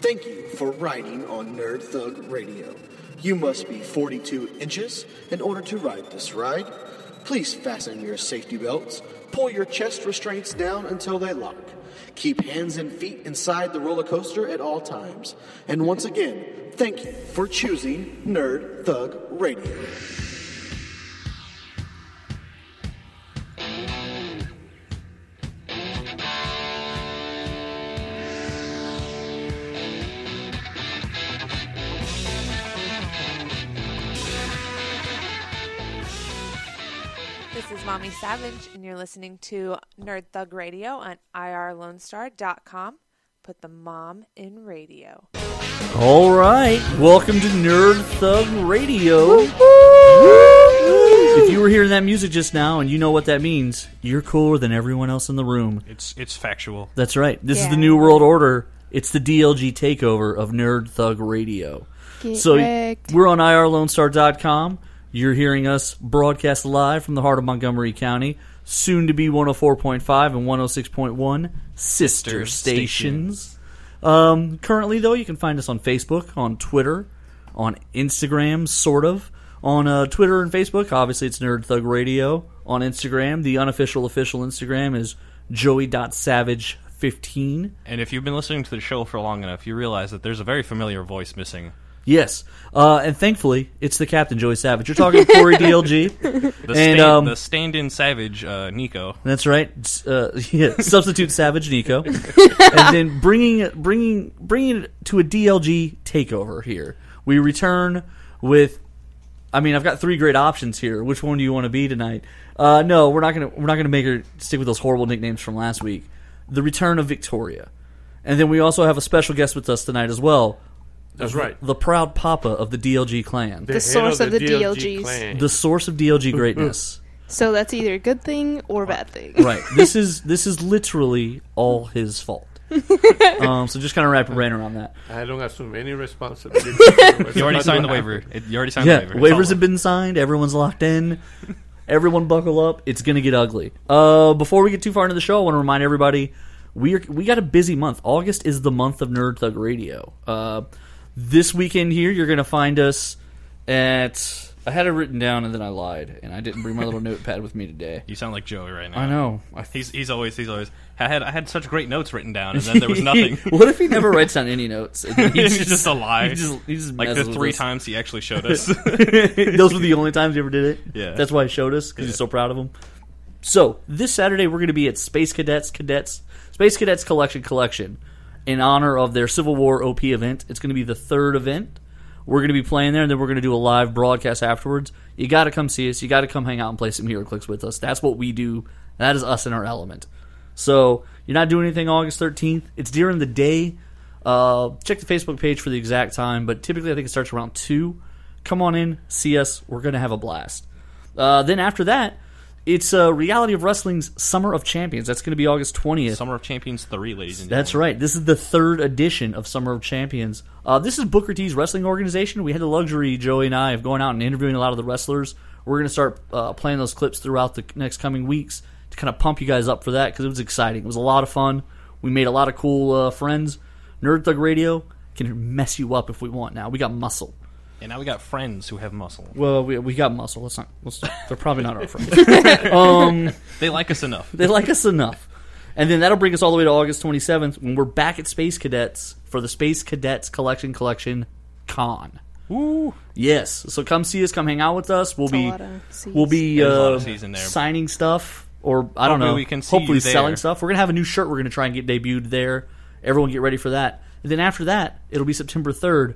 Thank you for riding on Nerd Thug Radio. You must be 42 inches in order to ride this ride. Please fasten your safety belts, pull your chest restraints down until they lock. Keep hands and feet inside the roller coaster at all times. And once again, thank you for choosing Nerd Thug Radio. This is Mommy Savage, and you're listening to Nerd Thug Radio on IRLoneStar.com. Put the mom in radio. All right, welcome to Nerd Thug Radio. If you were hearing that music just now and you know what that means, you're cooler than everyone else in the room. It's it's factual. That's right. This is Yeah. the New World Order. It's the DLG takeover of Nerd Thug Radio. so wrecked. we're on IRLoneStar.com. You're hearing us broadcast live from the heart of Montgomery County, soon to be 104.5 and 106.1 sister Sister stations. Um, currently, though, you can find us on Facebook, on Twitter, on Instagram, sort of. On uh, Twitter and Facebook, obviously, it's Nerd Thug Radio. On Instagram, the unofficial official Instagram is joey.savage15. And if you've been listening to the show for long enough, you realize that there's a very familiar voice missing. Yes, uh, and thankfully, it's the Captain Joey Savage. You're talking to Corey DLG. The, And, stand, um, the stand-in savage uh, Nico. That's right. S- Uh, yeah, substitute Savage Nico, and then bringing bringing bringing it to a DLG takeover here. We return with. I mean, I've got three great options here. Which one do you want to be tonight? Uh, no, we're not gonna we're not gonna make her stick with those horrible nicknames from last week. The return of Victoria, and then we also have a special guest with us tonight as well. That's right. The proud papa of the DLG clan, The source of the DLGs. clan. the source of Mm-hmm. DLG greatness. So that's either a good thing or a bad thing. right. This is this is literally all his fault. um, so just kind of wrap your brain around that. I don't assume any responsibility. You already signed the waiver. It- you already signed Yeah, the waiver. It's waivers all- have been signed. Everyone's locked in. Everyone buckle up. It's gonna get ugly. Uh, before we get too far into the show, I want to remind everybody we are, we got a busy month. August is the month of Nerd Thug Radio. Uh, this weekend here, you're gonna find us at. I had it written down and then I lied and I didn't bring my little notepad with me today. You sound like Joey right now. I know. I He's he's always he's always. I had I had such great notes written down, and then there was nothing. what if he never writes down any notes? and then he It's just a lie. He just, he just like the messes with three us. times he actually showed us. Those were the only times he ever did it. Yeah. that's why he showed us because he's so proud of him. So this Saturday we're going to be at Space Cadets Cadets Space Cadets Collection Collection in honor of their Civil War OP event. It's going to be the third event. We're going to be playing there, and then we're going to do a live broadcast afterwards. You got to come see us. You got to come hang out and play some hero clicks with us. That's what we do. That is us in our element. So you're not doing anything August 13th. It's during the day. Uh, check the Facebook page for the exact time, but typically I think it starts around 2. Come on in, see us. We're going to have a blast. Uh, then after that, it's uh, Reality of Wrestling's Summer of Champions. That's going to be August 20th. Summer of Champions three, ladies and That's right. This is the third edition of Summer of Champions. Uh, this is Booker T's wrestling organization. We had the luxury, Joey and I, of going out and interviewing a lot of the wrestlers. We're going to start uh, playing those clips throughout the next coming weeks to kind of pump you guys up for that because it was exciting. It was a lot of fun. We made a lot of cool uh, friends. Nerd Thug Radio can mess you up if we want. Now we got muscle. gentlemen. And now we got friends who have muscle. Well, we, we got muscle. Let's not. Let's, they're probably not our friends. They like us enough. They like us enough. And then that'll bring us all the way to August 27th when we're back at Space Cadets for the Space Cadets Collection Collection Con. Woo! Yes, so come see us, come hang out with us. We'll a be lot of seats. we'll be There's a lot uh, of seats in there. signing stuff or I don't Hopefully know. we can see hopefully you selling there. stuff. We're gonna have a new shirt. We're gonna try and get debuted there. Everyone get ready for that. And then after that, it'll be September 3rd,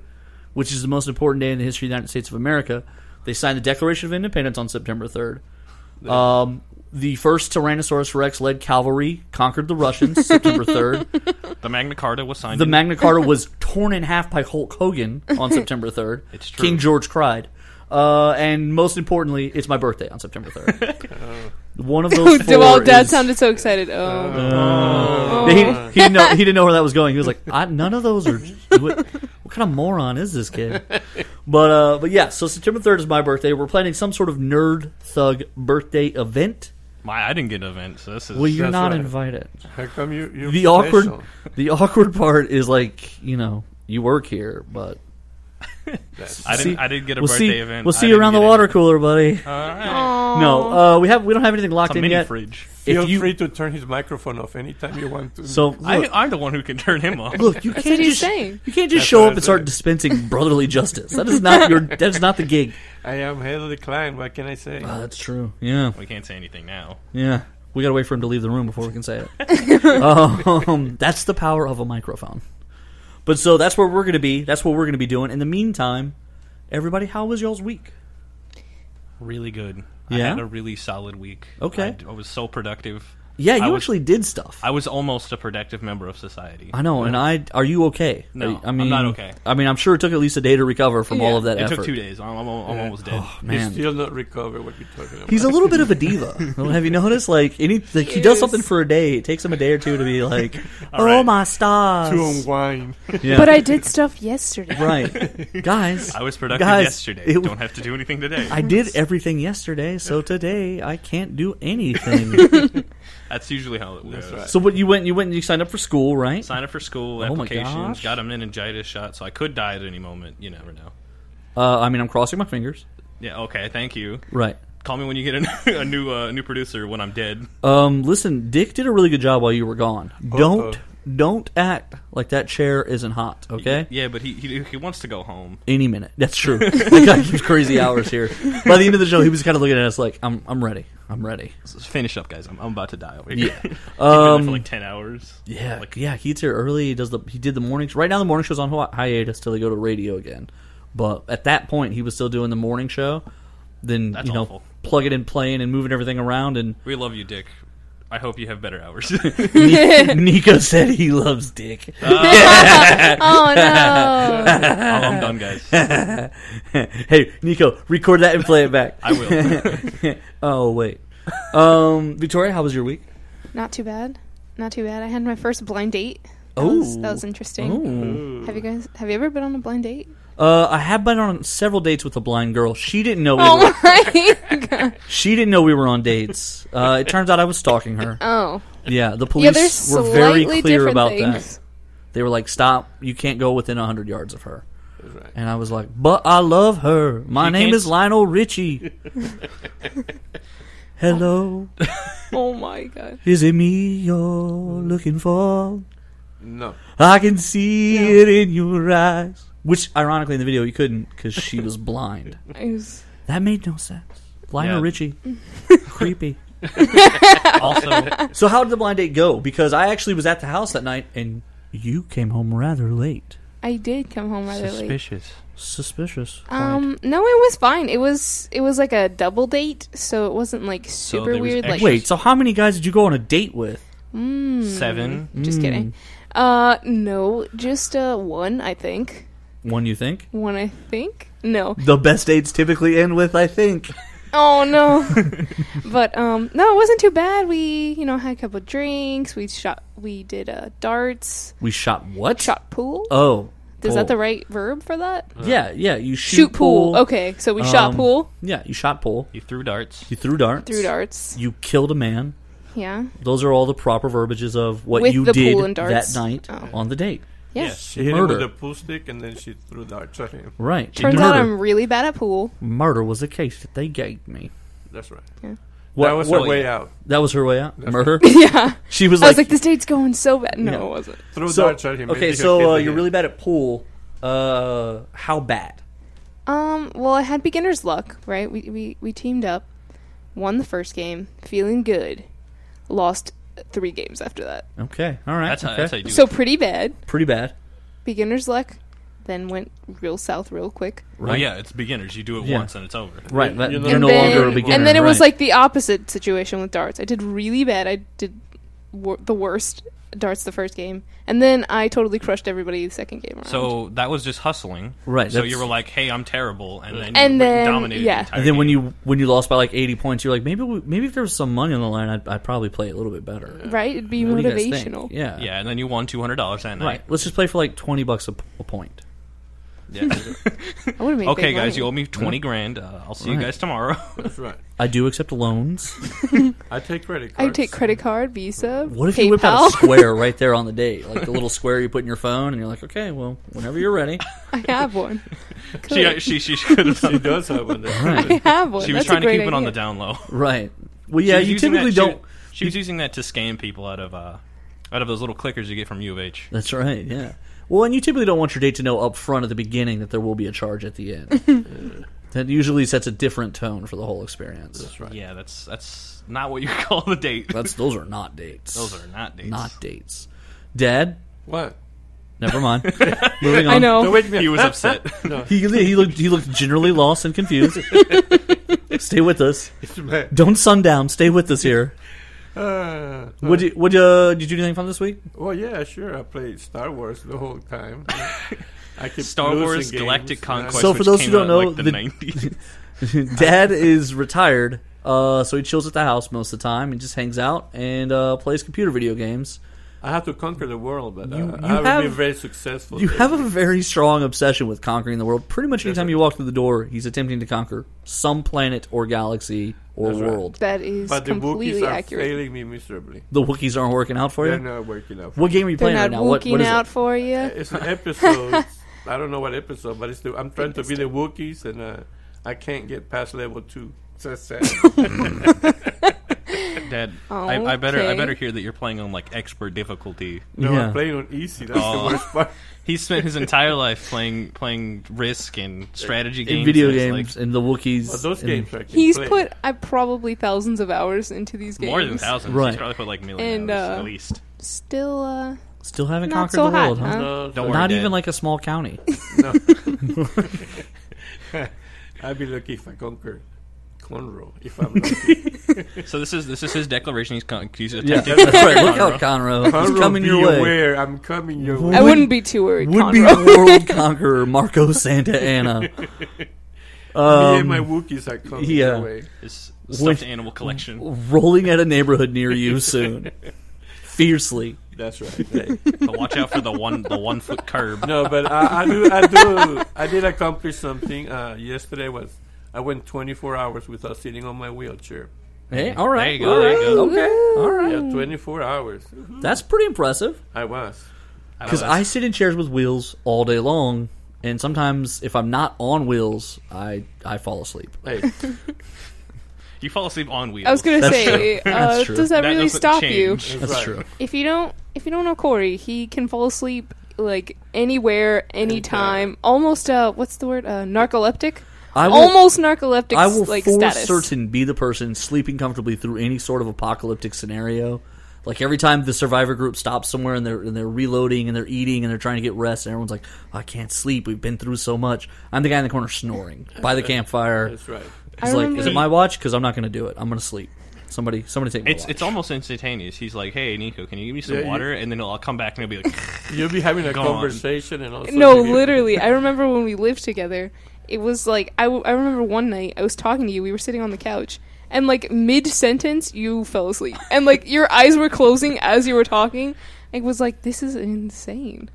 which is the most important day in the history of the United States of America. They signed the Declaration of Independence on September 3rd. Um, the first Tyrannosaurus Rex led cavalry conquered the Russians September 3rd. The Magna Carta was signed. The in- Magna Carta was torn in half by Hulk Hogan on September 3rd. It's true. King George cried. Uh, and most importantly, it's my birthday on September 3rd. Oh. One of those four well, Dad is- uh, sounded so excited. Oh, he, he, didn't know, he didn't know where that was going. He was like, I, none of those are. What, what kind of moron is this kid? But uh, but yeah, so September 3rd is my birthday. We're planning some sort of nerd thug birthday event. My, I didn't get an event, so this is. Well, you're That's not right. invited. How come you? you The awkward, the awkward part is like you know you work here, but I didn't. see- I didn't get a we'll birthday see, event. We'll I see you didn't around the get water anything. cooler, buddy. All right. No, uh, we have we don't have anything locked It's a in mini yet. fridge. Feel If you free to turn his microphone off anytime you want to. so I, look, I'm the one who can turn him off. look, you That's can't what he's just saying. you can't just That's show what up I and start said. dispensing brotherly justice. That is not your that is not the gig. I am Haley Klein. What can I say? Uh, that's true. Yeah, We can't say anything now. yeah. We gotta wait for him to leave the room before we can say it. um, that's the power of a microphone. But so that's where we're gonna be. That's what we're gonna be doing. In the meantime, everybody, how was y'all's week? Really good. I Yeah? had a really solid week. Okay. I d- I, was so productive. Yeah, you I was- actually did stuff. I was almost a productive member of society. I know, and I are you okay? No, Are you- I I'm mean, not okay. I mean, I'm sure it took at least a day to recover from all of that It effort. Oh, took two days. I'm, I'm, I'm almost dead. you Man, still not recover what you're talking about. he's a little bit of a diva. Have you noticed? Like, any like he does Yes. something for a day, it takes him a day or two to be like, "Oh right. my stars!" to unwind. Yeah. But I did stuff yesterday. right, guys. I was productive Guys, yesterday. it w- Don't have to do anything today. I did everything yesterday, so today I can't do anything. That's usually how it works. right. so what you went, you went, and you signed up for school, right? Sign up for school, Oh my applications, gosh. got a meningitis shot, so I could die at any moment. You never know. Uh, I mean, I'm crossing my fingers. Yeah, okay, thank you. Right. Call me when you get a, a new uh, new producer when I'm dead. Um, listen, Dick did a really good job while you were gone. Don't don't act like that chair isn't hot, okay? Yeah, but he, he he wants to go home. Any minute. That's true. that guy keeps crazy hours here. By the end of the show, he was kind of looking at us like, "I'm I'm ready. I'm ready." So finish up, guys. I'm, I'm about to die over here. Yeah. for like ten hours. Um, Yeah, Like, yeah. He gets here early. He does the he did the mornings. Right now, the morning show's on hi- hiatus till they go to radio again. But at that point, he was still doing the morning show. Then That's you know, awful. plugging and playing and moving everything around. And we love you, Dick. I hope you have better hours. Ni- Nico said he loves Dick. Oh no! I'm done, guys. I hey, Nico, record that and play it back. will. Oh wait. Um, Victoria, how was your week? Not too bad. Not too bad. I had my first blind date. That was, that was interesting. Ooh. Have you guys? Have you ever been on a blind date? Uh, I have been on several dates with a blind girl. She didn't know we were, Oh my god! she didn't know we were on dates. Uh, it turns out I was stalking her. Oh, Yeah, the yeah. There's police were slightly very clear different about things. that. They were like, "Stop! You can't go within hundred yards of her." Right. And I was like, "But I love her. My You name can't- is Lionel Richie." Hello, Oh my god! is it me you're looking for? No. I can see it in your eyes. Which, ironically, in the video you couldn't because she was blind. It was That made no sense. Lionel Yeah. Richie, creepy. Also, So how did the blind date go? Because I actually was at the house that night, and you came home rather late. I did come home rather late. Suspicious. Um, no, it was fine. It was it was like a double date, so it wasn't like super there was weird. Like, extra- Wait, so how many guys did you go on a date with? Seven. just kidding. Hmm. Uh, no, just uh one, I think. One, you think? One, I think. No. The best dates typically end with, I think. Oh no. but um, no, it wasn't too bad. We you know had a couple drinks. We shot. We did uh darts. We shot what? Shot pool. Oh. Is that the pool. right verb for that? Yeah, yeah. You shoot, Shoot pool. Okay, so we shot Um, pool. Yeah, you shot pool. You threw darts. You threw darts. Threw darts. You killed a man. Yeah. Those are all the proper verbiages of what With you the did pool and darts. that night Oh. on the date. Yeah. Yes. She hit him Murder. with a pool stick and then she threw darts at him. Right. Turns murder. out I'm really bad at pool. murder was the case that they gave me. That's right. What, that was what- her way out. That was her way out. Murder. yeah. She was I like, was like, this date's going so bad. No, Yeah. it wasn't. Throw so, darts at him. maybe okay. he'll So hit uh, again. you're really bad at pool. Uh, how bad? Um, well, I had beginner's luck, right? We, we, we teamed up, won the first game, feeling good, lost three games after that. Okay. All right. That's how, okay. that's how you do So it. pretty bad. Pretty bad. Beginner's luck, then went real south real quick. Well, yeah, it's beginners. You do it Yeah. once and it's over. Right. That, You you're know- no And then- longer a beginner. And then it was right. like the opposite situation with darts. I did really bad. I did wor- the worst darts the first game, and then I totally crushed everybody the second game around. So that was just hustling. Right, So that's- you were like, "Hey, I'm terrible," and then And you then- dominated yeah. the entire And then when game. you when you lost by like 80 points, you're like, maybe we, maybe if there was some money on the line, I'd, I'd probably play a little bit better. right, it'd be What do you guys think? motivational. Yeah. yeah, and then you won two hundred dollars that night. Right. Let's just play for like 20 bucks a, p- a point. Yeah. I would have made okay, guys, big money. you owe me twenty grand. Uh, I'll see you Right. guys tomorrow. That's right. I do accept loans. I take credit I cards. take credit card, Visa, What if PayPal. you whip out a square right there on the date, like the little square you put in your phone, and you're like, okay, well, whenever you're ready. I have one. uh, she she she should have. She does have one. Right. I have one. She was That's a trying to great keep it on the idea. down low. Right. Well, yeah, She was you using typically that- she- don't. She, was using that to scam people out of uh, out of those little clickers you get from U of H. That's right. Yeah. Well, and you typically don't want your date to know up front at the beginning that there will be a charge at the end. Uh, that usually sets a different tone for the whole experience. That's right. Yeah, that's that's not what you call the date. That's those are not dates. Those are not dates. not dates. Dad, What? never mind. Moving on. I know. Don't wake me up. He was upset. He, he looked he looked generally lost and confused. Stay with us. Don't sundown. Stay with us here. Uh, Would you would you did you do anything fun this week? well, yeah, sure. I played Star Wars the whole time. I keep Star losing Wars games, Galactic and I- Conquest. So for which those who came don't out in, know, like, the, the- 90s. Dad is retired, uh, so he chills at the house most of the time and just hangs out and uh, plays computer video games. I have to conquer the world, but uh, You- you I haven't have- been very successful. You there. have a very strong obsession with conquering the world. Pretty much anytime right. you walk through the door, he's attempting to conquer some planet or galaxy or That's right. world. That is but the Wookiees completely are accurate. failing me miserably. The Wookiees aren't working out for They're you. not working out. What game are you They're playing right not now? What, walking what is out it? for you. It's an episode. I don't know what episode, but it's the, I'm trying to be the Wookiees, and uh, I can't get past level two. So sad. Dad, I, I better I Okay. better hear that you're playing on like expert difficulty. no, Yeah. I'm playing on easy. That's Aw. the worst part. He spent his entire life playing playing Risk and strategy games, In video and it's games and the Wookiees. But Oh, those and- games I can He's play. put uh, probably thousands of hours into these like, games. more than thousands. Right. He's probably put like millions And, uh, at least. Still, uh, still haven't Not conquered so the hot, world. huh? Huh? No, Don't so worry. Not Dad. even like a small county. I'd be lucky if I conquer Conroe. If I'm lucky. So this is this is his declaration. He's, con- he's Yeah, attempting that's right. Look out, Conroe. He's Conroe, coming be your way. aware. I'm coming your Would- I way. Would- wouldn't be too worried. would be Conroe. world conqueror Marco Santa Anna. Me and my Um, Wookiees are coming yeah. your way. his Would- stuffed animal collection. rolling at a neighborhood near you soon, fiercely. That's right. Hey. But watch out for the one the one foot curb. No, but I, I do. I do. I did accomplish something. Uh, yesterday was I went 24 hours without sitting on my wheelchair. Hey, all right, There you go, all there right, you go. okay, all right. Yeah, 24 hours. That's pretty impressive. I was. I don't Because know, I that's- sit in chairs with wheels all day long, and sometimes if I'm not on wheels, I I fall asleep. Hey, you fall asleep on wheels. I was gonna That's say, true. uh, That's true. does that, That really doesn't stop change. you? that's, That's right. true. If you don't, if you don't know Corey, he can fall asleep like anywhere, anytime. Almost, uh, what's the word? Uh, narcoleptic. I will, Almost narcoleptic. I will like for status. certain be the person sleeping comfortably through any sort of apocalyptic scenario. Like every time the survivor group stops somewhere and they're and they're reloading and they're eating and they're trying to get rest and everyone's like, "Oh, I can't sleep. We've been through so much. I'm the guy in the corner snoring by the campfire. That's right. I He's like, remember- is it my watch? Because I'm not going to do it. I'm going to sleep. Somebody, somebody take my It's watch. it's almost instantaneous. He's like, "Hey Nico, can you give me some Yeah, you- water?" And then I'll come back and he'll be like, You'll be having a Gone. conversation and also no, maybe- literally. I remember when we lived together. It was like I, w- I remember one night I was talking to you. We were sitting on the couch, and like mid sentence, you fell asleep, and like your eyes were closing as you were talking. I was like, "This is insane."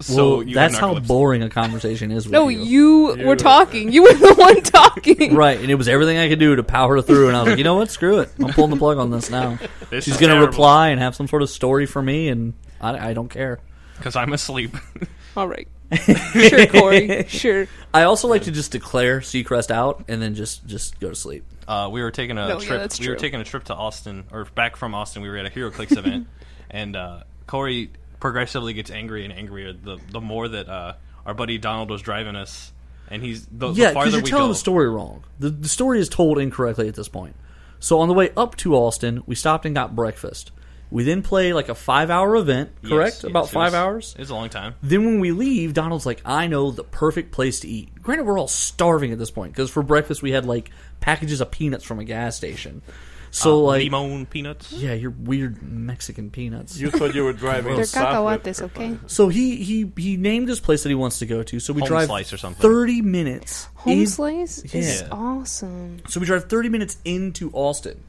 "So well, you have that's how narcolepsy." boring a conversation is. With No, you. you, You- were talking. You were the one talking. Right, and it was everything I could do to power through, and I was like, you know what? Screw it. I'm pulling the plug on this now. This She's is going to terrible. reply and have some sort of story for me, and I, I don't care. because I'm asleep." All right. Sure, Corey. Sure. I also like to just declare Seacrest out and then just just go to sleep. Uh, we were taking a No, yeah, trip. that's we were true. taking a trip to Austin, or back from Austin. We were at a HeroClix event, and uh, Corey progressively gets angry and angrier the the more that uh, our buddy Donald was driving us, and he's the, Yeah, the because farther you're we telling go. the story wrong. The, the story is told incorrectly at this point. So on the way up to Austin, we stopped and got breakfast. We then play like a five hour event, Yes, correct? yes, About it five was- hours. It's a long time. Then when we leave, Donald's like, I know the perfect place to eat. Granted, we're all starving at this point because for breakfast we had like packages of peanuts from a gas station. So Uh, like, Limon peanuts. yeah, your weird Mexican peanuts. You thought you were driving. They're southward. cacahuates, okay? so he he he named this place that he wants to go to. So we Home drive slice or something. thirty minutes. Home in- slice is Yeah. awesome. So we drive thirty minutes into Austin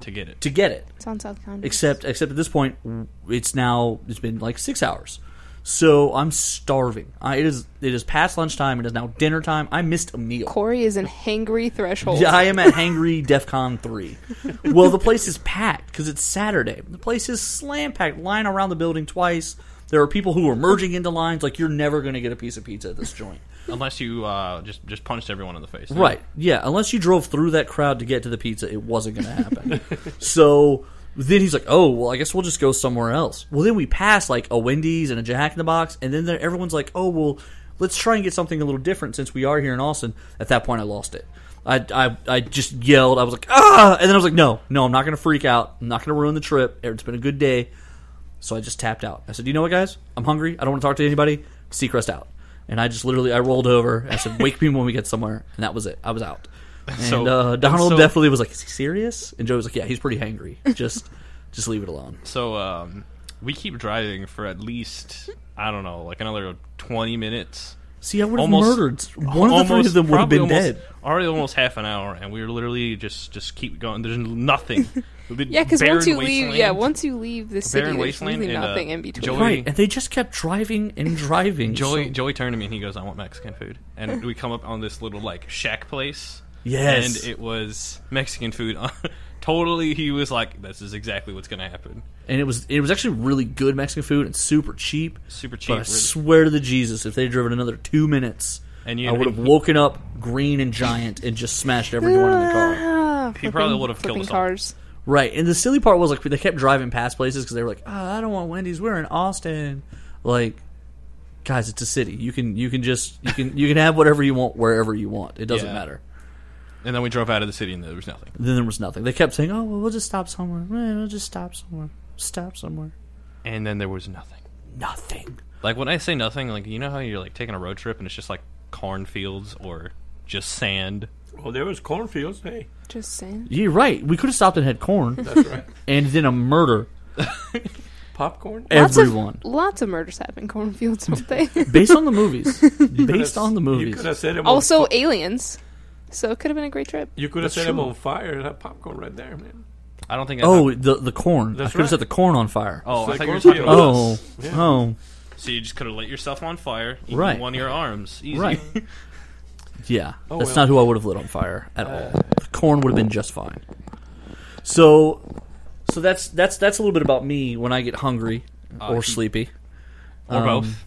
to get it. to get it. It's on South County. Except except at this point, it's now it's been like six hours. So I'm starving. I, it is it is past lunchtime. It is now dinner time. I missed a meal. Corey is in hangry threshold. Yeah, I am at Hangry DefCon 3. Well, the place is packed because it's Saturday. The place is slam packed, line around the building twice. There are people who are merging into lines. Like, you're never going to get a piece of pizza at this joint. Unless you uh, just just punched everyone in the face. Right. Yeah. Unless you drove through that crowd to get to the pizza, it wasn't going to happen. so then he's like, "Oh, well, I guess we'll just go somewhere else." Well, then we pass like a Wendy's and a Jack in the Box, and then there, everyone's like, "Oh, well, let's try and get something a little different since we are here in Austin." At that point, I lost it. I, I, I just yelled. I was like, ah! And then I was like, no, no, I'm not going to freak out. I'm not going to ruin the trip. It's been a good day. So I just tapped out. I said, "You know what, guys? I'm hungry. I don't want to talk to anybody. Seacrest out." And I just literally I rolled over. I said, "Wake me when we get somewhere," and that was it. I was out. And So- uh, Donald so- definitely was like, "Is he serious?" And Joe was like, "Yeah, he's pretty hangry. Just, just leave it alone." So um, we keep driving for at least I don't know, like another twenty minutes. See, I would have Almost murdered one of the three almost- of them would have probably been almost- dead. Already almost half an hour, and we were literally just just keep going. There's nothing. Yeah, because once you leave, yeah, once you leave the city, barren there's wasteland really and, uh, nothing in between. Joey- Right, and they just kept driving and driving. Joey so- Joey turned to me and he goes, "I want Mexican food." And we come up on this little like shack place. Yes. and it was Mexican food. totally, he was like, "This is exactly what's going to happen." and it was it was actually really good Mexican food and super cheap. Super cheap, But I really. swear to the Jesus, if they'd driven another two minutes, And you- I would have woken up green and giant and just smashed every door in the car. Ah, He flipping- probably would've killed flipping us all. cars. Right. And the silly part was like they kept driving past places because they were like, oh, I don't want Wendy's. We're in Austin. Like, guys, it's a city. You can you can just you can you can have whatever you want wherever you want. It doesn't Yeah. matter. And then we drove out of the city, and there was nothing. Then there was nothing. They kept saying, "Oh, well, we'll just stop somewhere. Eh, We'll just stop somewhere. Stop somewhere." And then there was nothing. Nothing. Like when I say nothing, like you know how you're like taking a road trip and it's just like cornfields or just sand. Well, there was cornfields. Hey, Just saying. You're right. We could have stopped and had corn. That's right. And then a murder. popcorn. Everyone. Lots of, lots of murders happen in cornfields, don't they? based on the movies. based That's- on the You could movies. have set them. on, also, aliens. So it could have been a great trip. you could have That's set them true. on fire and had popcorn right there, man. I don't think. I Oh, the the corn. I That's could have set right. the corn on fire. oh, I It's like thought you were talking cornfields. about Oh, us. Yeah. oh, So you just could have lit yourself on fire, eaten Right. One of your arms, easy. right. Yeah, Oh, that's well. Uh. not who I would have lit on fire at all. The corn would have been just fine. So, so that's that's that's a little bit about me when I get hungry Ah, or sleepy. or both.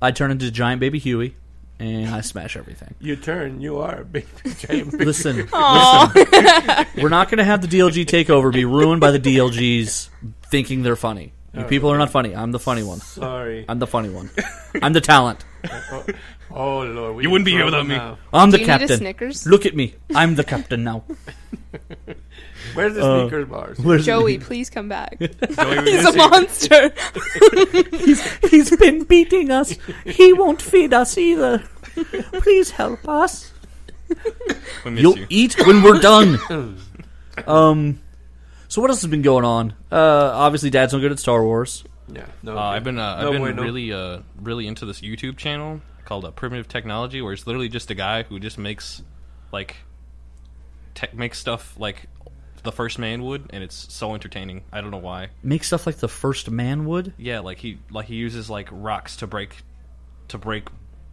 I turn into giant baby Huey and I smash everything. You turn. You are a big giant. Big, Listen, listen. We're not going to have the DLG takeover be ruined by the DLGs thinking they're funny. You Oh, people are not funny. I'm the funny one. sorry. I'm the funny one. I'm the talent. Oh lord, we You wouldn't be here throw without them me. out. I'm the Do you need a captain. Snickers? Look at me. I'm the captain now. Where's Uh, the sneaker bars? Where's- Joey, please come back. Joey, we're He's gonna a say- monster. He's been beating us. He won't feed us either. Please help us. we miss You'll you. eat when we're done. um. So what else has been going on? Uh, obviously, Dad's no good at Star Wars. Yeah, no. Uh, I've been uh, No I've been bueno. really uh, really into this YouTube channel called uh, Primitive Technology, where it's literally just a guy who just makes like tech makes stuff like the first man would, and it's so entertaining. I don't know why. Make stuff like the first man would. Yeah, like he like he uses like rocks to break to break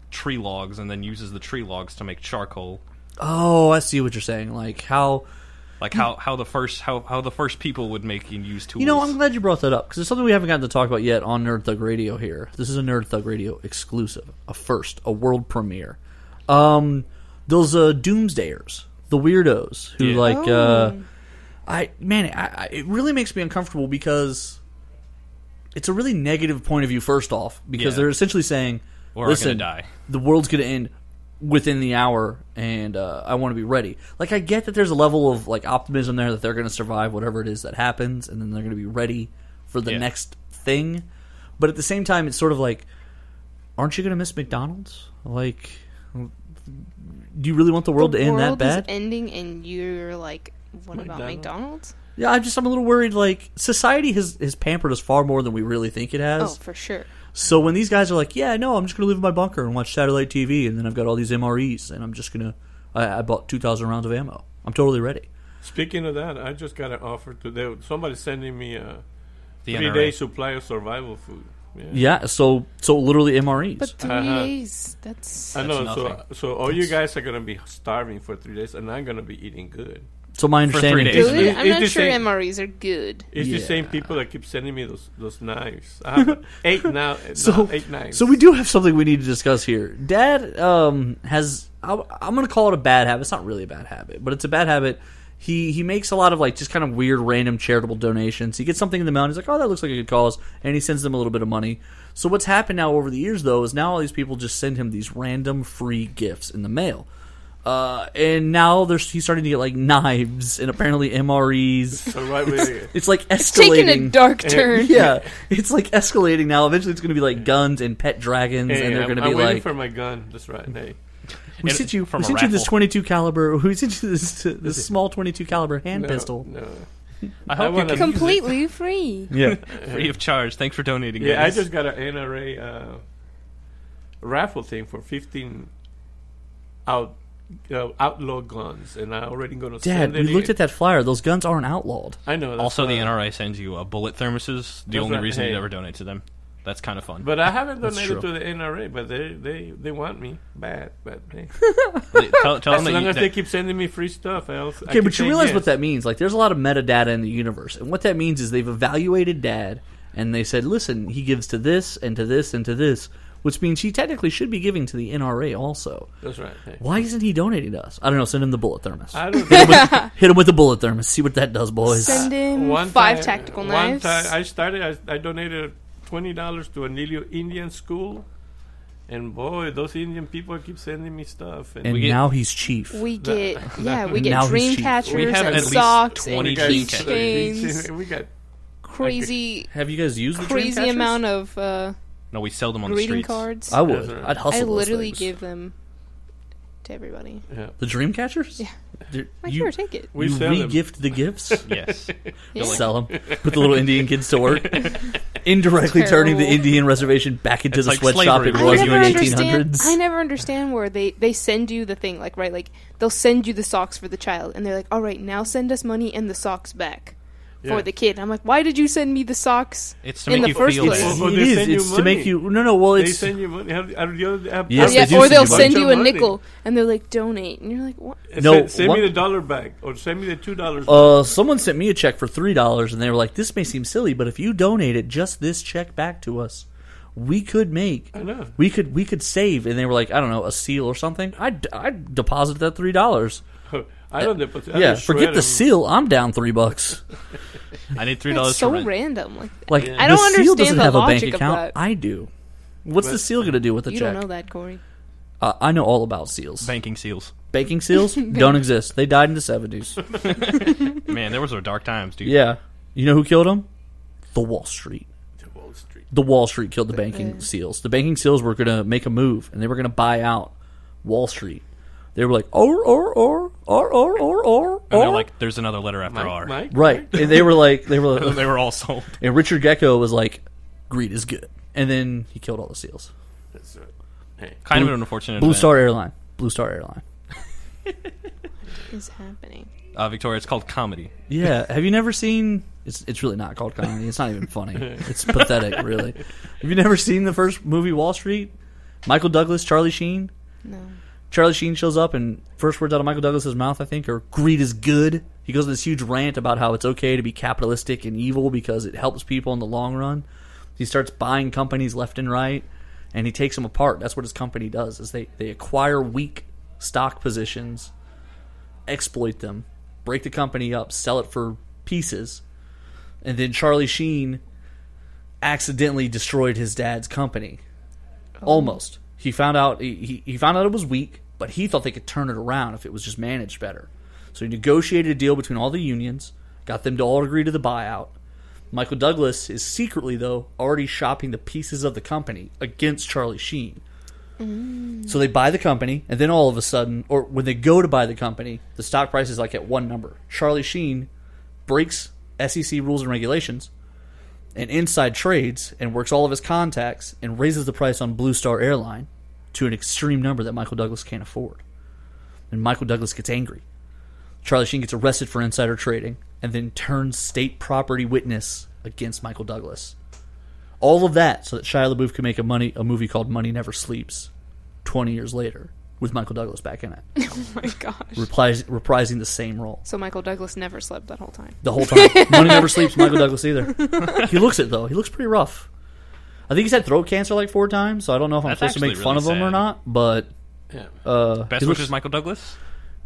tree logs, and then uses the tree logs to make charcoal. Oh, I see what you're saying. Like how Like how, how the first how, how the first people would make and use tools. You know, I'm glad you brought that up because it's something we haven't gotten to talk about yet on Nerd Thug Radio here. This is a Nerd Thug Radio exclusive, a first, a world premiere. Um, those uh, doomsdayers, the weirdos who Yeah. like, uh, I man, I, I, it really makes me uncomfortable because it's a really negative point of view. First off, because Yeah. they're essentially saying, We're all gonna "Listen, die." the world's going to end within the hour and uh, i want to be ready like i get that there's a level of like optimism there that they're going to survive whatever it is that happens and then they're going to be ready for the Yeah. next thing but at the same time it's sort of like aren't you going to miss mcdonald's like do you really want the world the to end world that bad is ending, and you're like, what about McDonald's? McDonald's? yeah i'm just i'm a little worried like society has has pampered us far more than we really think it Oh, has for sure. So when these guys are like, "Yeah, no, I'm just going to live in my bunker and watch satellite TV, and then I've got all these MREs, and I'm just going to," I, I bought two thousand rounds of ammo. I'm totally ready. Speaking of that, I just got an offer today. Somebody's sending me a the three NRA. day supply of survival food. Yeah, so so literally MREs. But 3 Uh-huh. days. That's. I know. So, nothing. so all you guys are gonna be starving for three days, and I'm gonna be eating good. so my For three understanding days. is Good? Is- I'm is not this sure a- MREs are good. It's the same people that keep sending me those those knives. I have eight now. So- So, eight knives. So we do have something we need to discuss here. Dad um, has I, I'm going to call it a bad habit. It's not really a bad habit, but it's a bad habit. He he makes a lot of like just kind of weird random charitable donations. He gets something in the mail and he's like, "Oh, that looks like a good cause," and he sends them a little bit of money. So what's happened now over the years though is now all these people just send him these random free gifts in the mail. Uh, and now there's he's starting to get like knives and apparently MREs. So right with It's like escalating. It's taking a dark turn. Yeah, it's like escalating now. Eventually, it's going to be like guns and pet dragons, Hey, and they're I'm- going to I'm be waiting like, for my gun. That's right. Hey, "We And sent you, from we a sent you this raffle. 22 caliber, we sent you this this small 22 caliber hand no, pistol." No. I hope wanna- you can use it Completely free. Yeah, free of charge. Thanks for donating. Yeah, I guys. just got an NRA uh, raffle thing for fifteen out uh, outlaw guns, and I already going to. Dad, we looked at that flyer. Those guns aren't outlawed. I know. that's Also, the why- NRA sends you uh, bullet thermoses. The That's only right. reason Hey. you ever donate to them. That's kind of fun. But I haven't That's donated true. to the NRA, but they they, they want me bad, but hey. They- tell, tell as them that long you- as that- they keep sending me free stuff, I also Okay, but you realize what that means? Like, there's a lot of metadata in the universe, and what that means is they've evaluated Dad, and they said, "Listen, he gives to this and to this and to this." Which means he technically should be giving to the NRA also. That's right. hey. Why isn't he donating to us? I don't know. Send him the bullet thermos. I don't know. Hit him with the bullet thermos. See what that does, boys. Send in One five time- tactical one knives. time I started. I, I donated twenty dollars to Anilio Indian School, and boy, those Indian people keep sending me stuff. And, and get- now he's chief. we get yeah, we Now get he's dream cheap. catchers We have and at least socks 20 and dream key catchers. chains. we got Crazy, Have you guys used the crazy amount of uh, no, we sell them on the greeting streets. cards. I would. Those are- I'd hustle. I those literally things. give them to everybody. the dream catchers. Yeah, Like, you here, take it. we you sell them. re-gift the gifts. Yes. Yeah. Sell them. Put the little Indian kids to work. Indirectly turning the Terrible. Indian reservation back into It's the like sweatshop slavery. it I was never you in eighteen understand. hundreds. I never understand where they they send you the thing like right like they'll send you the socks for the child and they're like all right now send us money and the socks back Yeah. for the kid. And I'm like why did you send me the socks It's to make in the you first feel place? bad. Well, it they is. send you It's to make money. you. No, no. Well, They it's send you money. Have, have, you ever- have, Yes, or, they Oh, yeah, do or send they'll you money. send you a Bunch of nickel money. and they're like donate and you're like what? No, send, send one- me the dollar back or send me the two dollars. Uh, someone sent me a check for three dollars, and they were like, "This may seem silly, but if you donated just this check back to us, we could make, I know. we could, we could save." And they were like, "I don't know, a seal or something." I I deposit that three dollars. I don't deposit. I Yeah, just shred forget the them. seal. I'm down three bucks. I need three That's dollars so for rent. random. Like Like the I don't seal understand doesn't the have a bank logic of account. that. I do. What's the seal going to do with the you check? don't know that, Corey. Uh, I know all about seals. Banking seals. Banking seals don't exist. They died in the seventies. Man, there was our dark times, dude. yeah, you know who killed them? The Wall Street. Wall Street. the Wall Street killed the banking seals. The banking seals were going to make a move, and they were going to buy out Wall Street. They were like, or, or, or, or, or, or, or, And they're or." like, there's another letter after R. Mike, Mike, right. And they were like, they were like, They were all sold. and Richard Gecko was like, greed is good. And then he killed all the seals. That's right. Hey, Kind of an unfortunate Blue event. Star Airline. Blue Star Airline. Is happening. Uh, Victoria, it's called comedy. Yeah. Have you never seen? It's it's really not called comedy. It's not even funny. It's pathetic, really. Have you never seen the first movie Wall Street? Michael Douglas, Charlie Sheen. No. Charlie Sheen shows up, and first words out of Michael Douglas' mouth, I think, are "Greed is good." He goes on this huge rant about how it's okay to be capitalistic and evil because it helps people in the long run. He starts buying companies left and right, and he takes them apart. That's what his company does: is they they acquire weak stock positions, exploit them, break the company up, sell it for pieces, and then Charlie Sheen accidentally destroyed his dad's company almost. He found out he, he- he found out it was weak, but he thought they could turn it around if it was just managed better. So he negotiated a deal between all the unions, got them to all agree to the buyout. Michael Douglas is secretly though already shopping the pieces of the company against Charlie Sheen. So they buy the company, and then all of a sudden, or when they go to buy the company, the stock price is like at one number. Charlie Sheen breaks SEC rules and regulations, and inside trades and works all of his contacts and raises the price on Blue Star Airline to an extreme number that Michael Douglas can't afford. And Michael Douglas gets angry. Charlie Sheen gets arrested for insider trading and then turns state property witness against Michael Douglas. All of that so that Shia LaBeouf could make a money a movie called Money Never Sleeps, twenty years later, with Michael Douglas back in it, my gosh. reprising, reprising the same role So Michael Douglas never slept that whole time. the whole time. Money never sleeps. Michael Douglas either. He looks it though. He looks pretty rough. I think he's had throat cancer like four times, so I don't know if I'm That's supposed to make actually fun really of him or sad. not. But Yeah. uh, Best he looks, wishes, Michael Douglas.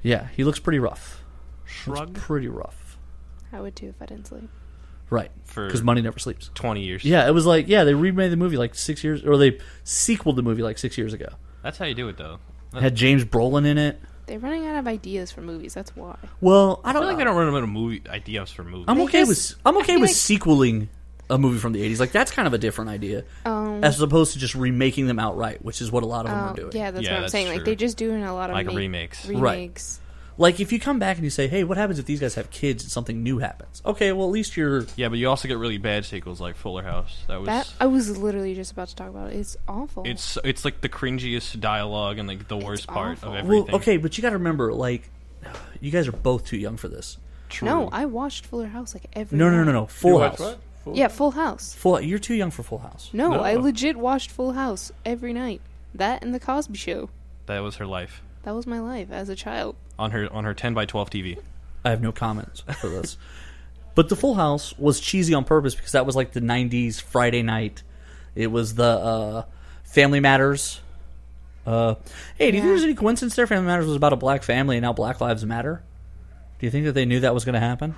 yeah, he looks pretty rough. Shrug Pretty rough. I would too if I didn't sleep. Right. For- Because money never sleeps. twenty years. Yeah, it was like yeah, they remade the movie like six years, or they sequeled the movie like six years ago. that's how you do it though. It had James Brolin in it. They're running out of ideas for movies. That's why. Well, I I don't. feel like know. they don't run out of movie ideas for movies. I'm They okay just- with I'm I okay feel with like- sequeling a movie from the 80s. Like that's kind of a different idea, Um, as opposed to just remaking them outright, which is what a lot of them Oh, are doing. yeah, that's Yeah, what I'm that's saying. Like true. they're just doing a lot of Like make- remakes. Right. remakes. Like if you come back and you say, "Hey, what happens if these guys have kids and something new happens?" Okay, well at least you're yeah, but you also get really bad sequels like Fuller House. That was That I was literally just about to talk about. It. It's awful. it's it's like the cringiest dialogue and like the worst part awful. of Well, everything. well, okay, but you got to remember, like, you guys are both too young for this. True. no. I watched Fuller House like every. No, no, no, no, night. no. You Full watch House. what? Full- Yeah, Full House. Full. You're too young for Full House. No, No. I legit watched Full House every night. That and the Cosby Show. that was her life That was my life as a child. on her on her ten by twelve TV. I have no comments for this. but the Full House was cheesy on purpose because that was like the '90s Friday night. It was the uh, Family Matters. Uh, hey, do you Yeah. think there's any coincidence there? Family Matters was about a black family, and now Black Lives Matter. Do you think that they knew that was going to happen?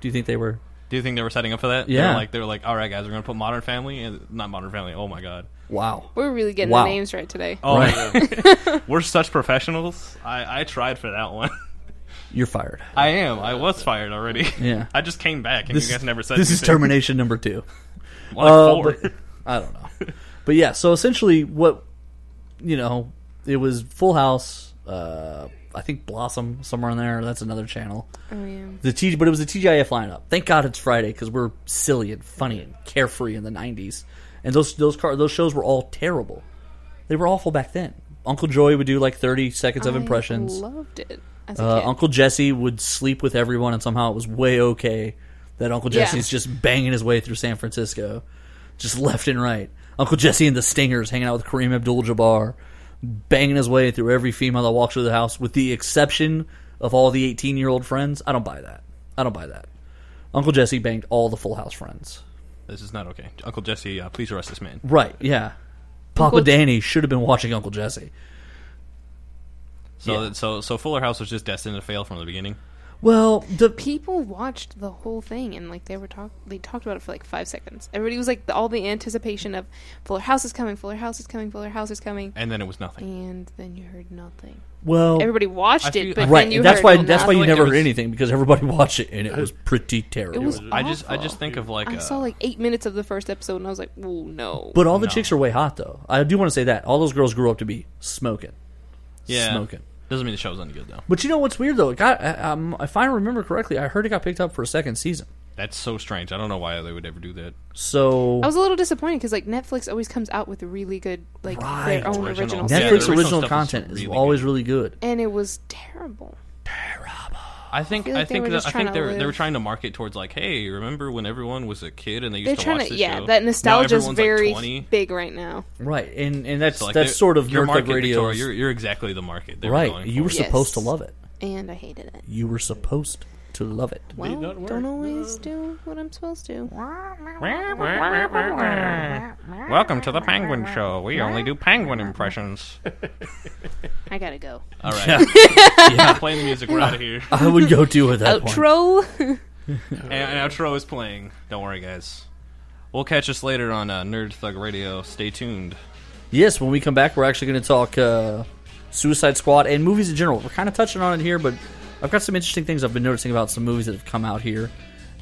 Do you think they were? Do you think they were setting up for that? Yeah. They're like they're like, all right, guys, we're gonna put Modern Family and not Modern Family. Oh my god. Wow. We're really getting Wow. the names right today. Oh, Right. we're such professionals. I I tried for that one. You're fired. I am. I was fired already. Yeah. I just came back and you guys never said this is anything. termination number two. Well, Uh, four. but- I don't know, but yeah. So essentially, what you know, it was Full House. Uh, I think Blossom somewhere in there. That's another channel. Oh yeah. The T, but it was the TGIF lineup. Thank God it's Friday because we're silly and funny and carefree in the '90s. And those those car those shows were all terrible. They were awful back then. Uncle Joey would do like 30 seconds of I impressions. Loved it. As a Uh, kid. Uncle Jesse would sleep with everyone, and somehow it was way okay that Uncle Yeah. Jesse's just banging his way through San Francisco, just left and right. Uncle Jesse and the Stingers hanging out with Kareem Abdul-Jabbar, banging his way through every female that walks through the house, with the exception of all the eighteen-year-old friends. I don't buy that. I don't buy that. Uncle Jesse banged all the Full House friends. This is not okay. Uncle Jesse, uh, please arrest this man. Right? Yeah. Papa Uncle- Danny should have been watching Uncle Jesse. So Yeah. so so Fuller House was just destined to fail from the beginning. Well, the people watched the whole thing and like they were talk they talked about it for like five seconds. Everybody was like the, all the anticipation of Fuller House is coming, Fuller House is coming, Fuller House is coming, And then it was nothing. and then you heard nothing. well, Everybody watched feel- it, but right. then you that's heard why. That's why nothing. you Like, never it heard was- anything because everybody watched it and it was pretty It terrible. was. I just I just awful. think of like I uh, saw like eight minutes of the first episode and I was like, oh no. but all the No. chicks are way hot though. I do want to say that all those girls grew up to be smoking, yeah, smoking. Doesn't mean the show's any good though. But you know what's weird though? It got. uh, Um, if I remember correctly, I heard it got picked up for a second season. That's so strange. I don't know why they would ever do that. So I was a little disappointed because like Netflix always comes out with really good like Right. their own Original. original, Yeah, Netflix the stuff. original original, stuff is content is really always good. really good. and it was terrible. I think I, feel like they think were that, just I trying think to they were, they were live- trying to market towards like, hey, remember when everyone was a kid and they used They're to trying watch to this yeah, show? that nostalgia Now is everyone's, very like 20. big right now. Right, and and that's So, like, that's they're- sort of your your market, radio. Victoria, You're, you're exactly the market. They Were Right, going you were for. Yes. supposed to love it. And I hated it. You were supposed to love it. Well, not work. don't always do what I'm supposed to. Welcome to the Penguin Show. We only do penguin impressions. I gotta go. All right, playing the music. We're out of here. I would go to at Oh, that point. Outro. and, and outro is playing. Don't worry, guys. We'll catch us later on uh, Nerd Thug Radio. Stay tuned. Yes, when we come back, we're actually going to talk uh, Suicide Squad and movies in general. We're kind of touching on it here, but I've got some interesting things I've been noticing about some movies that have come out here,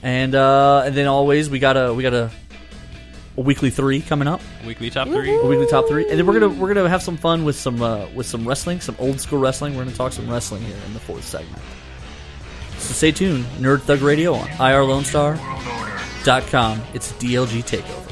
and uh, and then always we got a we got a, a weekly three coming up, Weekly top three. a weekly top three, and then we're gonna we're gonna have some fun with some uh, with some wrestling, some old school wrestling. We're gonna talk some wrestling here in the fourth segment. So stay tuned, Nerd Thug Radio on IRLoneStar.com. It's DLG Takeover.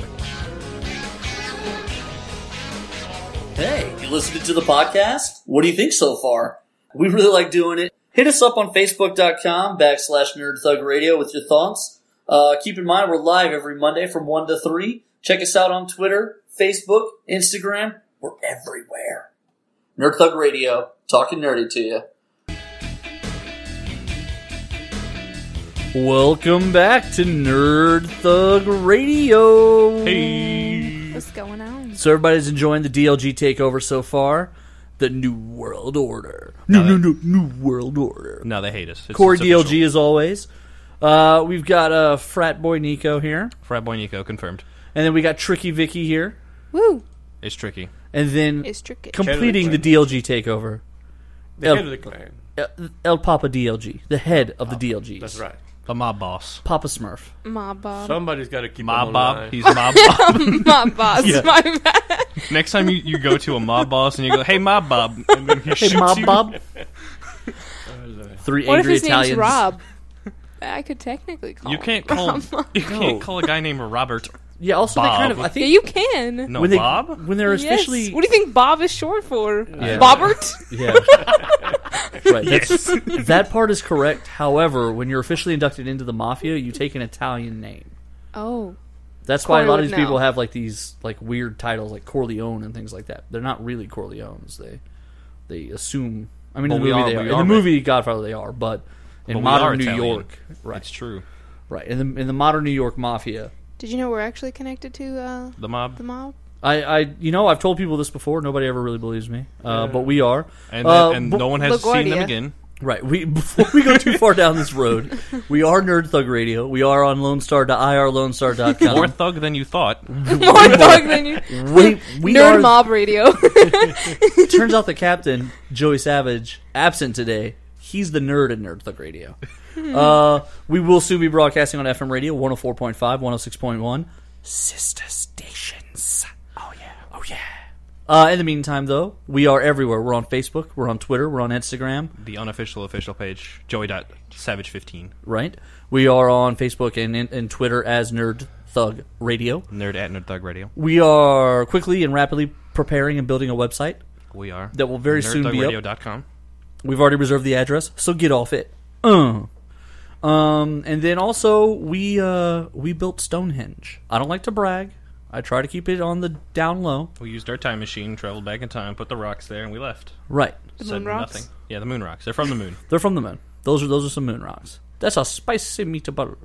Hey, you listening to the podcast? What do you think so far? We really like doing it. Hit us up on Facebook.com backslash Nerd Thug Radio with your thoughts. Uh, keep in mind, we're live every Monday from 1 to 3. Check us out on Twitter, Facebook, Instagram. We're everywhere. Nerd Thug Radio, talking nerdy to you. Welcome back to Nerd Thug Radio. What's going on? So everybody's enjoying the DLG takeover so far. The New World Order. No, no, no, New World Order. No, they hate us. It's, Core it's official. DLG as always. Uh, we've got uh, frat boy Nico here, Frat boy Nico confirmed. and then we got Tricky Vicky here, Woo! It's tricky. and then It's tricky. completing the Kennedy DLG takeover, The Yeah. head of the clan. El- El Papa DLG, the head of the DLGs. That's right. The mob boss. Papa Smurf. my bob. Somebody's got to keep Mob them Bob. alive. He's mob Bob. my boss. My bad. Next time you, you go to a mob boss and you go, "Hey, mob Bob," and then he shoots Hey, Mob you. Bob. Three What if angry his Italians. name's Rob? I could technically call You him can't call Rob. you can't call a guy named Robert. Yeah. Also, they Bob. kind of. I Yeah, think you can. No, when they Bob. when they're Yes. officially. What do you think Bob is short for? Yeah. Bobbert? Yeah. right. That's, That part is correct. However, when you're officially inducted into the mafia, you take an Italian name. Oh. That's why a lot of Corleone these people now. have like these like weird titles like Corleone and things like that. They're not really Corleones. They they assume. I mean, But in the movie we are- they are. we In are, the but- movie Godfather they are, but in But we are modern New Italian. York, right, It's true. right. In the in the modern New York mafia, Did you know we're actually connected to uh, The mob. the mob? I, I you know I've told people this before. Nobody ever really believes me, uh, but we are. And, Uh, and but- no one has seen them LaGuardia. again. Right. We before we go too far down this road, we are Nerd Thug Radio. We are on lonestar.irlonestar.com. More thug than you thought. More dog than you. we we Nerd are, mob radio. Turns out the captain, Joey Savage, absent today. He's the nerd in Nerd Thug Radio. uh, we will soon be broadcasting on FM radio 104.5, 106.1. Sister stations. Oh, yeah. Oh, yeah. Uh, in the meantime, though, we are everywhere. We're on Facebook, we're on Twitter, we're on Instagram, The unofficial official page. Joey.savage15. right? We are on Facebook and, and, and Twitter as Nerd Thug Radio. Nerd at Nerd Thug Radio. We are quickly and rapidly preparing and building a website. We are. That will very soon be up. NerdThugRadio.com. We've already reserved the address, so get off it. Uh. Um, and then also we uh, we built Stonehenge. I don't like to brag. I try to keep it on the down low. We used our time machine, traveled back in time, put the rocks there, and we left. Right. The moon rocks? Yeah, the moon rocks. They're from the moon. They're from the moon. Those are those are some moon rocks. That's a spicy meatball.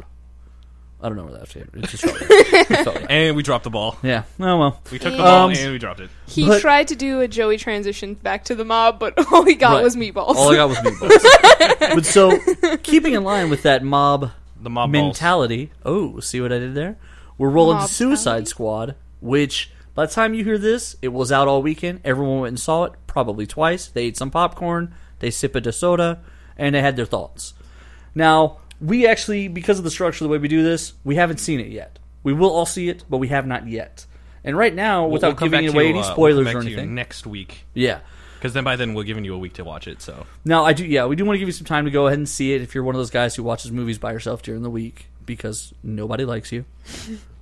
I don't know where that's from. It just felt right. It felt right. and we dropped the ball. Yeah. Oh well. We took the Yeah. ball Um, and we dropped it. He But- tried to do a Joey transition back to the mob, but all he got Right. was meatballs. All I got was meatballs. but so keeping in line with that mob The mob balls. mentality. Oh, see what I did there? We're rolling Mob Suicide mentality. Squad, which by the time you hear this, it was out all weekend. Everyone went and saw it, probably twice. They ate some popcorn, they sipped a soda, and they had their thoughts. Now, we actually, because of the structure, the way we do this, we haven't seen it yet. We will all see it, but we have not yet. And right now, We'll- without we'll come giving back to away you, any uh, we'll spoilers come or back to you anything, next week, yeah. because then by then we're giving you a week to watch it. So Now, I do, yeah, we do want to give you some time to go ahead and see it if you're one of those guys who watches movies by yourself during the week because nobody likes you.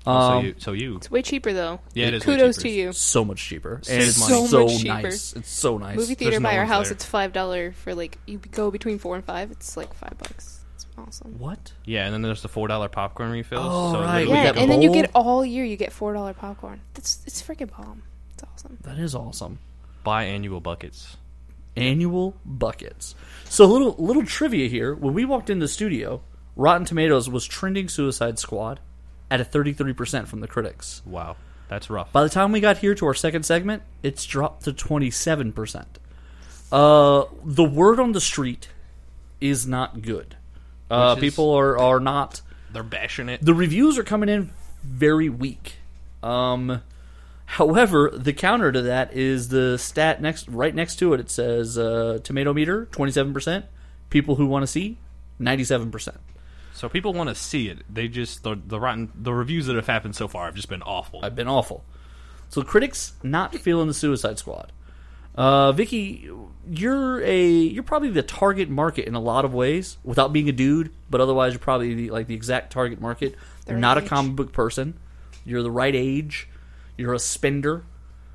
so Um, you, so you. Way cheaper though. Yeah, it is way Kudos cheaper. to you. so much cheaper. And Saves it's so money. So much cheaper. nice. It's so nice. Movie theater no by our one's house, there. it's five dollar for like you go between four and five. It's like five bucks. It's awesome. What? Yeah, and then there's the four dollar popcorn refills. Oh, so right. literally Yeah, you Yeah, got go- and then you bowl? get all year. You get four dollar popcorn. That's it's freaking bomb. It's awesome. That is awesome. buy annual buckets. Annual buckets. So little little trivia here. When we walked in the studio, Rotten Tomatoes was trending Suicide Squad at a 33% from the critics. Wow, that's rough. By the time we got here to our second segment, it's dropped to 27%. Uh, the word on the street is not good. Uh, Which is- people are, are not They're bashing it. the reviews are coming in very weak. Um, however, the counter to that is the stat next, right next to it. It says uh, tomato meter twenty seven percent. People who want to see ninety seven percent. So people want to see it. They just the, the rotten the reviews that have happened so far have just been awful. I've been awful. So critics not feeling the Suicide Squad. Uh, Vicky, you're a you're probably the target market in a lot of ways without being a dude, but otherwise you're probably the, like the exact target market. you're right not a age. comic book person. You're the right age. You're a spender.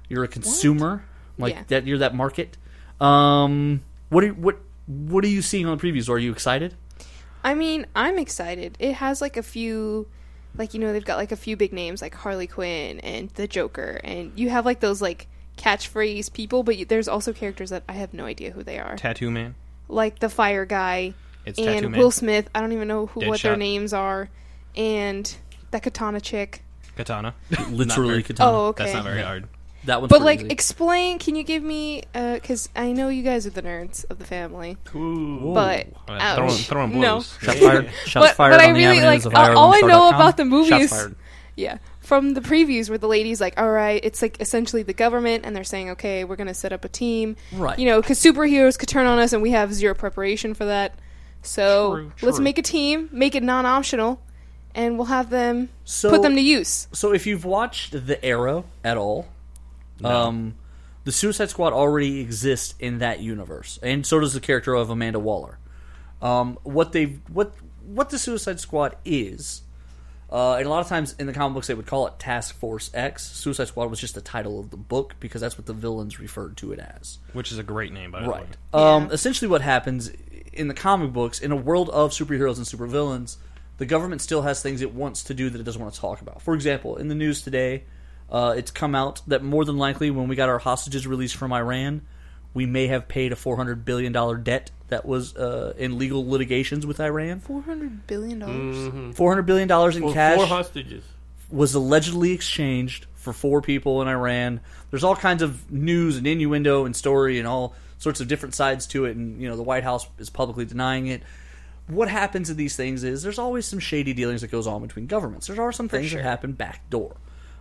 You're a consumer. Like Yeah. that. You're that market. Um, what are, what what are you seeing on the previews? Are you excited? I mean, I'm excited. It has like a few like you know they've got like a few big names like Harley Quinn and the Joker, and you have like those like catchphrase people, but you, there's also characters that I have no idea who they are, Tattoo Man. like the Fire Guy It's Tattoo and Man. Will Smith. I don't even know who what their Deadshot. names are, and that Katana chick. Katana. Literally, very- katana. Oh, Uh-huh. okay. That's not very hard. That one's But pretty like, easy. explain. Can you give me? Because I know you guys are the nerds of the family. Cool. But Uh, ouch. throwing, throwing no. blows. Shots fired. Shots But, fired but on I the really avenues like of all, all I know IRLoneStar.com. about the movie Shots is fired. yeah from the previews where the lady's like, all right, it's like essentially the government, and they're saying, okay, we're gonna set up a team, Right. You know, because superheroes could turn on us, and we have zero preparation for that. So True, let's true. make a team, make it non-optional, and we'll have them So- put them to use. So if you've watched The Arrow at all, um, the Suicide Squad already exists in that universe, and so does the character of Amanda Waller. Um, what they what what the Suicide Squad is, uh, and a lot of times in the comic books they would call it Task Force X. Suicide Squad was just the title of the book because that's what the villains referred to it as. Which is a great name, by the way. Right. Um, Essentially, what happens in the comic books, in a world of superheroes and supervillains, the government still has things it wants to do that it doesn't want to talk about. For example, in the news today, uh, it's come out that more than likely, when we got our hostages released from Iran, we may have paid a four hundred billion dollar debt that was uh, in legal litigations with Iran. Four hundred billion dollars. Four hundred billion dollars in Hmm. For cash four hostages. was allegedly exchanged for four people in Iran. There's all kinds of news and innuendo and story and all sorts of different sides to it, and you know the White House is publicly denying it. What happens in these things is there's always some shady dealings that goes on between governments. There are some things that happen back door.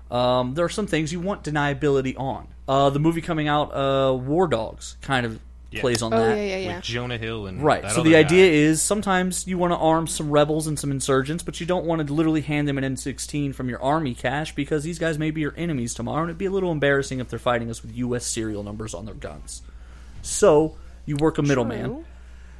Um, there are some things you want deniability on. Uh, the movie coming out, uh, War Dogs, kind of Yeah. plays on Oh that. yeah, yeah, yeah. With Jonah Hill and Right. that So other the guy. idea is sometimes you want to arm some rebels and some insurgents, but you don't want to literally hand them an M16 from your army cache because these guys may be your enemies tomorrow, and it'd be a little embarrassing if they're fighting us with U.S. serial numbers on their guns. So you work a middleman. True.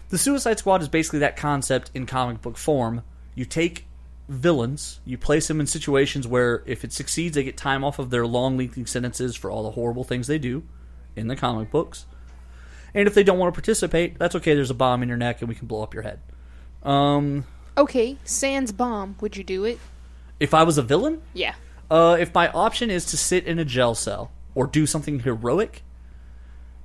The Suicide Squad is basically that concept in comic book form. You take villains, you place them in situations where if it succeeds, they get time off of their long, lengthy sentences for all the horrible things they do in the comic books. And if they don't want to participate, that's okay. There's a bomb in your neck, and we can blow up your head. Um, Okay, Sans bomb. Would you do it? if I was a villain, Yeah. uh, if my option is to sit in a jail cell or do something heroic,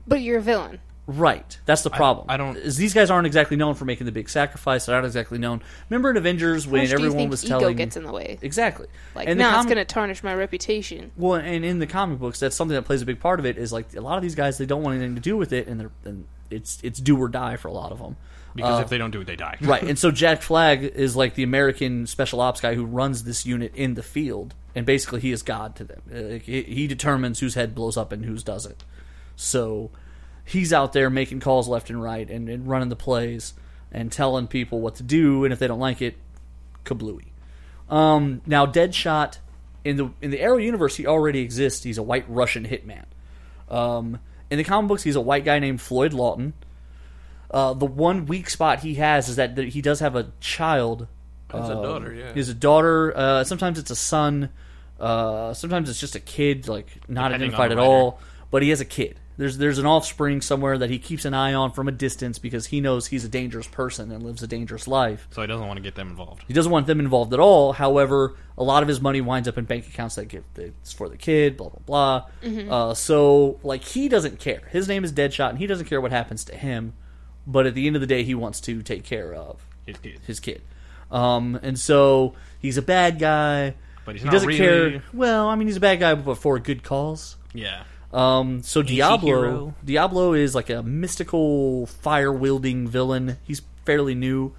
But you're a villain. right? That's the problem. I don't- Is these guys aren't exactly known for making the big sacrifice. They're not exactly known. Remember in Avengers when How much do you everyone think was ego telling gets in the way? exactly Like, And the now it's comic- going to tarnish my reputation. Well, and in the comic books, that's something that plays a big part of it. Is like a lot of these guys, they don't want anything to do with it, and they're and it's it's do or die for a lot of them. Because if they don't do it, they die. Right. And so Jack Flag is like the American special ops guy who runs this unit in the field, and basically he is God to them. Uh, He he determines whose head blows up and whose doesn't. So he's out there making calls left and right and, and running the plays and telling people what to do, and if they don't like it, kablooey. Um, now Deadshot in the in the Arrow universe, he already exists. He's a white Russian hitman. Um, in the comic books, he's a white guy named Floyd Lawton. Uh, the one weak spot he has is that th- he does have a child. That's um, a daughter, yeah. He has a daughter. Uh, sometimes it's a son. Uh, sometimes it's just a kid, like not Depending on identified the at all. But he has a kid. There's there's an offspring somewhere that he keeps an eye on from a distance because he knows he's a dangerous person and lives a dangerous life. So he doesn't want to get them involved. He doesn't want them involved at all. However, a lot of his money winds up in bank accounts that get it's for the kid, blah blah blah. Uh, so like he doesn't care. His name is Deadshot, and he doesn't care what happens to him. But at the end of the day, he wants to take care of His kid. his kid. Um, and so he's a bad guy. But he's he not doesn't really- care. Well, I mean, he's a bad guy, but for a good cause. Yeah. Um, so Diablo, hero. Diablo is like a mystical fire wielding villain. He's fairly new.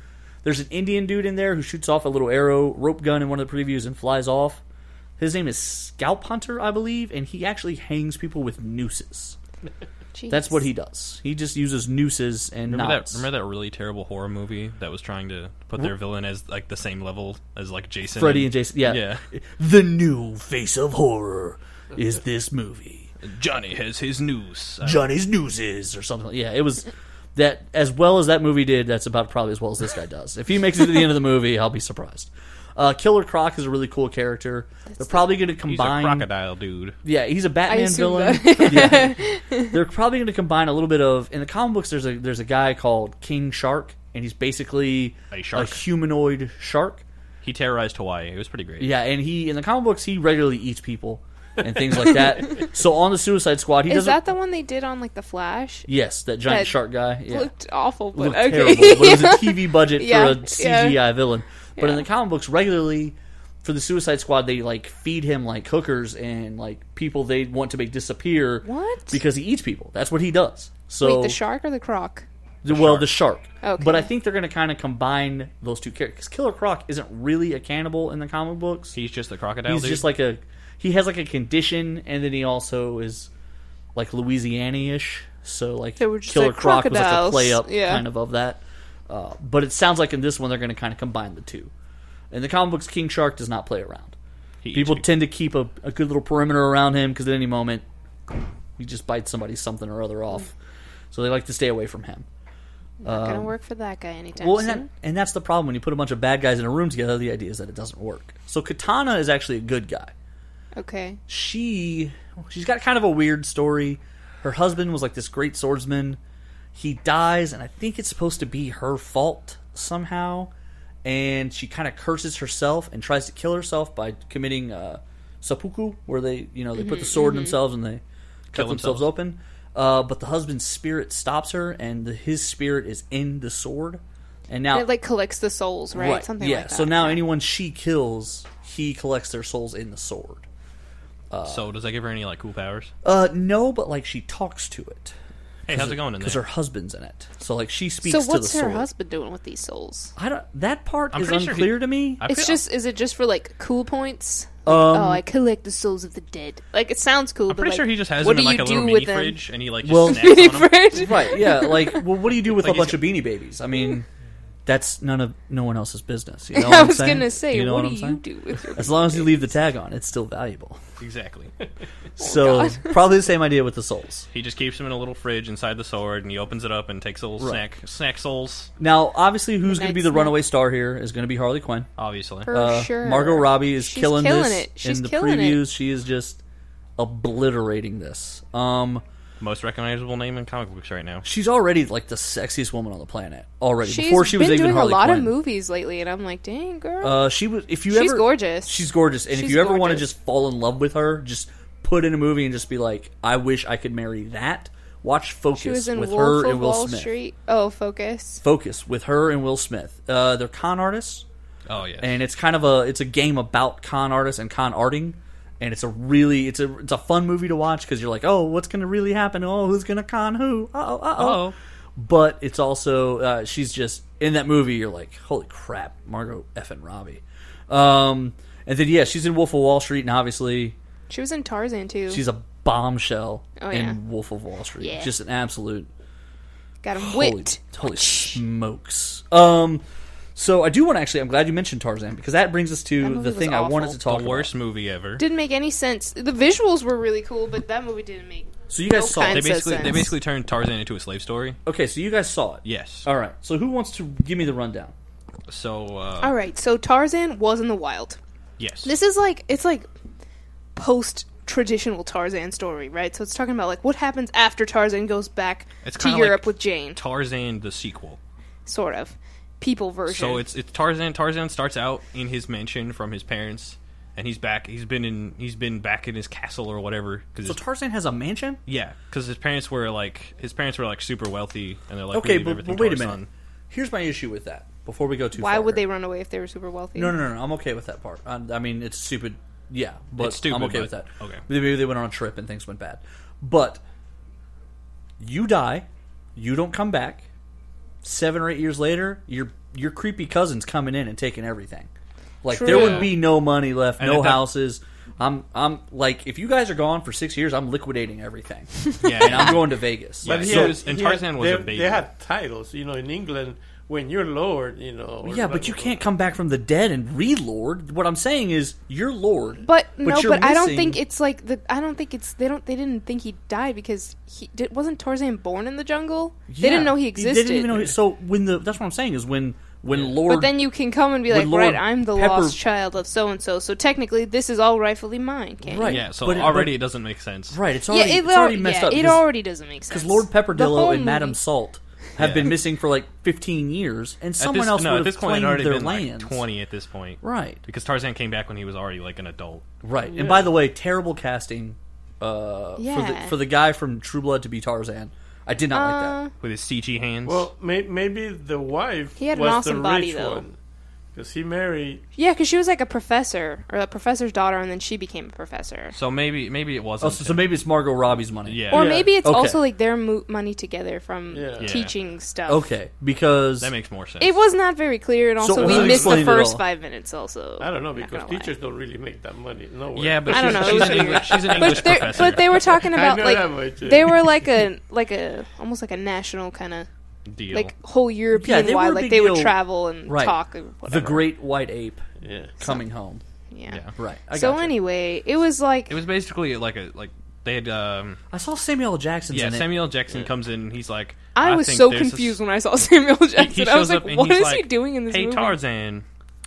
There's an Indian dude in there who shoots off a little arrow, rope gun in one of the previews, and flies off. His name is Scalp Hunter, I believe, and he actually hangs people with nooses. That's what he does. He just uses nooses and Remember knots. that, remember that really terrible horror movie that was trying to put their villain as like the same level as like Jason? Freddy and Jason. Yeah. Yeah. The new face of horror is this movie. Johnny has his noose. Uh, I- Johnny's nooses or something. Yeah, it was that as well as that movie did. That's about probably as well as this guy does. If he makes it to the end of the movie, I'll be surprised. Uh, Killer Croc is a really cool character. They're probably going to He's a combine. crocodile dude. Yeah, he's a Batman assume villain. yeah. They're probably going to combine a little bit of in the comic books. There's a there's a guy called King Shark, and he's basically A shark. humanoid shark. He terrorized Hawaii. It was pretty great. Yeah, and he in the comic books he regularly eats people and things like that. so on the Suicide Squad, he Is doesn't. that the one they did on like the Flash? yes, that giant that shark guy. Yeah. Looked awful, but looked okay. terrible. But it was a TV budget Yeah, for a CGI villain. But in Yeah. the comic books, regularly for the Suicide Squad, they like feed him like hookers and like people they want to make disappear. What? Because he eats people. That's what he does. So Wait, the shark or the croc? the- well, the shark. Okay. But I think they're going to kind of combine those two characters. 'Cause Killer Croc isn't really a cannibal in the comic books. He's just the crocodile. He's dude. just like a he has like a condition, and then he also is like Louisiana-ish. So like They were just Killer like Croc was like a crocodiles, play up yeah. kind of of that. Uh, but it sounds like in this one they're going to kind of combine the two. In the comic books, King Shark does not play around. He eats People tend to keep a, a good little perimeter around him because at any moment he just bites somebody something or other off. So they like to stay away from him. Not gonna work for that guy anytime um, Well, and, soon. that, and that's the problem when you put a bunch of bad guys in a room together. The idea is that it doesn't work. So Katana is actually a good guy. okay. she she's got kind of a weird story. Her husband was like this great swordsman. He dies, and I think it's supposed to be her fault somehow. And she kind of curses herself and tries to kill herself by committing uh, seppuku, where they you know they Mm-hmm, put the sword in themselves and they cut Kill themselves, themselves. open. Uh, but the husband's spirit stops her, and the, his spirit is in the sword. And now And it like collects the souls, right? Something yeah. like that. So now anyone she kills, he collects their souls in the sword. so does that give her any like cool powers? Uh, no, but like she talks to it Hey, how's it going in because there? her husband's in it. So like she so speaks to the what's her sword. husband doing with these souls? I don't. That part I'm is pretty sure unclear he- to me. I It's feel- just is it just for like cool points? Like, Um, oh, I collect the souls of the dead. Like it sounds cool, I'm but pretty like, sure he just has him what in do like a you little do mini with them? fridge, and he like just Well- snacks on 'em. fridge. right? Yeah. Like, well, what do you do with Like a he's- bunch of beanie babies? I mean, that's none of no one else's business. You know what I I'm was saying? gonna say, you know what, I'm do saying? you do with your? Oh, As long as you leave the tag on, it's still valuable. Exactly. so God. probably the same idea with the souls. He just keeps him in a little fridge inside the sword, and he opens it up and takes a little Right. snack snack souls. Now, obviously, who's going to be Nice the snack. runaway star here is going to be Harley Quinn. Obviously, For Uh, sure, Margot Robbie is She's killing, killing this it. She's in the killing previews. She is just obliterating this. Um, most recognizable name in comic books right now. she's already like the sexiest woman on the planet already. it. She's Before she was been even doing Harley a lot Quinn. of movies lately, and I'm like, dang girl. Uh, she was. If you She's ever, gorgeous. She's gorgeous. And if She's you ever want to gorgeous. just fall in love with her, just put in a movie and just be like, I wish I could marry that. Watch Focus she was in with Wolf her of and Will Wall Smith. Street. Oh, Focus. Focus with her and Will Smith. Uh, they're con artists, Oh yeah, and it's kind of a it's a game about con artists and con arting. And it's a really it's a it's a fun movie to watch because you're like oh what's gonna really happen oh who's gonna con who oh oh oh oh, but it's also uh, she's just in that movie. You're like, holy crap, Margot effing Robbie. Um, and then yeah, she's in Wolf of Wall Street, and obviously She was in Tarzan too. she's a bombshell Oh, yeah. in Wolf of Wall Street. Yeah. Just an absolute got him holy, whipped. holy smokes. Um, so I do want to actually. I'm glad you mentioned Tarzan because that brings us That to movie the was thing I wanted awful. to the talk worst about. movie ever. Didn't make any sense. The visuals were really cool, but that movie didn't make. So you guys no saw kind They it. Makes no basically they sense. basically turned Tarzan into a slave story. Okay, so you guys saw it. Yes. All right. So who wants to give me the rundown? So uh, All right, so Tarzan was in the wild. yes, This is like it's like post traditional Tarzan story, right? So it's talking about like what happens after Tarzan goes back It's to kinda Europe like- with Jane, Tarzan the sequel. sort of people version. So it's it's Tarzan. Tarzan starts out in his mansion from his parents, and he's back. He's been in he's been back in his castle or whatever. Cause So his- Tarzan has a mansion. yeah, because his parents were like his parents were like super wealthy, and they're like Okay, we leave but, everything but wait a to our minute. son. Here's my issue with that. Before we go too why far, would they run away if they were super wealthy? No, no, no, no. I'm okay with that part. I, I mean, it's stupid. Yeah, but It's stupid, I'm okay but- with that. okay. Maybe they went on a trip and things went bad. But you die, you don't come back. Seven or eight years later, your your creepy cousin's coming in and taking everything. Like there True. would be no money left, And no at that- houses. I'm I'm like if you guys are gone for six years, I'm liquidating everything. Yeah, and I'm going to Vegas. Yeah, So- he yeah, was- and Tarzan was they, a baby. They had titles, you know, in England when you're lord, you know. or but you whatever. can't come back from the dead and re-lord. What I'm saying is you're lord, But, no, you're but I don't missing- think it's like the. I don't think it's they don't. They didn't think he died because he did, wasn't Tarzan born in the jungle. They Yeah. didn't know he existed. They didn't even know. He, so when the that's what I'm saying is when when Lord But then you can come and be like, when Lord right, I'm the Pepper- lost child of so and so. So technically, this is all rightfully mine. Can't right Yeah, so but it- already it doesn't make sense. but- right it's You? Yeah, already it, it's already messed yeah, up It because already doesn't make because sense. Lord The whole Pepperdillo and movie- Madame Salt have Yeah. been missing for like 15 years, and At someone this, else no, would at have this point, claimed it'd already their been lands. like twenty at this point, Right, Because Tarzan came back when he was already like an adult. right. And by the way, terrible casting uh, for Yeah. Uh, the for the guy from True Blood to be Tarzan. I did not like with his CG hands. Well, may- maybe the wife He had an was awesome the body, rich though. one because he married. Yeah, because she was like a professor or a professor's daughter, and then she became a professor. so maybe maybe it that. Oh, wasn't. so, so maybe it's Margot Robbie's money. yeah, Or Yeah. maybe it's Okay. also like their mo- money together from Yeah. Yeah. teaching stuff. Okay, because that makes more sense. It was not very clear, and So also it we wasn't missed the explained at first all. five minutes. Also, I don't know Not because gonna lie. teachers don't really make that money. No way. yeah, but she's, I don't know, it she's was an weird. English, she's an English But they professor. but they were talking I about know like that much, yeah. they were like a like a almost like a national kind of deal. like whole European they were wide a like big they would deal. travel and Right. talk. Or whatever. the Great White Ape Yeah. coming home. yeah. yeah. Right. I So gotcha. anyway, it was like It was basically like a like they had um I saw Samuel L. Jackson's yeah in it. Samuel L. Jackson comes in. He's like I was think so there's this- confused when I saw Samuel Jackson. He, he shows I was up like, and what he's is like, he doing in this Hey movie? Tarzan,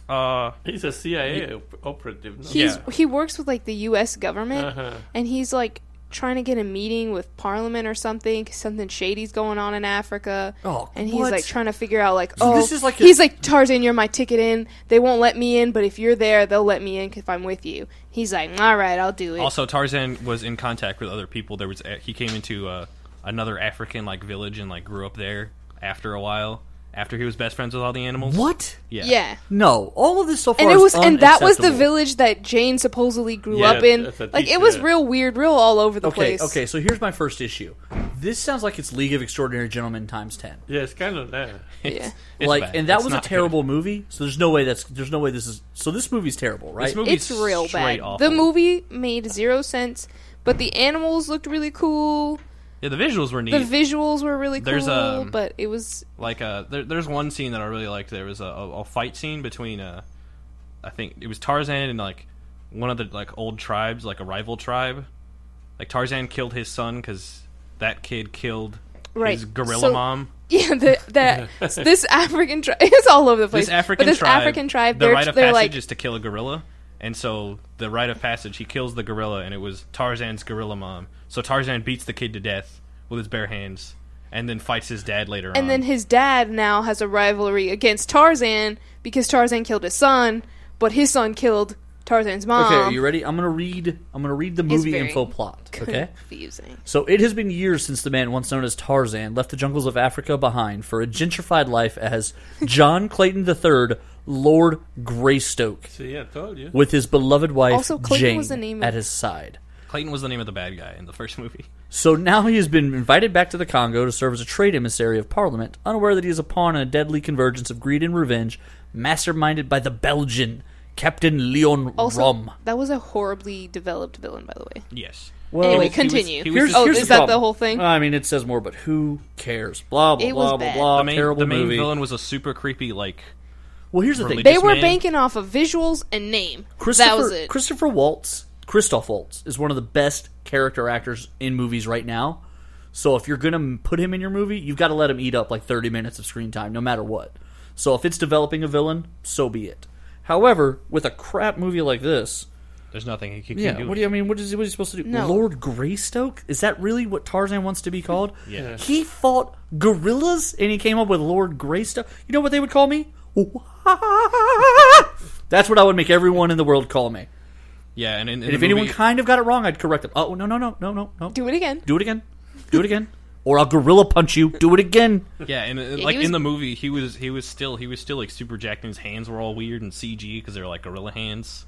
uh, He's a CIA op- operative. No? He's Yeah. he works with like the U.S. government, Uh-huh. and he's like trying to get a meeting with Parliament or something. 'cause something shady's going on in Africa. Oh, and he's what? like trying to figure out like, oh, this is like a- he's like Tarzan, you're my ticket in. They won't let me in, but if you're there, they'll let me in 'cause if I'm with you. He's like, all right, I'll do it. also Tarzan was in contact with other people. There was he came into uh, another African like village and like grew up there after a while. After he was best friends with all the animals. What? Yeah. yeah. No, all of this so far. and it is was and that was the unacceptable. village that Jane supposedly grew Yeah, up in. that's a Like it teacher. was real weird, real all over the Okay, place. okay. So here's my first issue. This sounds like it's League of Extraordinary Gentlemen times ten. Yeah, it's kind of that. Yeah. It's like, bad. and that It's was a not good. terrible movie. So there's no way that's there's no way this is. So this movie's terrible, right? This movie's It's real straight bad. awful. The movie made zero sense, but the animals looked really cool. Yeah, the visuals were neat. The visuals were really There's, cool, um, but it was like uh there, there's one scene that i really liked there was a, a, a fight scene between uh i think it was tarzan and like one of the like old tribes like a rival tribe like tarzan killed his son because that kid killed Right, his gorilla so- mom yeah the, that this African tribe. It's all over the place. this african but this tribe African tribe, the they're, rite of they're passage like is to kill a gorilla and so the rite of passage he kills the gorilla and it was tarzan's gorilla mom so tarzan beats the kid to death with his bare hands and then fights his dad later on And then his dad now has a rivalry against Tarzan because Tarzan killed his son, but his son killed Tarzan's mom. okay, are you ready? I'm gonna read. I'm gonna read the movie Um, very info plot. Okay. Confusing. So it has been years since the man once known as Tarzan left the jungles of Africa behind for a gentrified life as John Clayton III, Lord Greystoke, See, I told you. with his beloved wife Also, Clayton Jane was the name of- at his side. clayton was the name of the bad guy in the first movie So now he has been invited back to the Congo to serve as a trade emissary of Parliament, unaware that he is a pawn in a deadly convergence of greed and revenge, masterminded by the Belgian Captain Leon Also, Rum. that was a horribly developed villain, by the way. yes Well, anyway, he was- continue. he was just- oh, here's is that the whole thing? I mean, it says more, but who cares? Blah blah It was blah blah bad. blah. the main, terrible the main movie. villain was a super creepy like well, here's the thing. religious They were man. banking off of visuals and name. Christopher That was it. Christopher Waltz, Christoph Waltz is one of the best character actors in movies right now. So if you're gonna m- put him in your movie, you've got to let him eat up like 30 minutes of screen time, no matter what. So if it's developing a villain, so be it. However, with a crap movie like this, There's nothing he can yeah, do. what do you I mean? What is he- what is he supposed to do? No. Lord Greystoke? Is that really what Tarzan wants to be called? Yeah. He fought gorillas and he came up with Lord Greystoke. You know what they would call me? That's what I would make everyone in the world call me. yeah, and, in, in And if the anyone movie- kind of got it wrong, I'd correct them. Oh no no no no no no. Do it again. Do it again. Do it again. Or I'll gorilla punch you. Do it again. yeah, and uh, like was- in the movie, he was he was still he was still like super jacked, and his hands were all weird and CG because they're like gorilla hands.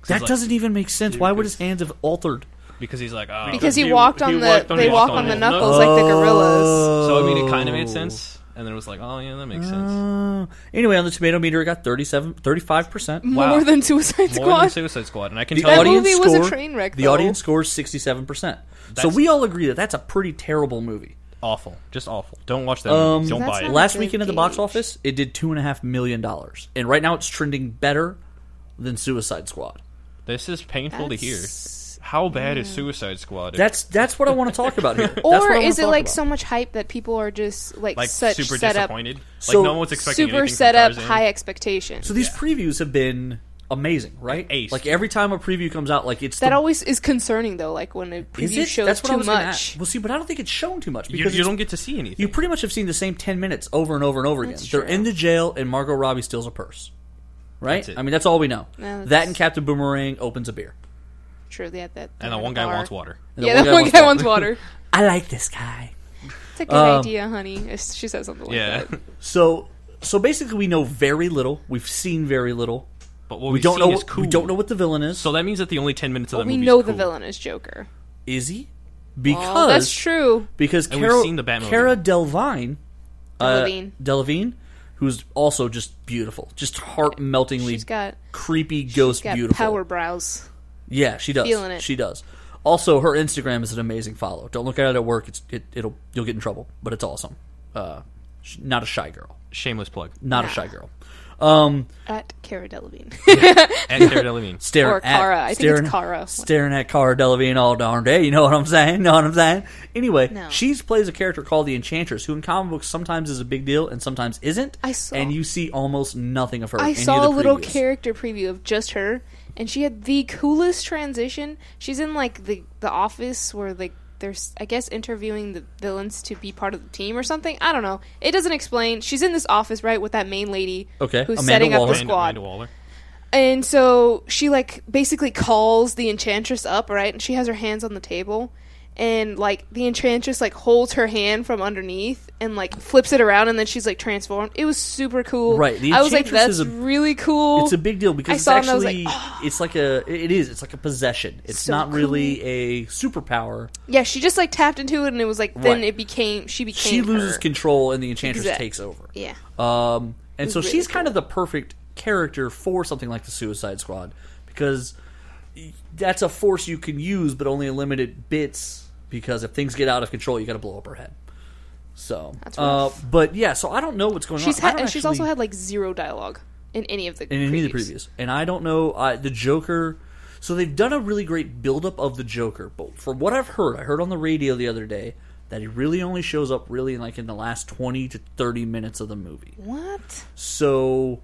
'Cause he's That like- doesn't even make sense. Why would his hands have altered? because he's like oh. Because he, He- walked he on the walked on they his walk knuckles. on the Oh. knuckles like the gorillas. Oh. so I mean, it kind of made sense, and then it was like oh yeah, that makes sense. Uh, anyway, on the tomato meter, it got 37, 35 percent. Wow. More than Suicide More Squad. than Suicide Squad, and I can The tell you, audience- Mm. movie was a score- train wreck, The though. audience scores sixty-seven percent. So That's- we all agree that that's a pretty terrible movie. awful, just awful. Don't watch that. Um, movie. Don't That's buy it. not- Last good weekend at the box gauge. office, it did two and a half million dollars, and right now it's trending better than Suicide Squad. This is painful to hear. That's- How bad is Suicide Squad? That's that's what I want to talk about here. That's what Or I wanna is it talk like about. so much hype that people are just like, like such super set up, disappointed. Like So- no one's expecting super anything set from up, Tarzan. high expectations? So these previews have been amazing, right? Ace. Like every time a preview comes out, like it's That the, always is concerning though, like when a Is preview it? shows That's what I too was gonna ask. much. Well, see, but I don't think it shown too much You, because you it's- don't get to see anything. you pretty much have seen the same 10 minutes over and over and over again. That's They're true. in the jail and Margot Robbie steals a purse. Right? That's it. I mean, that's all we know. No, that that's- and Captain Boomerang opens a beer. True, they had that. and the one guy wants water. And Yeah, the one guy wants water. water. I like this guy. It's a good Um, idea, honey. It's- She says something like Yeah, that. So so basically we know very little. We've seen very little. but what We we've don't seen know is what, cool. we don't know what the villain is. So So that means that the only ten minutes of that We movie know is the cool. villain is Joker. is he? Because Oh, that's true. because And we've Cara, seen the Batmobile. Cara Delvine uh, Delevingne. Delevingne, who's also just beautiful, just heart meltingly She's got, creepy ghost got beautiful. power brows. Yeah, she does. Feeling it. She does. Also, her Instagram is an amazing follow. Don't look at it at work; it's it, it'll you'll get in trouble, but it's awesome. Uh, sh- not a shy girl. Shameless plug. Not a Nah. shy girl. Um, At Cara Delevingne. And Cara Delevingne. staring Or at Cara. I think staring, it's Cara. Staring at Cara Delevingne all darn day. You know what I'm saying? Know what I'm saying? Anyway, No. she plays a character called the Enchantress, who in comic books sometimes is a big deal and sometimes isn't. I saw- and you see almost nothing of her. I in any saw a of the little previews. character preview of just her, and she had the coolest transition. She's in like the the office where like there's I guess interviewing the villains to be part of the team or something. I don't know. It doesn't explain. She's in this office right with that main lady Okay, who's Amanda setting Waller. up the Amanda, squad. Amanda Waller. And so she like basically calls the enchantress up, right? And she has her hands on the table and like the enchantress like holds her hand from underneath and like flips it around and then she's like transformed. It was super cool. Right, the I was like Enchantress that's is a- really cool. It's a big deal because I it's saw it and I was actually like, "Oh." it's like a it is it's like a possession. It's So not really a superpower. Yeah, she just like tapped into it and it was like then Right. it became she became She loses her. control and the enchantress Exact- takes over. Yeah. Um, and was so really she's kind of the perfect character for something like the Suicide Squad because y- that's a force you can use, but only in limited bits. Because if things get out of control, you got to blow up her head. So, That's uh, rough. but yeah, so I don't know what's going She's on. I had don't and she's actually- also had like zero dialogue in any of the in any of the previews. And I don't know I, the Joker. So they've done a really great buildup of the Joker, but from what I've heard, I heard on the radio the other day that he really only shows up really in like in the last twenty to thirty minutes of the movie. What? So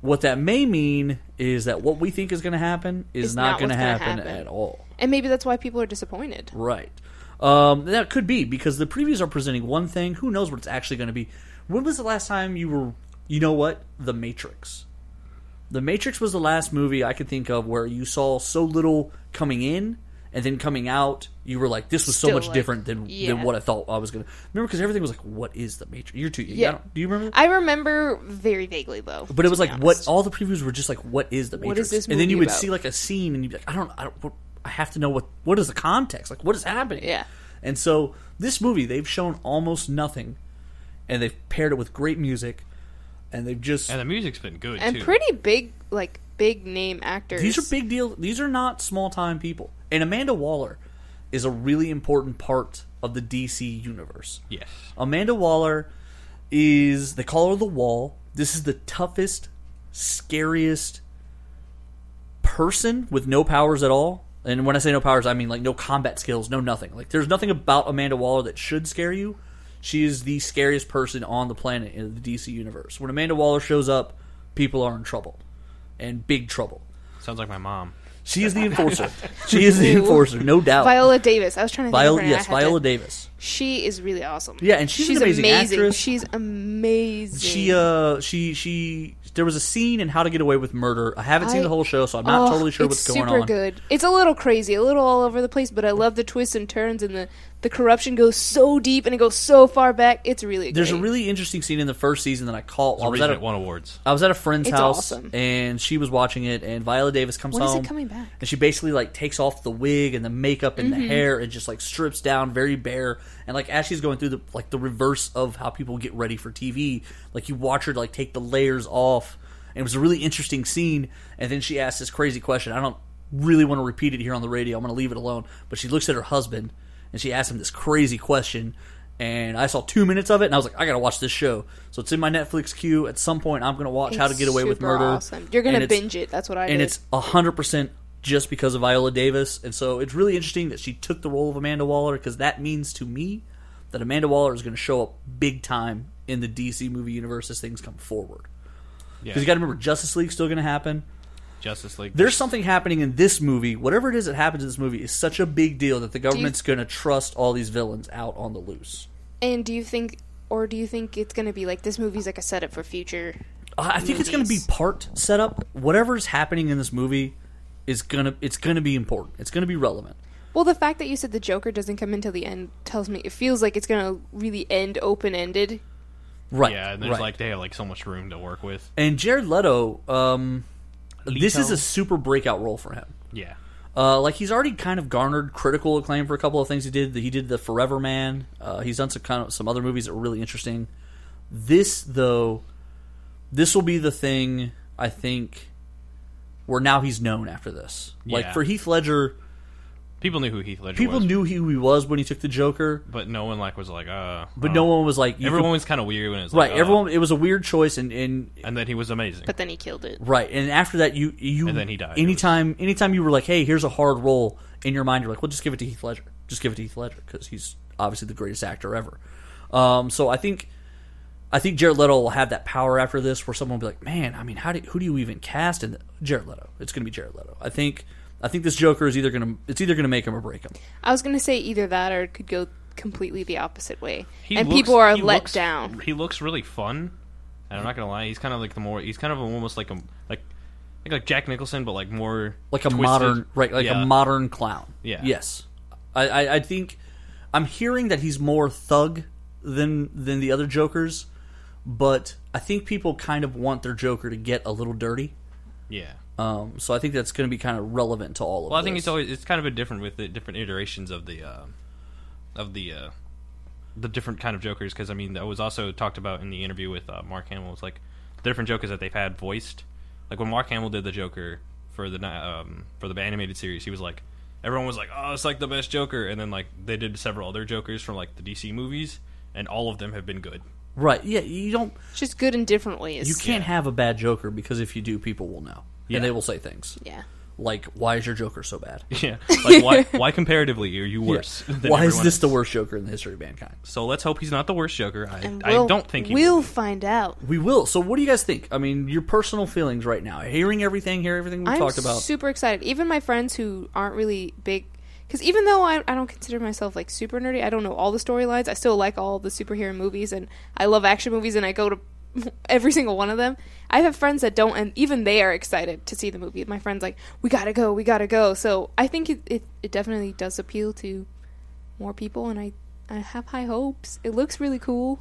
what that may mean is that what we think is going to happen is Is not, not going to what's gonna happen, happen. at all. And maybe that's why people are disappointed. Right. Um, that could be because the previews are presenting one thing. Who knows what it's actually going to be? When was the last time you were? You know what? The Matrix. The Matrix was the last movie I could think of where you saw so little coming in and then coming out. You were like, "This was so Still, much like, different than yeah. than what I thought I was gonna." Remember, because everything was like, "What is the Matrix?" You're too. Yeah. Yeah. don't, do you remember? I remember very vaguely though. But it was to be like what honest. all the previews were just like what is the Matrix? What is this and then you movie would about? see like a scene and you'd be like, I don't I don't what, I have to know what what is the context? Like what is happening? Yeah. And so this movie they've shown almost nothing and they've paired it with great music and they've just And the music's been good and too. pretty big like big name actors. these are big deal these are not small time people. And Amanda Waller is a really important part of the DC universe. Yes. Amanda Waller is they call her the wall. This is the toughest, scariest person with no powers at all. And when I say no powers, I mean like no combat skills, no nothing. Like there's nothing about Amanda Waller that should scare you. She is the scariest person on the planet in the DC universe. When Amanda Waller shows up, people are in trouble. And big trouble. Sounds like my mom. She is the enforcer. she is the enforcer, no doubt. Viola Davis. I was trying to think Viola of her name. I yes, had to- Viola Davis. She is really awesome. Yeah, and she's an amazing actress. She's amazing. She uh she she there was a scene in How to Get Away with Murder. I haven't seen I- the whole show, so I'm not Oh, totally sure what's it's going super on. good. It's a little crazy, a little all over the place, but I love the twists and turns and the the corruption goes so deep and it goes so far back. It's really There's a great. really interesting scene in the first season that I caught. The I was reason at it a, won awards. I was at a friend's It's house awesome. and she was watching it, and Viola Davis comes When is it home. coming back? Mm-hmm. And she basically like takes off the wig and the makeup and the hair and just like strips down very bare. And like as she's going through the like the reverse of how people get ready for TV, like you watch her like take the layers off. And it was a really interesting scene. And then she asked this crazy question. I don't really want to repeat it here on the radio. I'm going to leave it alone. But she looks at her husband and she asks him this crazy question. And I saw two minutes of it, and I was like, I gotta watch this show. So it's in my Netflix queue. At some point, I'm gonna watch How to It's Get Away with super Murder. awesome. You're gonna and it's- binge it. That's what I and did. it's hundred percent just because of Viola Davis. And so it's really interesting that she took the role of Amanda Waller because that means to me that Amanda Waller is going to show up big time in the DC movie universe as things come forward. Because Yeah. you got to remember, Justice League's still going to happen. Justice League. there's something happening in this movie. Whatever it is that happens in this movie is such a big deal that the government's going to trust all these villains out on the loose. And do you think, or do you think it's gonna be like this movie's like a setup for future? Uh, I think it's going to be Movies. part setup. Whatever's happening in this movie is gonna it's gonna be important. It's gonna be relevant. Well, the fact that you said the Joker doesn't come until the end tells me it feels like it's gonna really end open ended. Right. yeah, and there's right. like they have like so much room to work with. and Jared Leto. Um, this Leto. is a super breakout role for him. Yeah, Uh, like he's already kind of garnered critical acclaim for a couple of things he did. He did the Forever Man. Uh, he's done some kind of some other movies that were really interesting. This though, this will be the thing I think where now he's known after this. Like Yeah. for Heath Ledger, people knew who Heath Ledger people was, knew who he was when he took the Joker, but no one like was like, uh. but uh. no one was like you Everyone could- was kind of weird when it was right. like, uh, everyone, it was a weird choice, and, and and then he was amazing. But then he killed it. Right, and after that, you you And then he died. It Anytime, anytime you were like, "Hey, here's a hard role," in your mind, you're like, "Well, just give it to Heath Ledger. Just give it to Heath Ledger because he's obviously the greatest actor ever." Um, so I think, I think Jared Leto will have that power after this, where someone will be like, "Man, I mean, how do who do you even cast?" And Jared Leto, it's going to be Jared Leto. I think, I think this Joker is either going to it's either going to make him or break him. I was gonna say either that or it could go completely the opposite way, He and looks- people are he let looks- down. He looks really fun, and I'm not gonna lie, he's kind of like the more he's kind of almost like a like like, like Jack Nicholson, but like more like a twisted. modern right like Yeah. a modern clown Yeah. yes I, I i think i'm hearing that he's more thug than than the other jokers but i think people kind of want their joker to get a little dirty Yeah. um so i think that's going to be kind of relevant to all of Well, I think this. it's always it's kind of been different with the different iterations of the uh, of the uh, the different kind of Jokers. Because I mean, that was also talked about in the interview with uh, Mark Hamill. It's like the different Jokers that they've had voiced. Like when Mark Hamill did the Joker for the ni- um, for the animated series, he was like, everyone was like, "Oh, it's like the best Joker," and then like they did several other Jokers from like the DC movies, and all of them have been good. right yeah you don't It's just good in different ways. you can't have a bad joker because if you do people will know Yeah. and they will say things Yeah. like why is your joker so bad Yeah, like why why comparatively are you worse? Than why is everyone this the else? worst joker in the history of mankind So let's hope he's not the worst Joker. I, And I we'll- don't think he will. we'll find out. we will so what do you guys think i mean your personal feelings right now hearing everything hearing everything we I'm talked about super excited. Even my friends who aren't really big, because even though I, I don't consider myself like super nerdy, I don't know all the storylines. I still like all the superhero movies, and I love action movies, and I go to every single one of them. I have friends that don't, and even they are excited to see the movie. My friends like, we gotta go, we gotta go. So I think it it, it definitely does appeal to more people, and I I have high hopes. It looks really cool.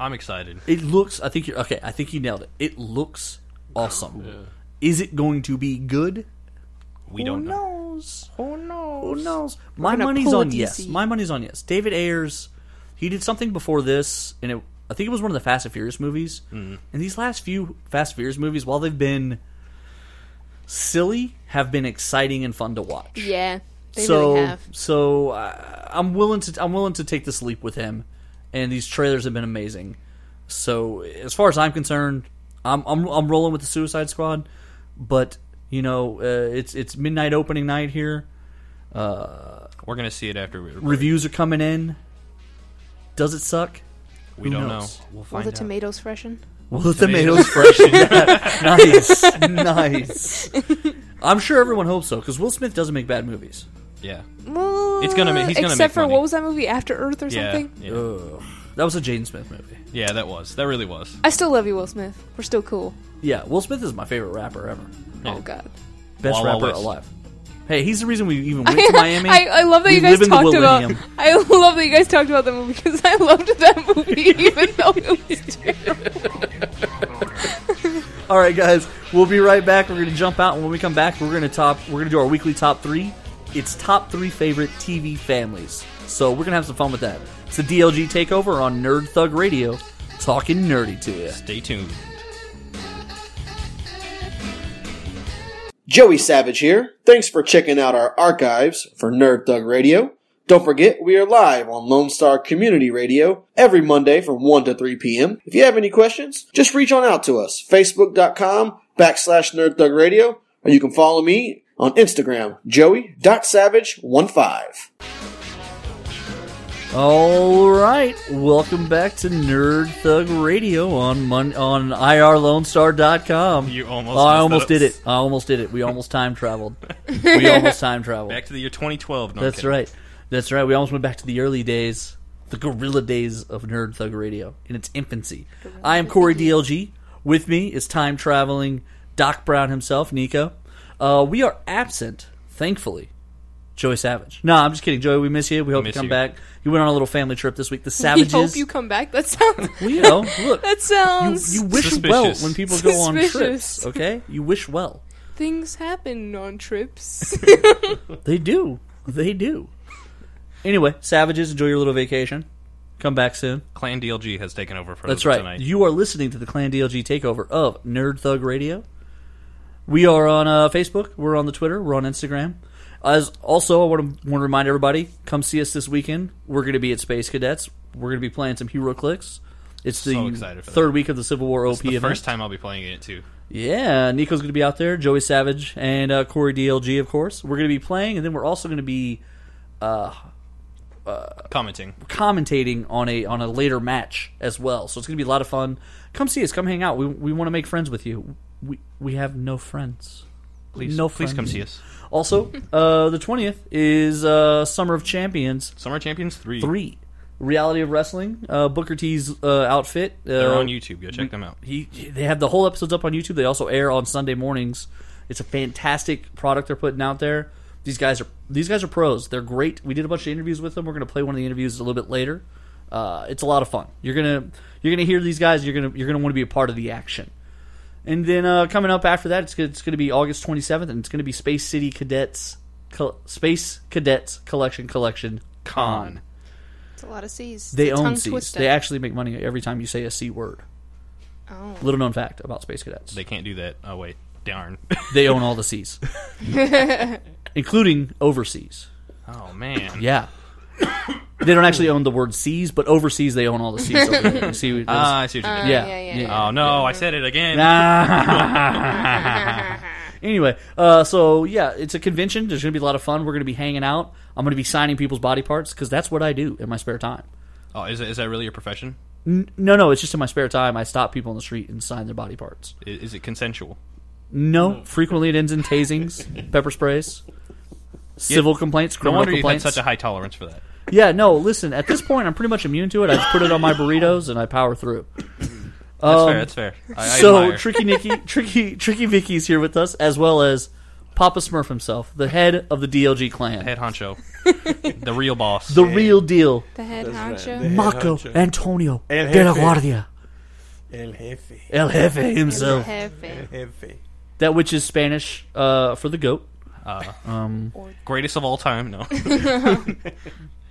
I'm excited. It looks. I think you're okay. I think you nailed it. It looks awesome. Is it going to be good? We don't Who know. knows? Who knows? Who knows? My gonna money's pull a on DC. yes. My money's on yes. David Ayers, he did something before this, and it, I think it was one of the Fast and Furious movies. Mm-hmm. And these last few Fast and Furious movies, while they've been silly, have been exciting and fun to watch. Yeah, they so really have. so uh, I'm willing to I'm willing to take this leap with him, and these trailers have been amazing. So as far as I'm concerned, I'm I'm, I'm rolling with the Suicide Squad, but you know uh, it's it's midnight opening night here. We're gonna see it after we Reviews are coming in. Does it suck? We who don't knows? know. We'll All find the out. tomatoes freshen. Well, the tomatoes fresh. nice, nice. I'm sure everyone hopes so because Will Smith doesn't make bad movies. Yeah, It's gonna ma- he's gonna except make for money. what was that movie After Earth or yeah, something? yeah. Ugh. That was a Jaden Smith movie. Yeah, That was that really was. I still love you, Will Smith. We're still cool. Yeah, Will Smith is my favorite rapper ever. Oh God, best Wild Wild rapper West. alive. Hey, he's the reason we even went to Miami. I, I love that We you guys live in the talked about. Willennium. I love that you guys talked about the movie because I loved that movie, even though it was terrible. All right, guys, we'll be right back. We're gonna jump out, and when we come back, we're gonna top. We're gonna do our weekly top three. It's top three favorite TV families. So we're gonna have some fun with that. It's the DLG takeover on Nerd Thug Radio, talking nerdy to you. Stay tuned. Joey Savage here. Thanks for checking out our archives for Nerd Thug Radio. Don't forget, we are live on Lone Star Community Radio every Monday from 1 to 3 p.m. If you have any questions, just reach on out to us, facebook.com backslash Nerd Thug Radio, or you can follow me on Instagram, joey.savage15. All right, welcome back to Nerd Thug Radio on Mon- on IRLoneStar.com. You almost Oh, I messed almost that did up. it. I almost did it. We almost time traveled. We almost time traveled. Back to the year 2012. No, I'm That's kidding. right. That's right. We almost went back to the early days, the gorilla days of Nerd Thug Radio in its infancy. I am Corey DLG. With me is time traveling Doc Brown himself, Nico. Uh, we are absent, thankfully. Joey Savage. No, I'm just kidding. Joey, we miss you. We hope Miss you come you. back. You went on a little family trip this week. The We Savages. hope you come back. That sounds. Well, you know, look. that you, sounds. you wish well Suspicious. when people go on Suspicious. trips, okay? You wish well. Things happen on trips. They do. They do. Anyway, Savages, enjoy your little vacation. Come back soon. Clan DLG has taken over for That's us right. tonight. You are listening to the Clan DLG takeover of Nerd Thug Radio. We are on uh, Facebook. We're on the Twitter. We're on Instagram. As also, I want to want to remind everybody: come see us this weekend. We're going to be at Space Cadets. We're going to be playing some Hero Clicks. It's the So excited for that. third week of the Civil War OP it's the event. first time I'll be playing it too. Yeah, Nico's going to be out there, Joey Savage, and uh, Corey DLG, of course. We're going to be playing, and then we're also going to be Commenting. commentating on a on a later match as well. So it's going to be a lot of fun. Come see us. Come hang out. We we want to make friends with you. We we have no friends. Please, no please come friends. see us. Also, uh, the twentieth is uh, Summer of Champions Summer Champions three. three. Reality of Wrestling. Uh, Booker T's uh, outfit. Uh, They're on YouTube. Go check them out. He they have the whole episodes up on YouTube. They also air on Sunday mornings. It's a fantastic product they're putting out there. These guys are these guys are pros. They're great. We did a bunch of interviews with them. We're going to play one of the interviews a little bit later. Uh, it's a lot of fun. You're gonna you're gonna hear these guys. You're gonna you're gonna want to be a part of the action. And then uh, coming up after that, it's gonna, it's going to be August 27th, and it's going to be Space City Cadets Co- Space Cadets Collection Collection Con. It's a lot of C's. They It's a own tongue C's. twister. They actually make money every time you say a C word. Oh. Little known fact about Space Cadets. They can't do that. Oh wait, darn. They own all the seas, including overseas. oh man. Yeah. They don't actually own the word seas, but overseas they own all the seas. Over there. You See, Ah, I see what you did. yeah, yeah, yeah, yeah. Oh no, I said it again. anyway, uh, so yeah, it's a convention. There's going to be a lot of fun. We're going to be hanging out. I'm going to be signing people's body parts because that's what I do in my spare time. Oh, is, it, is that really your profession? N- no, no, it's just in my spare time. I stop people on the street and sign their body parts. I- Is, it consensual? No, frequently it ends in tasings, pepper sprays, civil complaints, No criminal wonder you had complaints. such a high tolerance for that. Yeah, no, listen, at this point, I'm pretty much immune to it. I just put it on my burritos and I power through. That's Um, fair. That's fair. I, I so, admire. Tricky Nicky, Tricky, Tricky Vicky's here with us, as well as Papa Smurf himself, the head of the DLG clan. head honcho, the real boss. the real deal. the head That's right. honcho. The head Marco honcho. Antonio El de la Jefe. Guardia. El jefe. El Jefe himself. Hefe. Jefe. That which is Spanish uh, for the goat. greatest of all time. No,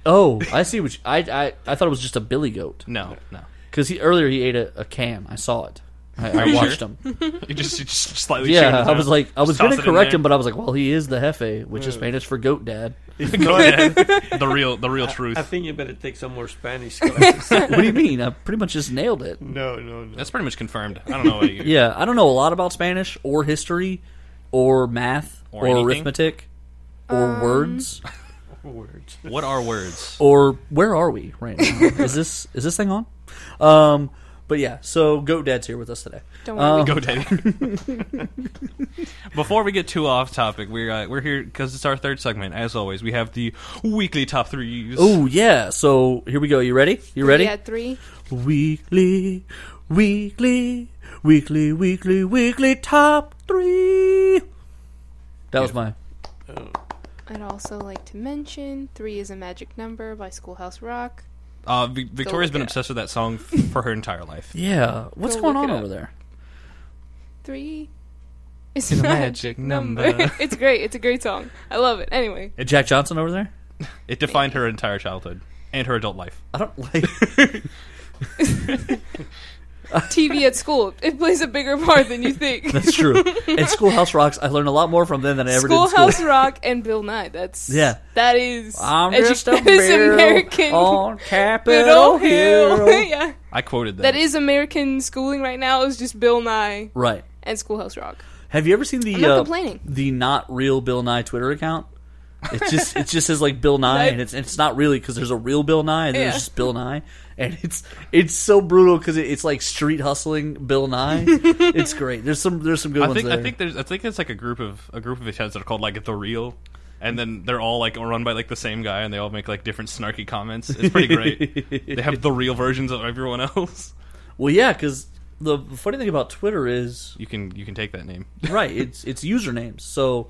Oh, I see what you, I, I I thought it was just a billy goat no, no. because he earlier he ate a, a can. I saw it. I, I you watched sure? him. You just, you just slightly. chewed Yeah, it I was out. like, I Just was toss going it to in correct there. him, but I was like, well, he is the jefe, which is Spanish for goat dad. Go ahead. The real, the real truth. I think you better take some more Spanish classes. what do you mean? I pretty much just nailed it. no, no, no. That's pretty much confirmed. I don't know. What you, Yeah, I don't know a lot about Spanish or history or math Or or, anything? arithmetic or Um, words Words. What are words? or where are we right now? is this is this thing on? Um, but yeah, so goat dad's here with us today. Don't worry. Go, Teddy. Before we get too off topic, we're uh, we're here because it's our third segment. As always, we have the weekly top threes. Oh yeah, so here we go. You ready? You ready? Yeah, three. Weekly, weekly, weekly, weekly, weekly top three. That was my I'd also like to mention three is a magic number by Schoolhouse Rock. Uh, v- Victoria's look been it obsessed with that song f- for her entire life. yeah. What's Go going look on it up. over there? Three is It's a a magic magic number. number. it's great. It's a great song. I love it. Anyway, Jack Johnson over there? It defined her entire childhood and her adult life. I don't like. TV at school it plays a bigger part than you think. That's true. and Schoolhouse Rocks, I learned a lot more from them than I ever did in Schoolhouse school. Rock and Bill Nye. That's Yeah. That is I'm edu- just a that is American on Capitol Biddle Hill. Hill. yeah, I quoted that. that is American schooling right now. Is just Bill Nye Right. and Schoolhouse Rock. Have you ever seen the I'm not uh, complaining. the not real Bill Nye Twitter account? It just it just says like Bill Nye, and it's it's not really because there's a real Bill Nye, and then Yeah. there's just Bill Nye, and it's it's so brutal because it, it's like street hustling Bill Nye. it's great. There's some there's some good I ones think there. I think there's I think it's like a group of a group of accounts that are called like the real, and then they're all like run by like the same guy, and they all make like different snarky comments. It's pretty great. they have the real versions of everyone else. well, yeah, because the funny thing about Twitter is You can you can take that name. right. It's it's usernames. So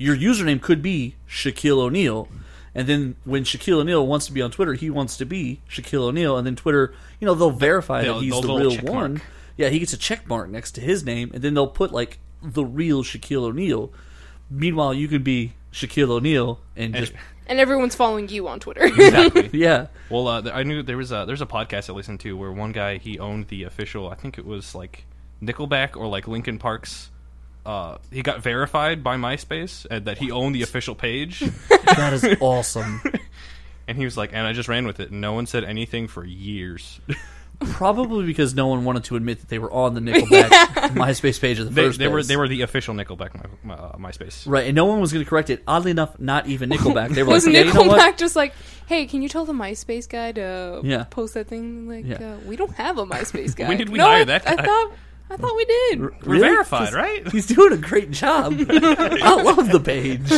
your username could be Shaquille O'Neal, and then when Shaquille O'Neal wants to be on Twitter, he wants to be Shaquille O'Neal, and then Twitter, you know, they'll verify They'll- that he's they'll- the they'll real check one. mark. Yeah, he gets a check mark next to his name, and then they'll put like the real Shaquille O'Neal. Meanwhile, you could be Shaquille O'Neal and just and everyone's following you on Twitter. Exactly. yeah. Well, uh, th- I knew there was a there's a podcast I listened to where one guy he owned the official. I think it was like Nickelback or like Linkin Park's. Uh, he got verified by MySpace and that he owned the official page, That is awesome. and he was like, "And I just ran with it. and No one said anything for years. Probably because no one wanted to admit that they were on the Nickelback MySpace page in the they, first they were place. they were the official Nickelback my, my, uh, MySpace. Right, and no one was going to correct it. Oddly enough, not even Nickelback. They were was like, yeah, Nickelback you know what? just like, hey, can you tell the MySpace guy to Yeah. post that thing? Like, Yeah. uh, we don't have a MySpace guy. When did we no, hire I, that I guy? thought, I thought we did. We're Really? verified, He's- right? He's doing a great job. I love the page.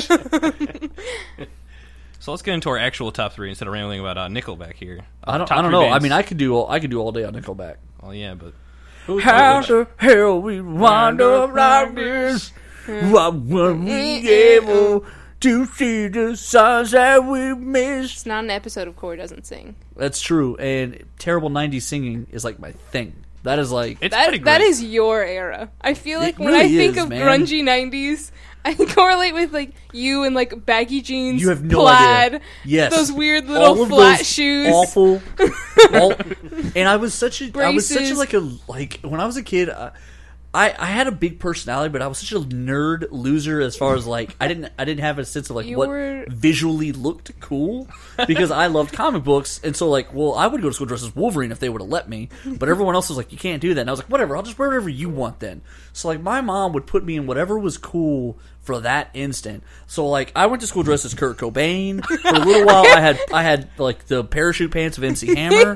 So let's get into our actual top three instead of rambling about uh, Nickelback here. I don't. Top I don't three know. I bands- mean, I could do. All, I could do all day on Nickelback. Well, yeah, but How the hell we wind up like this? Why weren't we able to see the signs that we missed? It's not an episode of Corey Doesn't Sing. That's true. And terrible '90s singing is like my thing. That is like it's pretty That great. that is your era. I feel like It when I really think is, of man. grungy '90s, I correlate with like you and like baggy jeans. You have no plaid, idea. Yes, those weird little of flat those shoes. Awful. all- and I was such a. I was such a, Braces. like a like when I was a kid. Uh, I, I had a big personality, but I was such a nerd loser as far as like I didn't I didn't have a sense of like You what were- visually looked cool because I loved comic books and so like well I would go to school dressed as Wolverine if they would have let me but everyone else was like you can't do that and I was like whatever I'll just wear whatever you want then so like my mom would put me in whatever was cool for that instant so like I went to school dressed as Kurt Cobain for a little while I had I had like the parachute pants of MC Hammer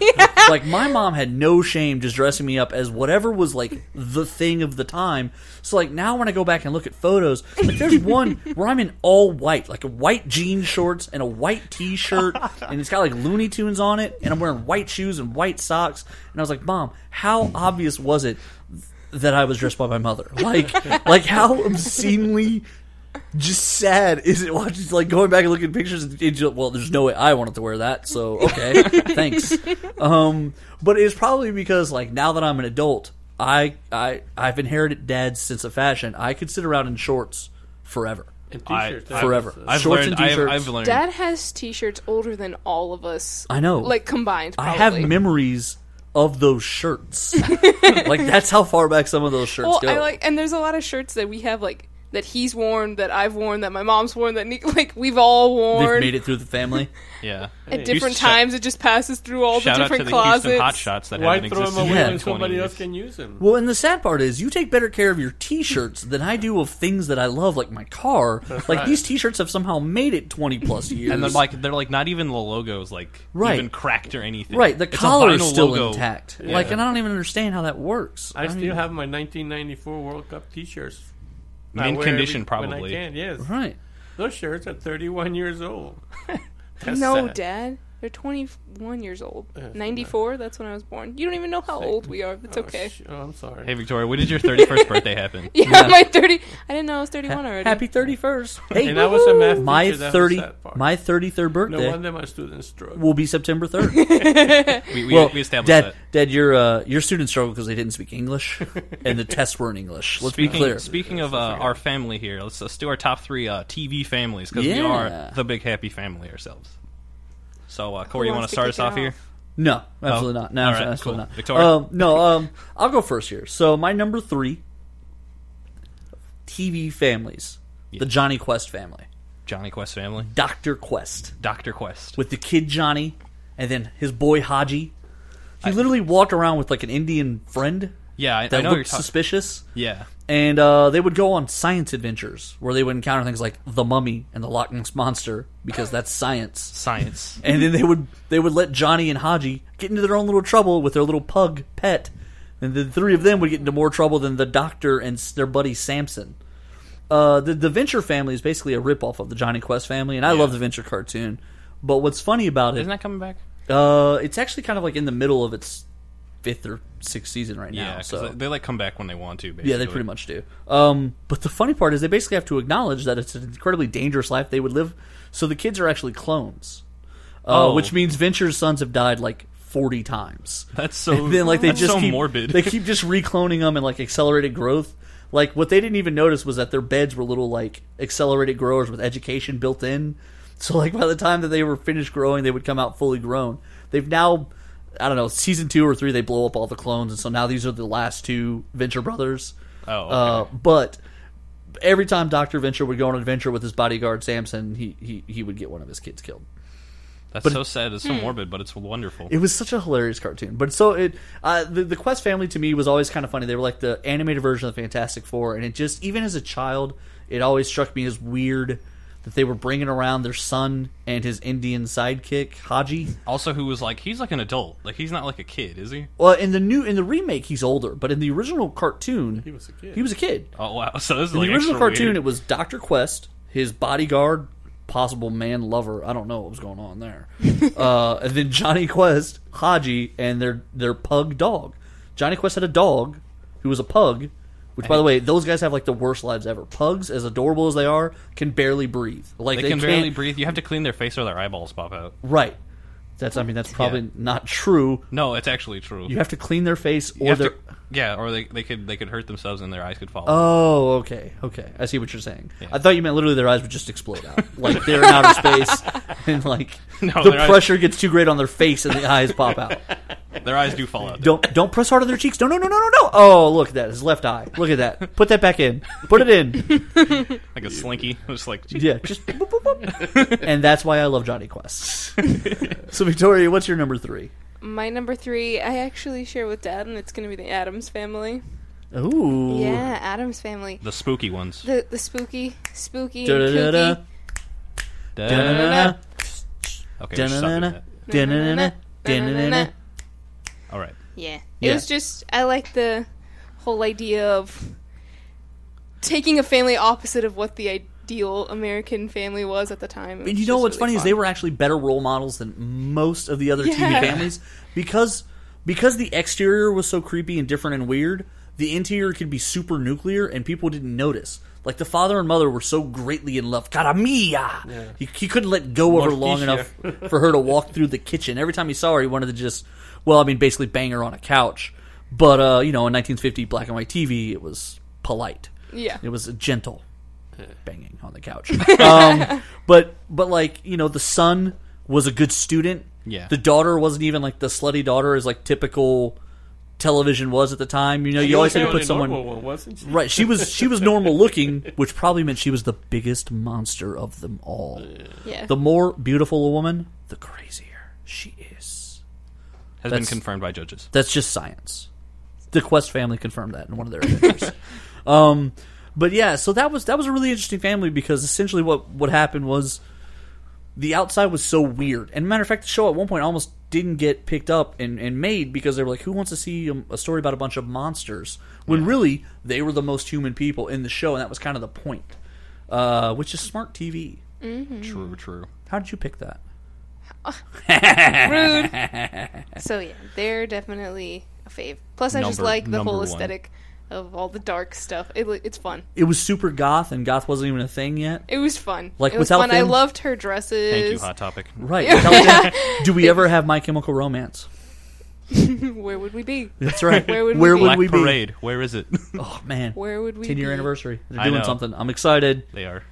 like my mom had no shame just dressing me up as whatever was like the thing of the time so like now when I go back and look at photos like there's one where I'm in all white like a white jean shorts and a white t-shirt and it's got like Looney Tunes on it and I'm wearing white shoes and white socks and I was like mom how obvious was it that I was dressed by my mother like like how obscenely just sad is it watching like going back and looking at pictures and it's just, well there's no way i wanted to wear that so okay thanks um but it's probably because like now that i'm an adult i i i've inherited dad's sense of fashion i could sit around in shorts forever And eh? I- t-shirts. I've- Forever. I've Shorts learned. and I've, t-shirts. I've learned. Dad has T-shirts older than all of us. i know like combined. i Probably. have memories of those shirts like that's how far back some of those shirts Well, go I like, and there's a lot of shirts that we have like that he's worn, that I've worn, that my mom's worn, that Nick, like we've all they've worn made it through the family yeah. at different times. it just passes through all the Shout out to different the closets. Houston Hot Shots that Why haven't throw existed them away Yeah. when in 20 somebody years. else can use them? Well, and the sad part is, you take better care of your T-shirts than I do of things that I love, like my car. like right. these T-shirts have somehow made it twenty plus years, And they're like they're like not even the logos like Right. even cracked or anything. right, the It's a collar is vinyl still logo. intact. Yeah. Like, and I don't even understand how that works. I mean, still have my 1994 World Cup T-shirts. I Mint wear every- condition When I probably. Uh-huh. can, yes. right. Those shirts are 31 years old. That's No, sad. Dad. They're 21 years old. Yeah, 94, that's when I was born. You don't even know how old we are. That's Oh, okay. sh- oh, I'm sorry. Hey Victoria, when did your 31st birthday happen? yeah, Yeah. my 30. I didn't know I was 31 already. Happy thirty first. Hey, and I was a math my teacher, that was thirty, that part. my thirty third No birthday wonder my students struggle. will be September third. We, we, well, we established Dad, that. Dad, your uh, your students struggled because they didn't speak English, and the tests were in English. Let's speaking, be clear. Speaking of uh, our family here, let's, let's do our top three uh, TV families because we Yeah. are the big happy family ourselves. So, uh, Corey, you want wants to start to kick us it off off? here? No, absolutely not. No, Oh. All abso- right, absolutely cool. not. Victoria? Um, no, um, I'll go first here. So my number three, TV families, the Johnny Quest family, Johnny Quest family, Doctor Quest, Doctor Quest. with the kid Johnny, and then his boy Haji. He literally walked around with like an Indian friend Yeah, I, I that know what you're looked talking. suspicious. Yeah, And uh, they would go on science adventures where they would encounter things like the mummy and the Loch Ness monster because that's science. science. And then they would they would let Johnny and Haji get into their own little trouble with their little pug pet, and the three of them would get into more trouble than the doctor and s- their buddy Samson. Uh, the the Venture family is basically a ripoff of the Johnny Quest family, and I love the Venture cartoon. But what's funny about it Isn't that coming back? uh, it's actually kind of like in the middle of its fifth or sixth season right now. Yeah, because so they, they, like come back when they want to. Basically. yeah, they pretty much do. Um, but the funny part is they basically have to acknowledge that it's an incredibly dangerous life they would live. So the kids are actually clones, uh, Oh. which means Venture's sons have died like forty times. That's so. And then like they that's just so keep, morbid. They keep just recloning them and like accelerated growth. Like what they didn't even notice was that their beds were little like accelerated growers with education built in. So like by the time that they were finished growing, they would come out fully grown. They've now, I don't know, season two or three, they blow up all the clones, and so now these are the last two Venture brothers. Oh, Uh, but every time Doctor Venture would go on an adventure with his bodyguard Samson, he he he would get one of his kids killed. That's so sad. It's so Hmm. morbid, but it's wonderful. It was such a hilarious cartoon. But so it, uh, the the Quest family to me was always kind of funny. They were like the animated version of the Fantastic Four, and it just even as a child, it always struck me as weird that they were bringing around their son and his Indian sidekick Haji. also, who was like he's like an adult. Like he's not like a kid, is he? Well, in the new in the remake, he's older, but in the original cartoon, he was a kid. He was a kid. Oh wow. So this is In like the original extra cartoon, weird. it was Doctor Quest, his bodyguard, possible man lover. I don't know what was going on there. uh, and then Johnny Quest, Haji, and their their pug dog. Johnny Quest had a dog who was a pug. Which, by the way, those guys have like the worst lives ever. Pugs, as adorable as they are, can barely breathe. Like They, they, can barely can't- breathe. You have to clean their face or their eyeballs pop out. Right. That's. I mean, that's probably Yeah. not true. No, it's actually true. You have to clean their face You or have their. to- yeah, or they, they could they could hurt themselves and their eyes could fall. out. Oh, okay, okay. I see what you're saying. I thought you meant literally their eyes would just explode out, like they're in outer space, and like No, the their eyes- pressure gets too great on their face and the eyes pop out. their eyes do fall out. Don't don't press hard on their cheeks. No, no, no, no, no, no. Oh, look at that. His left eye. Look at that. Put that back in. Put it in. like a slinky. It's like Yeah, just boop, boop, boop. and that's why I love Johnny Quest. so Victoria, what's your number three? My number three, I actually share with Dad, and it's going to be the Adams family. Ooh, Yeah, Adams family. the spooky ones. The the spooky, spooky, and Da-da-da-da. kooky. Da-na-na-na. Okay, just stop doing Da-na-na-na. that. Da-na-na-na. Da-na-na-na. Na-na-na-na. All right. Yeah. Yeah. It was just I like the whole idea of taking a family opposite of what the ideal American family was at the time. It But was you know just what's really funny is they fun. were actually better role models than most of the other TV Yeah. families because because the exterior was so creepy and different and weird. The interior could be super nuclear and people didn't notice. Like the father and mother were so greatly in love. Cara mia! He, he couldn't let go of her long enough for her to walk through the kitchen. Every time he saw her, he wanted to just, well, I mean, basically bang her on a couch. But, uh, you know, in 1950 black and white TV, it was polite. Yeah. It was a gentle banging on the couch. um, but but like you know, the son was a good student. Yeah. The daughter wasn't even like the slutty daughter is like typical television was at the time. You know, you always had to put someone One, wasn't she? right. She was she was normal looking, which probably meant she was the biggest monster of them all. yeah. The more beautiful a woman, the crazier she is. Has been That's- confirmed by judges. That's just science. The Quest family confirmed that in one of their adventures. um, but yeah, so that was that was a really interesting family because essentially what what happened was the outside was so weird. And matter of fact, the show at one point almost didn't get picked up and, and made because they were like, who wants to see a, a story about a bunch of monsters? When really they were the most human people in the show, and that was kind of the point. Uh, which is smart TV. Mm. True, true. How did you pick that? So yeah, they're definitely a fave. Plus, I just Number- like the number whole one. aesthetic of all the dark stuff. It, li- it's fun. It was super goth, and goth wasn't even a thing yet. It was fun. Like, it was without fun. I them- loved her dresses. Thank you, Hot Topic. Right. Without them, do we ever have My Chemical Romance? Where would we be? That's right. Where would we be? Black we be? Parade. Where is it? Oh man, Where would we? ten year be? anniversary. They're I doing know. something. I'm excited. they are.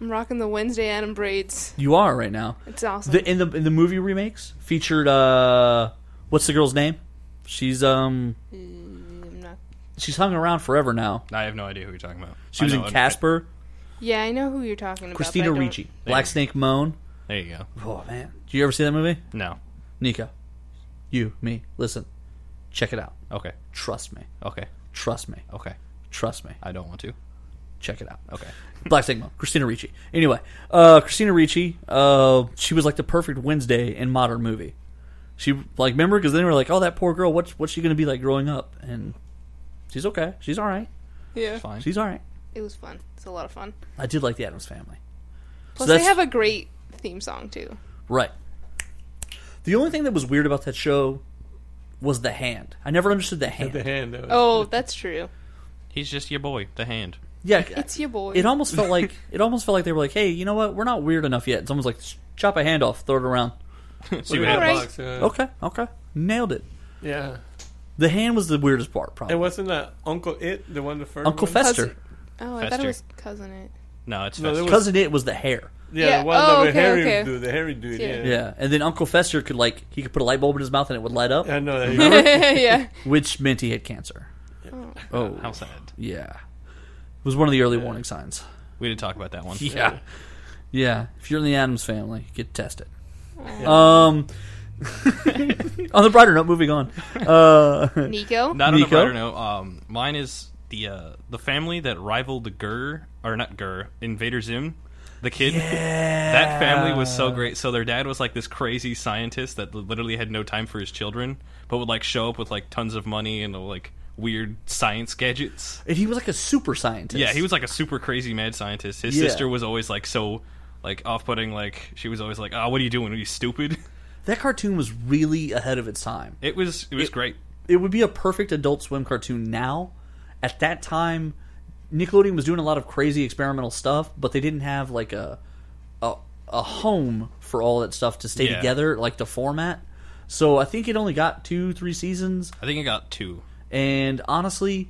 I'm rocking the Wednesday Adam braids. You are right now. It's awesome. The, in the in the movie remakes featured uh, what's the girl's name? She's um I'm not- she's hung around forever now. I have no idea who you're talking about. She I was know- in Casper, Yeah, I know who you're talking about. but I Christina don't- Ricci, Black Snake Moan. There you go. Oh man, do you ever see that movie? No. Nico, you, me, listen. Check it out. Okay. Trust me. Okay. Trust me. Okay. Trust me. I don't want to. Check it out. Okay. Black Sigma, Christina Ricci. Anyway, uh, Christina Ricci, uh, she was like the perfect Wednesday in modern movie. She like remember because then we were like, oh, that poor girl. What's what's she gonna be like growing up? And she's okay. She's all right. Yeah, Fine. She's all right. it was fun. It's a lot of fun. I did like the Adams Family. Plus, they that's- have a great theme song too. Right. The only thing that was weird about that show was the hand. I never understood the hand. The hand. uh, Oh, that's true. He's just your boy, the hand. Yeah, It's your boy. it almost felt like it almost felt like they were like, hey, you know what? We're not weird enough yet. It's almost like "Sh- chop a hand off, throw it around. See we what got a happens. box, Alright. uh, Okay, okay, nailed it. Yeah. The hand was the weirdest part, It probably. wasn't that Uncle It, the one the first Uncle one? Fester, Cousin- oh, I thought Fester. it was cousin. It. No, it's No, Fester. there was- cousin it was the hair. Yeah, Yeah. the one Oh, that the okay, hairy okay. dude, the hairy dude. Yeah. Yeah. Yeah, and then Uncle Fester could like he could put a light bulb in his mouth and it would light up, I know that. yeah, which meant he had cancer. Oh, How sad. yeah, it was one of the early warning signs. We didn't talk about that one. Yeah. Yeah. If you're in the Adams family, get tested. Um on the brighter note, moving on. Uh Nico. Not on a Nico? brighter note. Um, mine is the uh, the family that rivaled Gur or not Gur Invader Zim, the kid. That family was so great. So their dad was like this crazy scientist that literally had no time for his children, but would like show up with like tons of money and uh, like weird science gadgets. and he was like a super scientist. Yeah, he was like a super crazy mad scientist. His Yeah. sister was always like so like off-putting. Like she was always like, "Oh, what are you doing? Are you stupid?" that cartoon was really ahead of its time. It was it was great. It would be a perfect adult swim cartoon now. At that time, Nickelodeon was doing a lot of crazy experimental stuff, but they didn't have like a a, a home for all that stuff to stay Yeah. together, like the format. So I think it only got two, three seasons. I think it got two. And honestly,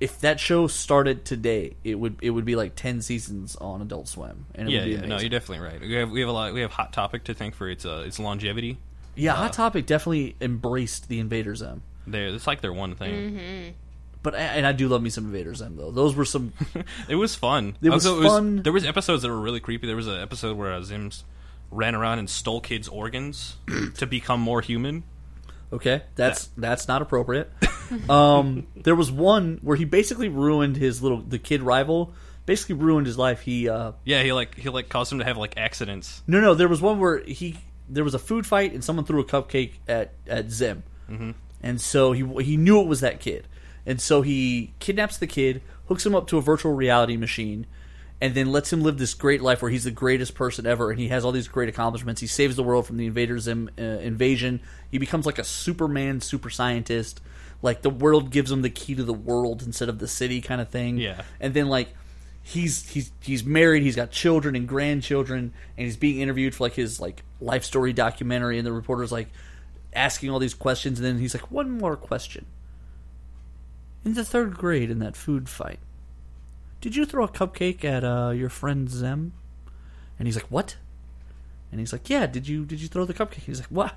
if that show started today, it would it would be like ten seasons on Adult Swim, and it Yeah, would be yeah, amazing. no, you're definitely right. We have we have a lot. We have Hot Topic to thank for its uh, its longevity. yeah, Hot Topic definitely embraced the Invader Zim, There, it's like their one Mm-hmm. thing. but and I do love me some Invader Zim though. Those were some It was fun. It was fun. There was episodes that were really creepy. There was an episode where uh, Zims ran around and stole kids' organs to become more human. okay. That's that's not appropriate. um, there was one where he basically ruined his little the kid rival. Basically ruined his life. He uh, Yeah, he like he like caused them to have like accidents. No, no, there was one where he there was a food fight and someone threw a cupcake at at Zim, mm-hmm. and so he he knew it was that kid, and so he kidnaps the kid, hooks him up to a virtual reality machine, and then lets him live this great life where he's the greatest person ever, and he has all these great accomplishments. He saves the world from the invader Zim uh, invasion. He becomes like a Superman, super scientist. Like the world gives him the key to the world instead of the city, kind of thing Yeah. and then like he's he's he's married he's got children and grandchildren and he's being interviewed for like his like life story documentary and the reporter's like asking all these questions and then he's like one more question in the third grade in that food fight did you throw a cupcake at uh, your friend zem and he's like what and he's like yeah did you did you throw the cupcake he's like what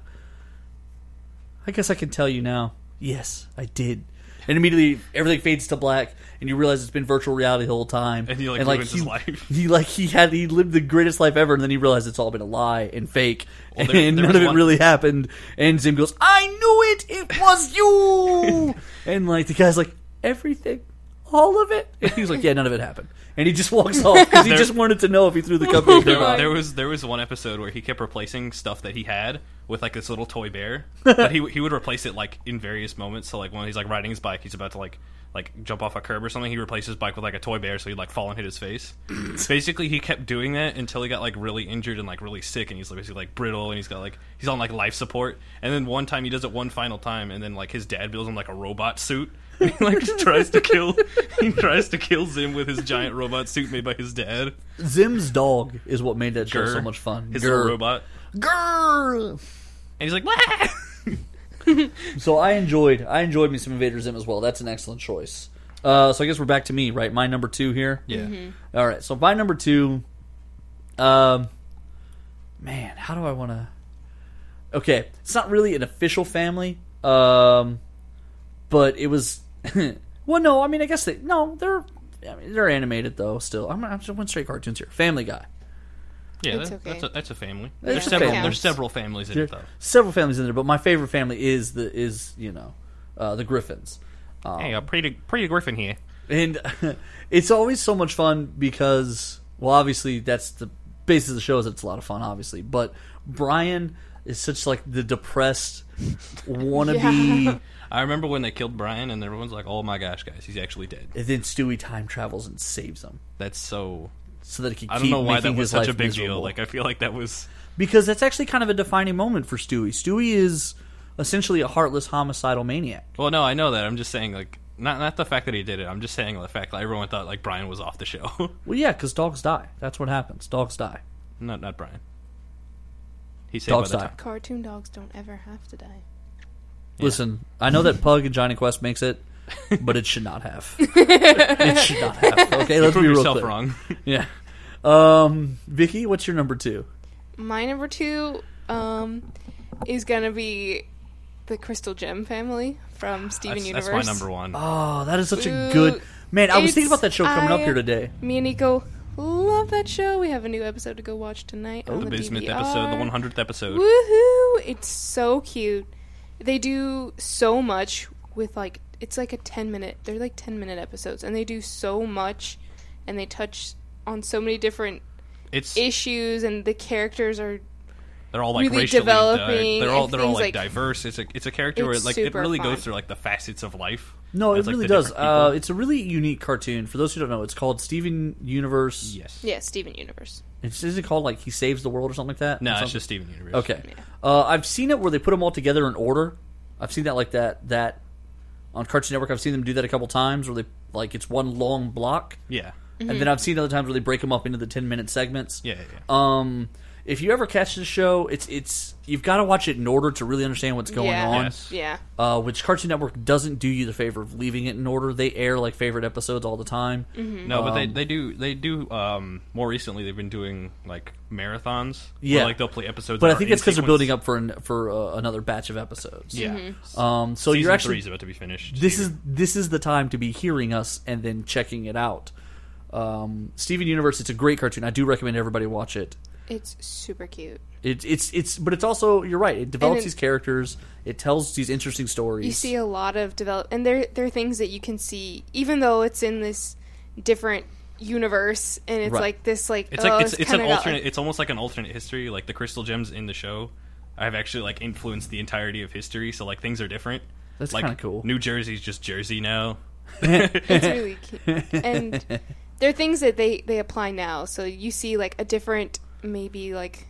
I guess I can tell you now. Yes, I did. And immediately everything fades to black, and you realize it's been virtual reality the whole time. And he, like, ruins he, his life. He like he had he lived the greatest life ever, and then he realized it's all been a lie and fake, there- and there none was of it one- really happened. And Zim goes, "I knew it. It was you." and like the guy's like, "Everything." All of it? And he's like, yeah, none of it happened. And he just walks off because he There- just wanted to know if he threw the cupcake or There, not. there was there was one episode where he kept replacing stuff that he had with like this little toy bear, but he he would replace it like in various moments. So like when he's like riding his bike, he's about to like like jump off a curb or something. He replaced his bike with like a toy bear, so he'd like fall and hit his face. basically, he kept doing that until he got like really injured and like really sick, and he's like, basically like brittle, and he's got like he's on like life support. And then one time he does it one final time, and then like his dad builds him like a robot suit. And he like tries to kill he tries to kill Zim with his giant robot suit made by his dad. Zim's dog is what made that show Grr. so much fun. His Grr. little robot. Grr. And he's like, "Wah!" So I enjoyed I enjoyed me some Invader Zim as well. That's an excellent choice. Uh, so I guess we're back to me, right? My number two here. Yeah. All right. So my number two, um, man, how do I want to? Okay, it's not really an official family, um, but it was. well, no, I mean, I guess they no, they're I mean, they're animated though. Still, I'm I'm just one straight cartoons here. Family Guy. Yeah, It's that- okay. that's, a, that's a family. It's There's a several, family. there's several families in it, though. Several families in there, but my favorite family is the is you know uh, the Griffins. Hey, a pretty pretty griffin here. And it's always so much fun because, well, obviously that's the basis of the show is it's a lot of fun, obviously. But Brian is such like the depressed wannabe. I remember when they killed Brian, and everyone's like, "Oh my gosh, guys, he's actually dead." And then Stewie time travels and saves him That's so. so that he can keep I don't know why making that his was such a life big miserable. deal. Like, I feel like that was. because that's actually kind of a defining moment for Stewie. Stewie is essentially a heartless homicidal maniac. Well, no, I know that. I'm just saying, like, not not the fact that he did it. I'm just saying the fact that everyone thought like Brian was off the show. Well, yeah, because dogs die. That's what happens. Dogs die. not not Brian. He saved Dogs by the die. time. Cartoon dogs don't ever have to die. Listen, I know that Pug and Johnny Quest makes it, but it should not have. it should not have. Okay, let's Prove be real yourself clear. wrong. Yeah. Um, Vicky, what's your number two? My number two um, is gonna be the Crystal Gem family from Steven that's, Universe. that's my number one. Oh, that is such a Ooh, good man. I was thinking it's- about that show coming up I- here today. Me and Nico love that show. We have a new episode to go watch tonight. on Oh, the the Bismuth DVR. episode, the 100th episode. Woohoo! It's so cute. They do so much with like it's like a ten minute. They're like ten minute episodes, and they do so much, and they touch on so many different It's issues, and the characters are they're all like really racially di- developing they're all and they're all things like, like- diverse. It's a it's a character where It's like it super really fun. goes through like the facets of life. No, it As, like, really the does. different Uh, people. it's a really unique cartoon. For those who don't know, it's called Steven Universe. yes. yeah, Steven Universe. It's, is it called like he saves the world or something like that? No, Or it's something? just Steven Universe. okay. Uh, I've seen it where they put them all together in order. I've seen that like that that on Cartoon Network. I've seen them do that a couple times where they like it's one long block, Yeah. Mm-hmm. and then I've seen other times where they break them up into the ten minute segments. Yeah. yeah, yeah. Um, if you ever catch the show, it's it's you've got to watch it in order to really understand what's going yeah. on. Yes. Yeah. Uh, which Cartoon Network doesn't do you the favor of leaving it in order. They air like favorite episodes all the time. Mm-hmm. No, but they, um, they do they do um more recently they've been doing like marathons. Yeah. Where, like they'll play episodes. But that I think are in that's because they're sequence. building up for an, for uh, another batch of episodes. Yeah. Mm-hmm. Um, so Season you're actually three's about to be finished. this is this is the time to be hearing us and then checking it out. Um, Steven Universe, it's a great cartoon. I do recommend everybody watch it. It's super cute. It, it's it's but it's also you're right. It develops it- these characters. It tells these interesting stories. You see a lot of develop, and there there are things that you can see, even though it's in this different universe, and it's Right. like this like It's oh, like it's, it's an kinda got, alternate. like- it's almost like an alternate history. Like the crystal gems in the show, have actually like influenced the entirety of history. So like things are different. That's like, kinda cool. New Jersey's just Jersey now. it's really cute, and there are things that they they apply now. So you see like a different, maybe like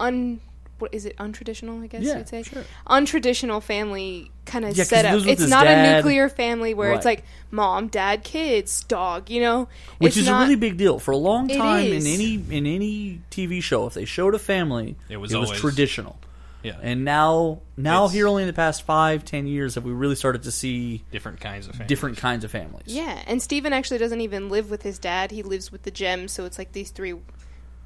un what is it untraditional? I guess Yeah, you'd say sure. untraditional family kind of Yeah, 'cause setup. this was It's his not dad- a nuclear family where it's Right. like mom, dad, kids, dog. You know, which It's is not- a really big deal for a long It time in is. any in any TV show. If they showed a family, It was always- traditional. Yeah. And now, now It's- here only in the past five, ten years have we really started to see different kinds of families. different kinds of families. Yeah, and Steven actually doesn't even live with his dad. He lives with the gems, so it's like these three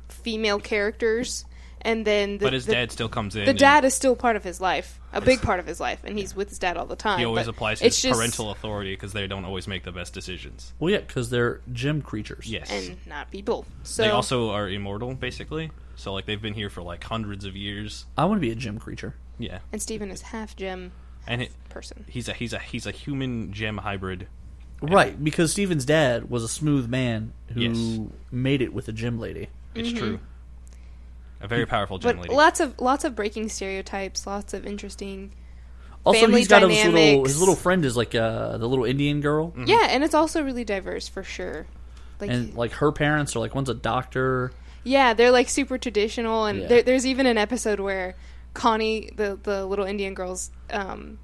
female characters. And then the, But his the, dad still comes in. the and dad is still part of his life, a big part of his life, and he's with his dad all the time. He always but applies it's his just- parental authority because they don't always make the best decisions. Well, yeah, because they're gym creatures. Yes. and not people. So they also are immortal, basically. So like they've been here for like hundreds of years. I want to be a gym creature. Yeah. and Steven is half gem And it, person. he's a he's a he's a human gem hybrid. Right, because Steven's dad was a smooth man who Yes. made it with a gym lady. It's true. A very powerful gem Mm-hmm. But lady. lots of lots of breaking stereotypes, lots of interesting. Also, Family he's got his little dynamics. his little friend is like uh, the little Indian girl, Mm. Mm-hmm. Yeah, and it's also really diverse for sure. Like and like her parents are like one's a doctor. Yeah, they're like super traditional, and Yeah. there, there's even an episode where Connie, the the little Indian girl's, um,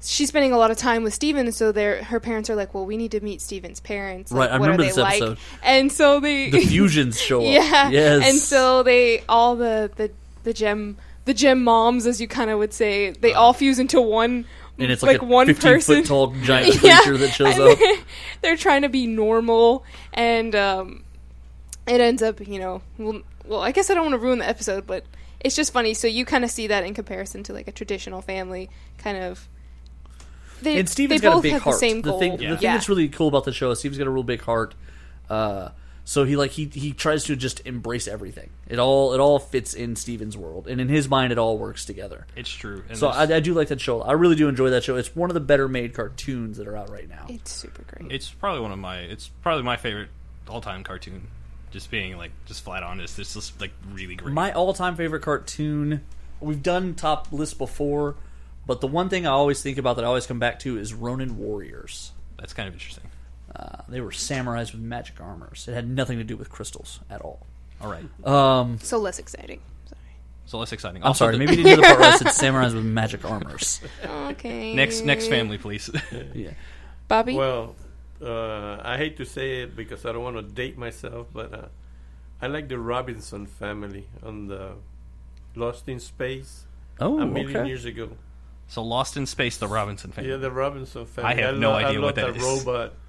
she's spending a lot of time with Steven, so their her parents are like, "Well, we need to meet Steven's parents. Right, Like, I what remember are they this like?" episode. And so they, The fusions show up. yeah, yes, and so they all the the the gem the gem moms, as you kind of would say, they all fuse into one. Uh-huh. and it's like, a one fifteen person foot tall giant Yeah, creature that shows and up. They're, they're trying to be normal, and um, it ends up, you know, well, well, I guess I don't want to ruin the episode, but it's just funny. So you kind of see that in comparison to like a traditional family kind of. They, And Steven's they got both a big have heart. the same goal. thing, the thing that's really cool about the show is Steven's got a real big heart. Uh, So he like he he tries to just embrace everything. It all it all fits in Steven's world, and in his mind, it all works together. It's true. And So there's- I, I do like that show. I really do enjoy that show. It's one of the better made cartoons that are out right now. It's super great. it's probably one of my it's probably my favorite all time cartoon. Just being like just flat honest, it's just like really great. My all time favorite cartoon. We've done top lists before, but the one thing I always think about that I always come back to is Ronin Warriors. That's kind of interesting. Uh, they were samurais with magic armors. It had nothing to do with crystals at all. All right, Um, so less exciting. so less exciting. I'm Also, sorry, the- maybe you didn't hear the part where I said samurais with magic armors. Okay. next next family, please. Yeah. Bobby. Well, uh, I hate to say it because I don't want to date myself, but uh, I like the Robinson family on the Lost in Space Oh, a million okay. years ago. so Lost in Space, the Robinson family. Yeah, the Robinson family. have no idea I what love that the is. robot.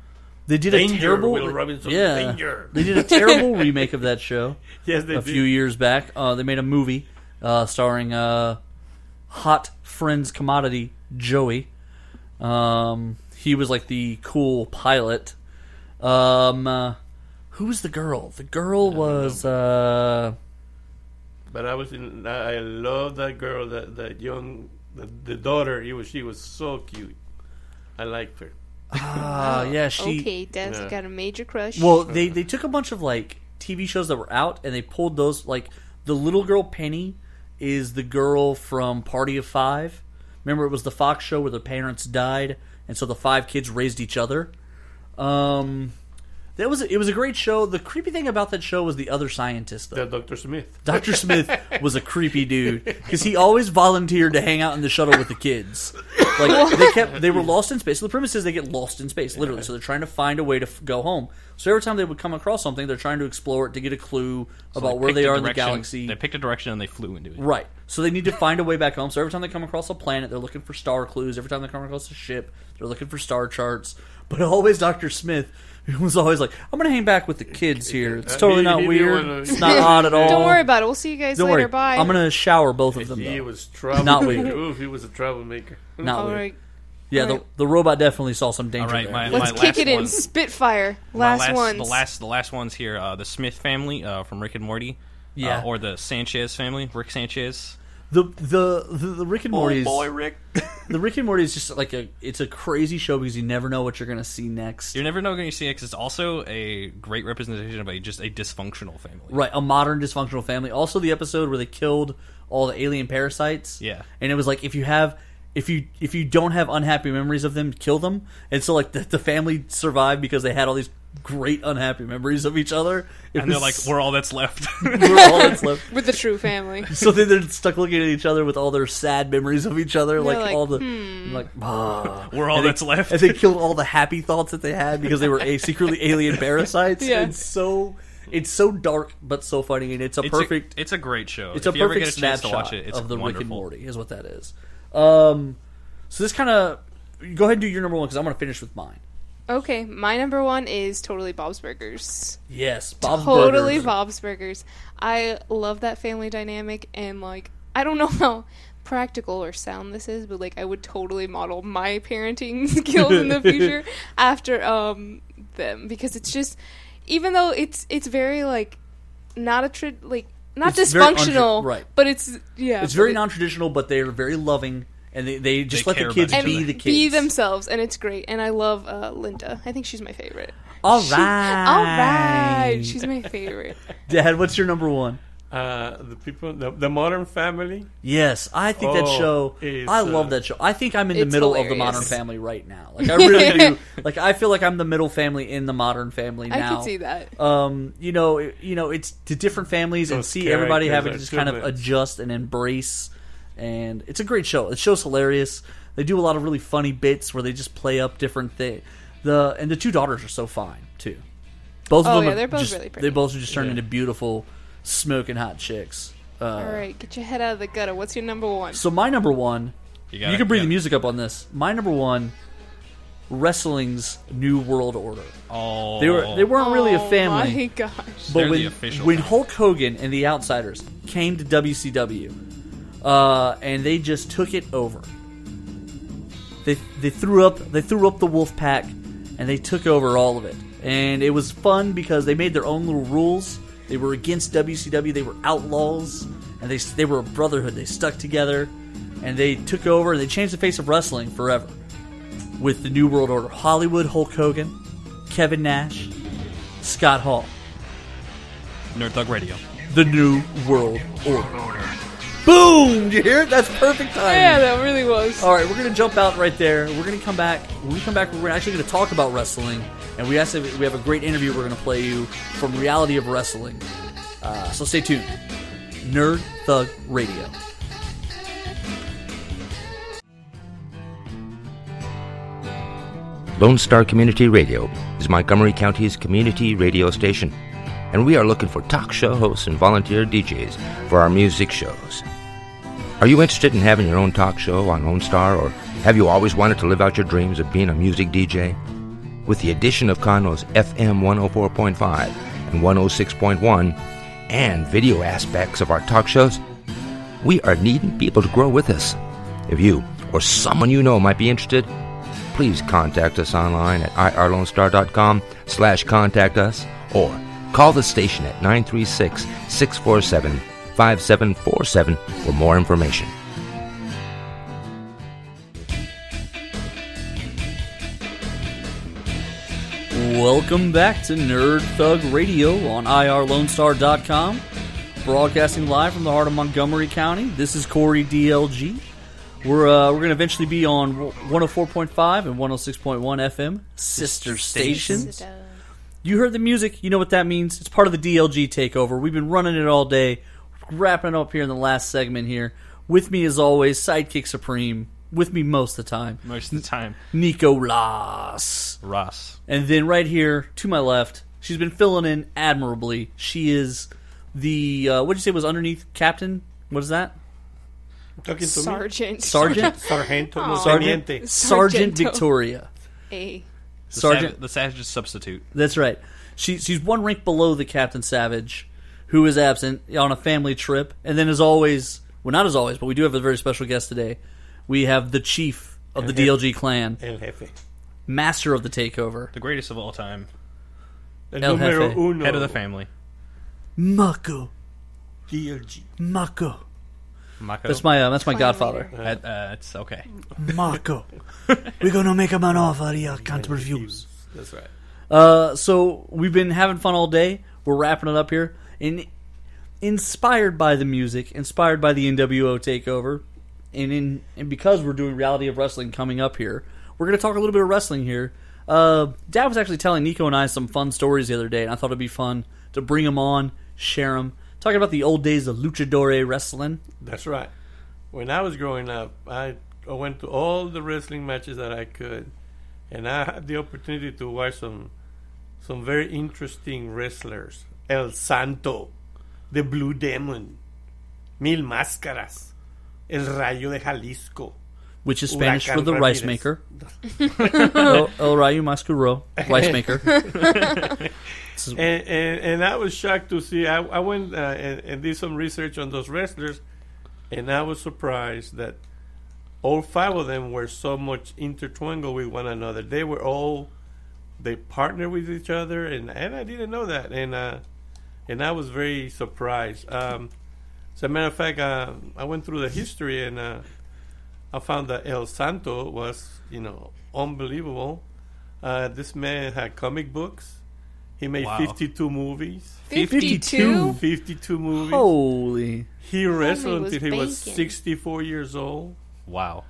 They did a Danger, terrible, Will Robinson, yeah, danger. they did a terrible remake of that show. Yes, they a did. few years back. Uh, they made a movie uh, starring uh, hot friends commodity Joey. Um, he was like the cool pilot. Um, uh, who was the girl? The girl was uh, But I was in. I I love that girl. That that young, the, the daughter. It was, she was so cute. I liked her. uh, yeah, she. okay, Dad's Yeah. got a major crush. Well, they they took a bunch of like TV shows that were out and they pulled those like the little girl Penny is the girl from Party of 5. Remember it was the Fox show where the parents died and so the five kids raised each other. Um that was it was a great show. The creepy thing about that show was the other scientist though. The Doctor Smith. Dr. Smith was a creepy dude because he always volunteered to hang out in the shuttle with the kids. Like they kept, they were lost in space. So the premise is they get lost in space, literally. So they're trying to find a way to f- go home. So every time they would come across something, they're trying to explore it to get a clue So about where picked they a are in the direction- galaxy. They picked a direction and they flew into it. Right. So they need to find a way back home. So every time they come across a planet, they're looking for star clues. Every time they come across a ship, they're looking for star charts. But always Dr. Smith was always like, I'm going to hang back with the kids here. It's Uh, totally he- not he didn't weird. wanna- It's not odd at all. Don't worry about it. We'll see you guys Don't later. worry. Bye. I'm gonna shower both of them. He Though. was trouble. Not weird. Oof, he was a troublemaker. Not All weird. right. Yeah, the, the robot definitely saw some danger. All right, there. my, my Let's kick last it in. one. Spitfire. My Last, last ones. The last, the last ones here. Uh, the Smith family uh, from Rick and Morty. Yeah. Uh, or the Sanchez family, Rick Sanchez. the, the the the Rick and Oh, Morty. is- Rick. The Rick and Morty is just like a it's a crazy show because you never know what you're gonna see next. You never know when you see it 'cause it's also a great representation of a just a dysfunctional family. Right, a modern dysfunctional family. Also, the episode where they killed all the alien parasites. Yeah. and it was like if you have. If you if you don't have unhappy memories of them, kill them. And so like the, the family survived because they had all these great unhappy memories of each other. It And they're like, was- we're all that's left. we're all that's left. With the true family. so then they're stuck looking at each other with all their sad memories of each other, like, like, hmm. all the like ah. we're all that's left. and they killed all the happy thoughts that they had because they were a secretly alien parasites. Yeah. It's so it's so dark but so funny, and it's a it's perfect A, it's a great show. it's if a you ever perfect get a chance snapshot to watch it, it's of the wonderful. Rick and Morty is what that is. Um, so this kind of go ahead and do your number one because I'm going to finish with mine. Okay, my number one is totally Bob's Burgers. Yes, Bob's totally Burgers. Bob's Burgers. I love that family dynamic, and like I don't know how practical or sound this is, but like I would totally model my parenting skills in the future after um them because it's just even though it's it's very like not a tri- like not It's very dysfunctional, untri- right. But it's yeah, It's very but it- non-traditional, but they're very loving, and they, they just They let care the kids about each be other. the kids. Be themselves, and it's great. And I love uh, Linda. I think she's my favorite. All She- right, all right. She's my favorite. Dad, what's your number one? Uh, the people, the, the Modern Family. Yes, I think that Oh, show. it's, I love uh, that show. I think I'm in the it's middle of the hilarious. Modern Family right now. Like I really do. Like I feel like I'm the middle family in the Modern Family I now. could see that. Um, you know, it- you know, it's to different families and Those see everybody characters having to are just kind of siblings. adjust and embrace. And it's a great show. The show's hilarious. They do a lot of really funny bits where they just play up different things. The and the two daughters are so fine too. Both Oh, of them yeah, are they're both just- really pretty. They both are just turned Yeah. into beautiful, smoking hot chicks. Uh, All right, get your head out of the gutter. What's your number one? So my number one, you, gotta- can bring yeah. the music up on this. My number one, wrestling's New World Order. Oh, They were they weren't really a Oh my family, gosh. but They're the when official when family. Hulk Hogan and the Outsiders came to WCW, uh, and they just took it over. They they threw up they threw up the Wolf Pack, and they took over all of it. and it was fun because they made their own little rules. They were against WCW. They were outlaws, and they they were a brotherhood. They stuck together, and they took over and they changed the face of wrestling forever with the New World Order: Hollywood Hulk Hogan, Kevin Nash, Scott Hall, Nerd Thug Radio. the New World Order. Boom! Did you hear it? That's perfect timing. Yeah, that really was. All right, we're gonna jump out right there. We're gonna come back. When we come back, we're actually gonna talk about wrestling, and we actually we have a great interview we're gonna play you from Reality of Wrestling. Uh, so stay tuned. Nerd Thug Radio. Lone Star Community Radio is Montgomery County's community radio station, and we are looking for talk show hosts and volunteer DJs for our music shows. Are you interested in having your own talk show on Lone Star, or have you always wanted to live out your dreams of being a music DJ? With the addition of Conroe's FM 104.5 and 106.1, and video aspects of our talk shows, we are needing people to grow with us. If you or someone you know might be interested, please contact us online at irlonestar.com slash contact us or call the station at 936-647-5747 for more information. Welcome back to Nerd Thug Radio on IRLoneStar.com, broadcasting live from the heart of Montgomery County. This is Corey DLG. We're uh, we're gonna eventually be on 104.5 and 106.1 FM sister stations. You heard the music. You know what that means. It's part of the DLG takeover. We've been running it all day. Wrapping up here in the last segment here. With me, as always, Sidekick Supreme. With me most of the time, Most of the time, Nicolas. Ross. And then right here to my left, she's been filling in admirably. She is the uh, what'd you say was underneath captain? What is that? Talking to me? Sergeant. Sergeant. Sargento. no, Sergeant. Teniente. Sergeant Sargento. Victoria. A. The Sergeant. Sav- the Savage substitute. That's right. She, she's one rank below the Captain Savage, who is absent on a family trip. And then, as always, well, not as always, but we do have a very special guest today. We have the chief of the DLG clan, El Jefe. master of the takeover, The greatest of all time. El, El numero Jefe. uno. Head of the family. Mako. DLG. Mako. Mako. That's my uh, that's my Clan godfather. That, uh, it's okay. Mako. We're gonna make him an offer. You can't refuse. That's right. Uh, so we've been having fun all day. We're wrapping it up here, and inspired by the music, inspired by the NWO takeover, and in and because we're doing reality of wrestling coming up here, we're gonna talk a little bit of wrestling here. Uh, Dad was actually telling Nico and I some fun stories the other day, and I thought it'd be fun to bring them on, share them, talking about the old days of luchadore wrestling. That's right. When I was growing up, I I went to all the wrestling matches that I could, and I had the opportunity to watch some some very interesting wrestlers. El Santo, the Blue Demon, Mil Máscaras, El Rayo de Jalisco. Which is Spanish Huracan for the Ramirez. rice maker. El, El Rayo Mascuro, rice maker. And, and, and I was shocked to see. I, I went uh, and, and did some research on those wrestlers, and I was surprised that all five of them were so much intertwined with one another. They were all they partnered with each other, and, and I didn't know that, and uh, and I was very surprised. Um, as a matter of fact, uh, I went through the history, and uh, I found that El Santo was you know unbelievable. Uh, this man had comic books. He made Wow. 52 movies. 52? 52 movies. Holy. he wrestled was until he was bacon. 64 years old. Wow.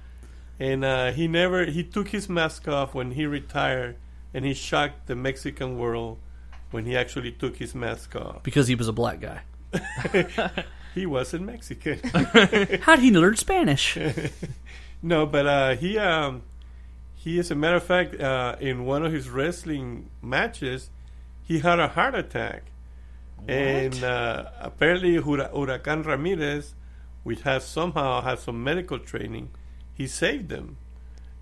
And uh, he never, he took his mask off when he retired and he shocked the Mexican world when he actually took his mask off. Because he was a black guy. He wasn't Mexican. How'd he learn Spanish? No, but uh, he um, he as a matter of fact, uh, in one of his wrestling matches, he had a heart attack, and uh, apparently Hura- Huracan Ramirez, which has somehow had some medical training, he saved them.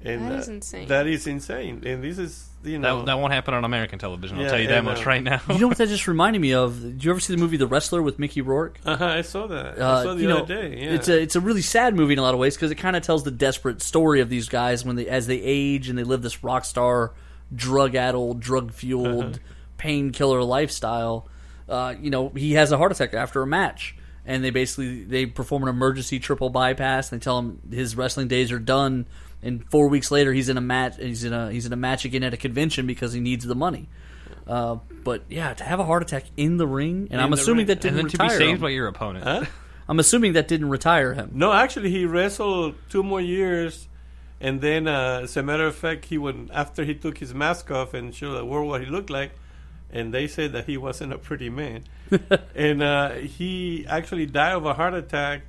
And That is uh, insane. That is insane, and this is you That, know that won't happen on American television. I'll Yeah, tell you yeah, that much no. right now. you know what that just reminded me of? Did you ever see the movie The Wrestler with Mickey Rourke? uh-huh, I saw that. I Uh, saw the you know, other day. Yeah. It's a it's a really sad movie in a lot of ways because it kind of tells the desperate story of these guys when they as they age and they live this rock star drug addled, drug fueled, painkiller lifestyle, uh, you know, he has a heart attack after a match, and they basically they perform an emergency triple bypass, and they tell him his wrestling days are done. And four weeks later, he's in a match. He's in a he's in a match again at a convention because he needs the money. Uh, but yeah, to have a heart attack in the ring, and I'm the assuming ring. that didn't and then to retire. be saved him. by your opponent. Huh? I'm assuming that didn't retire him. No, actually, he wrestled two more years, and then, uh, as a matter of fact, he went after he took his mask off and showed the world what he looked like, and they said that he wasn't a pretty man, and uh, he actually died of a heart attack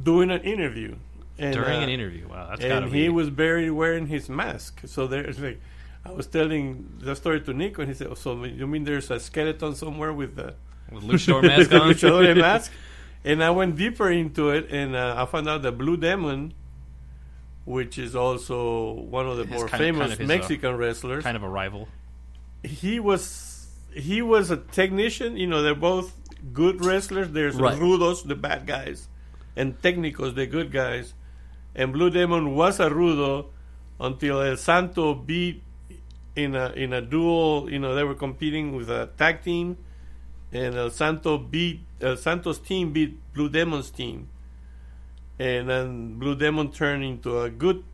during an interview. And, During uh, an interview, wow, that's gotta and he be. was buried wearing his mask. So there's like, I was telling the story to Nico, and he said, oh, "So you mean there's a skeleton somewhere with the?" with luchador mask on. luchador mask. And I went deeper into it, and uh, I found out that Blue Demon, which is also one of the His more kind- famous kind of his, uh, Mexican wrestlers, kind of a rival. he was he was a technician. You know, they're both good wrestlers. There's Right. rudos, the bad guys, and technicos, the good guys. And Blue Demon was a rudo until El Santo beat in a in a duel. You know, they were competing with a tag team, and El Santo beat El Santo's team beat Blue Demon's team, and then Blue Demon turned into a good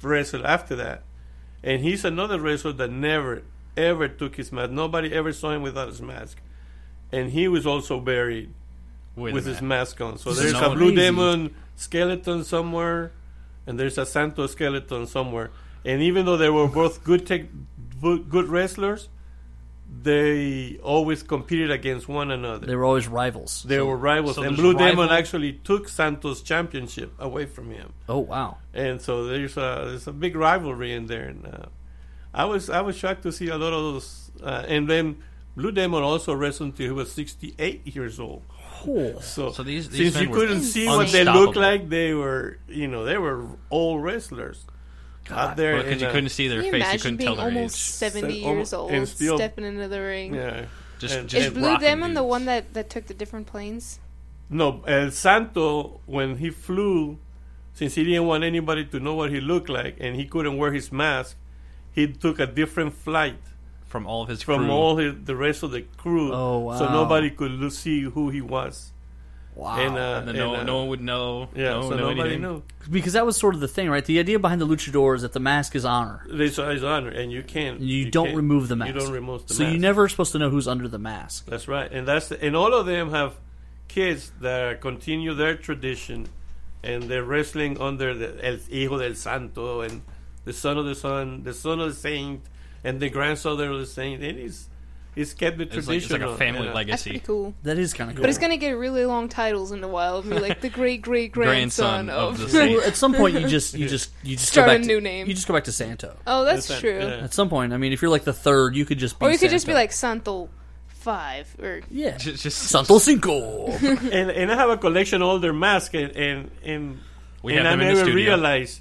wrestler after that. And he's another wrestler that never, ever took his mask. Nobody ever saw him without his mask. And he was also buried With, with his mask on. So there's no a Blue one- Demon skeleton somewhere, and there's a Santo skeleton somewhere. And even though they were both good tech, bu- good wrestlers, they always competed against one another. They were always rivals. They were rivals, so and there's Blue rival- Demon actually took Santos' championship away from him oh wow. and so there's a there's a big rivalry in there. And uh, I was I was shocked to see a lot of those. Uh, and then Blue Demon also wrestled until he was 68 years old. Cool. So, So these- these since men you were couldn't see what they looked unstoppable. like, they were you know they were all wrestlers out there. in, because you uh, couldn't see their Can you face, you imagine couldn't being tell their almost age. seventy So- years almo- old, and still- stepping into the ring? Yeah. Just, And- just Is Blue rocking Demon the dudes. one that, that took the different planes? No, El Santo when he flew, since he didn't want anybody to know what he looked like, and he couldn't wear his mask, he took a different flight. from all of his from crew. all his, the rest of the crew. Oh, So wow. nobody could lo- see who he was. Wow. And, uh, Ah, and then no, and, uh, no one would know. yeah, no one so would know nobody anything. knew. because that was sort of the thing, right? The idea behind the luchador is that the mask is honor. This is honor, and you can't. You, don't can't- remove the mask. You don't remove the so mask. you never are supposed to know who's under the mask. That's right, and that's and all of them have kids that continue their tradition, and they're wrestling under the El Hijo del Santo and the Son of the Son, the Son of the Saint, and the grandson of the Saint. And it's it's kept the It's tradition. like, it's like a family That's legacy. pretty cool. That is kind of cool. But it's gonna get really long titles in a while. It'll be like the great great Grandson grandson of of. the Well, saint. at some point, you just you just you just Start go a back to, new name. You just go back to Santo. oh, that's That's- true. yeah. At some point, I mean, if you're like the third, you could just be Or you could just be Santo. like Santo Five or yeah, Just- just- Santo Cinco. and and I have a collection of all their masks, and and, and, We and have I them in the never studio. realized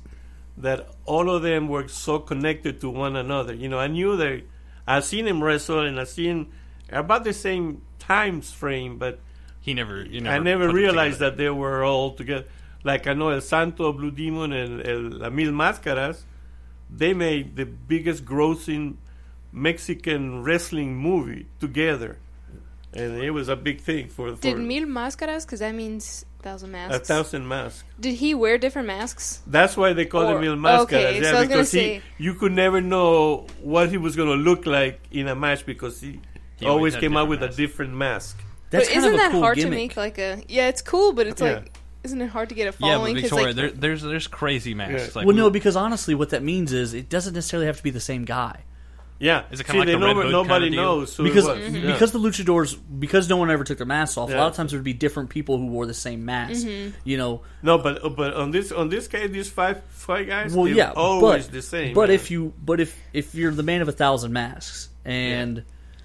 that all of them were so connected to one another. You know, I knew they, I seen him wrestle, and I seen about the same time frame, but He never, you I never never put them realized together. that they were all together. Like I know El Santo, Blue Demon, and El, La Mil Máscaras, they made the biggest grossing Mexican wrestling movie together, and it was a big thing for. for did Mil Máscaras? Because that means thousand a masks. thousand masks. Did he wear different masks? That's why they call Or- him Mil Máscaras. okay, yeah, so I was gonna because say- he, you could never know what he was going to look like in a match because he, He always always had came out different with masks. a different mask. That's but kind isn't of a that cool hard gimmick. to make like a? Yeah, it's cool, but it's Yeah. like, isn't it hard to get a Yeah, but following? 'Cause, Victoria, like, there, there's there's crazy masks. Yeah. Like well, we- no, because honestly, what that means is it doesn't necessarily have to be the same guy. Yeah, Is it see, kinda like they the Red know- Hood nobody kinda deal? knows who it because Mhm. was. Yeah. because the luchadors because no one ever took their masks off. A Yeah. lot of times there would be different people who wore the same mask. You know, no, but but on this on this case, these five five guys, well, they yeah, always but, the same. But yeah. if you but if if you're the man of a thousand masks and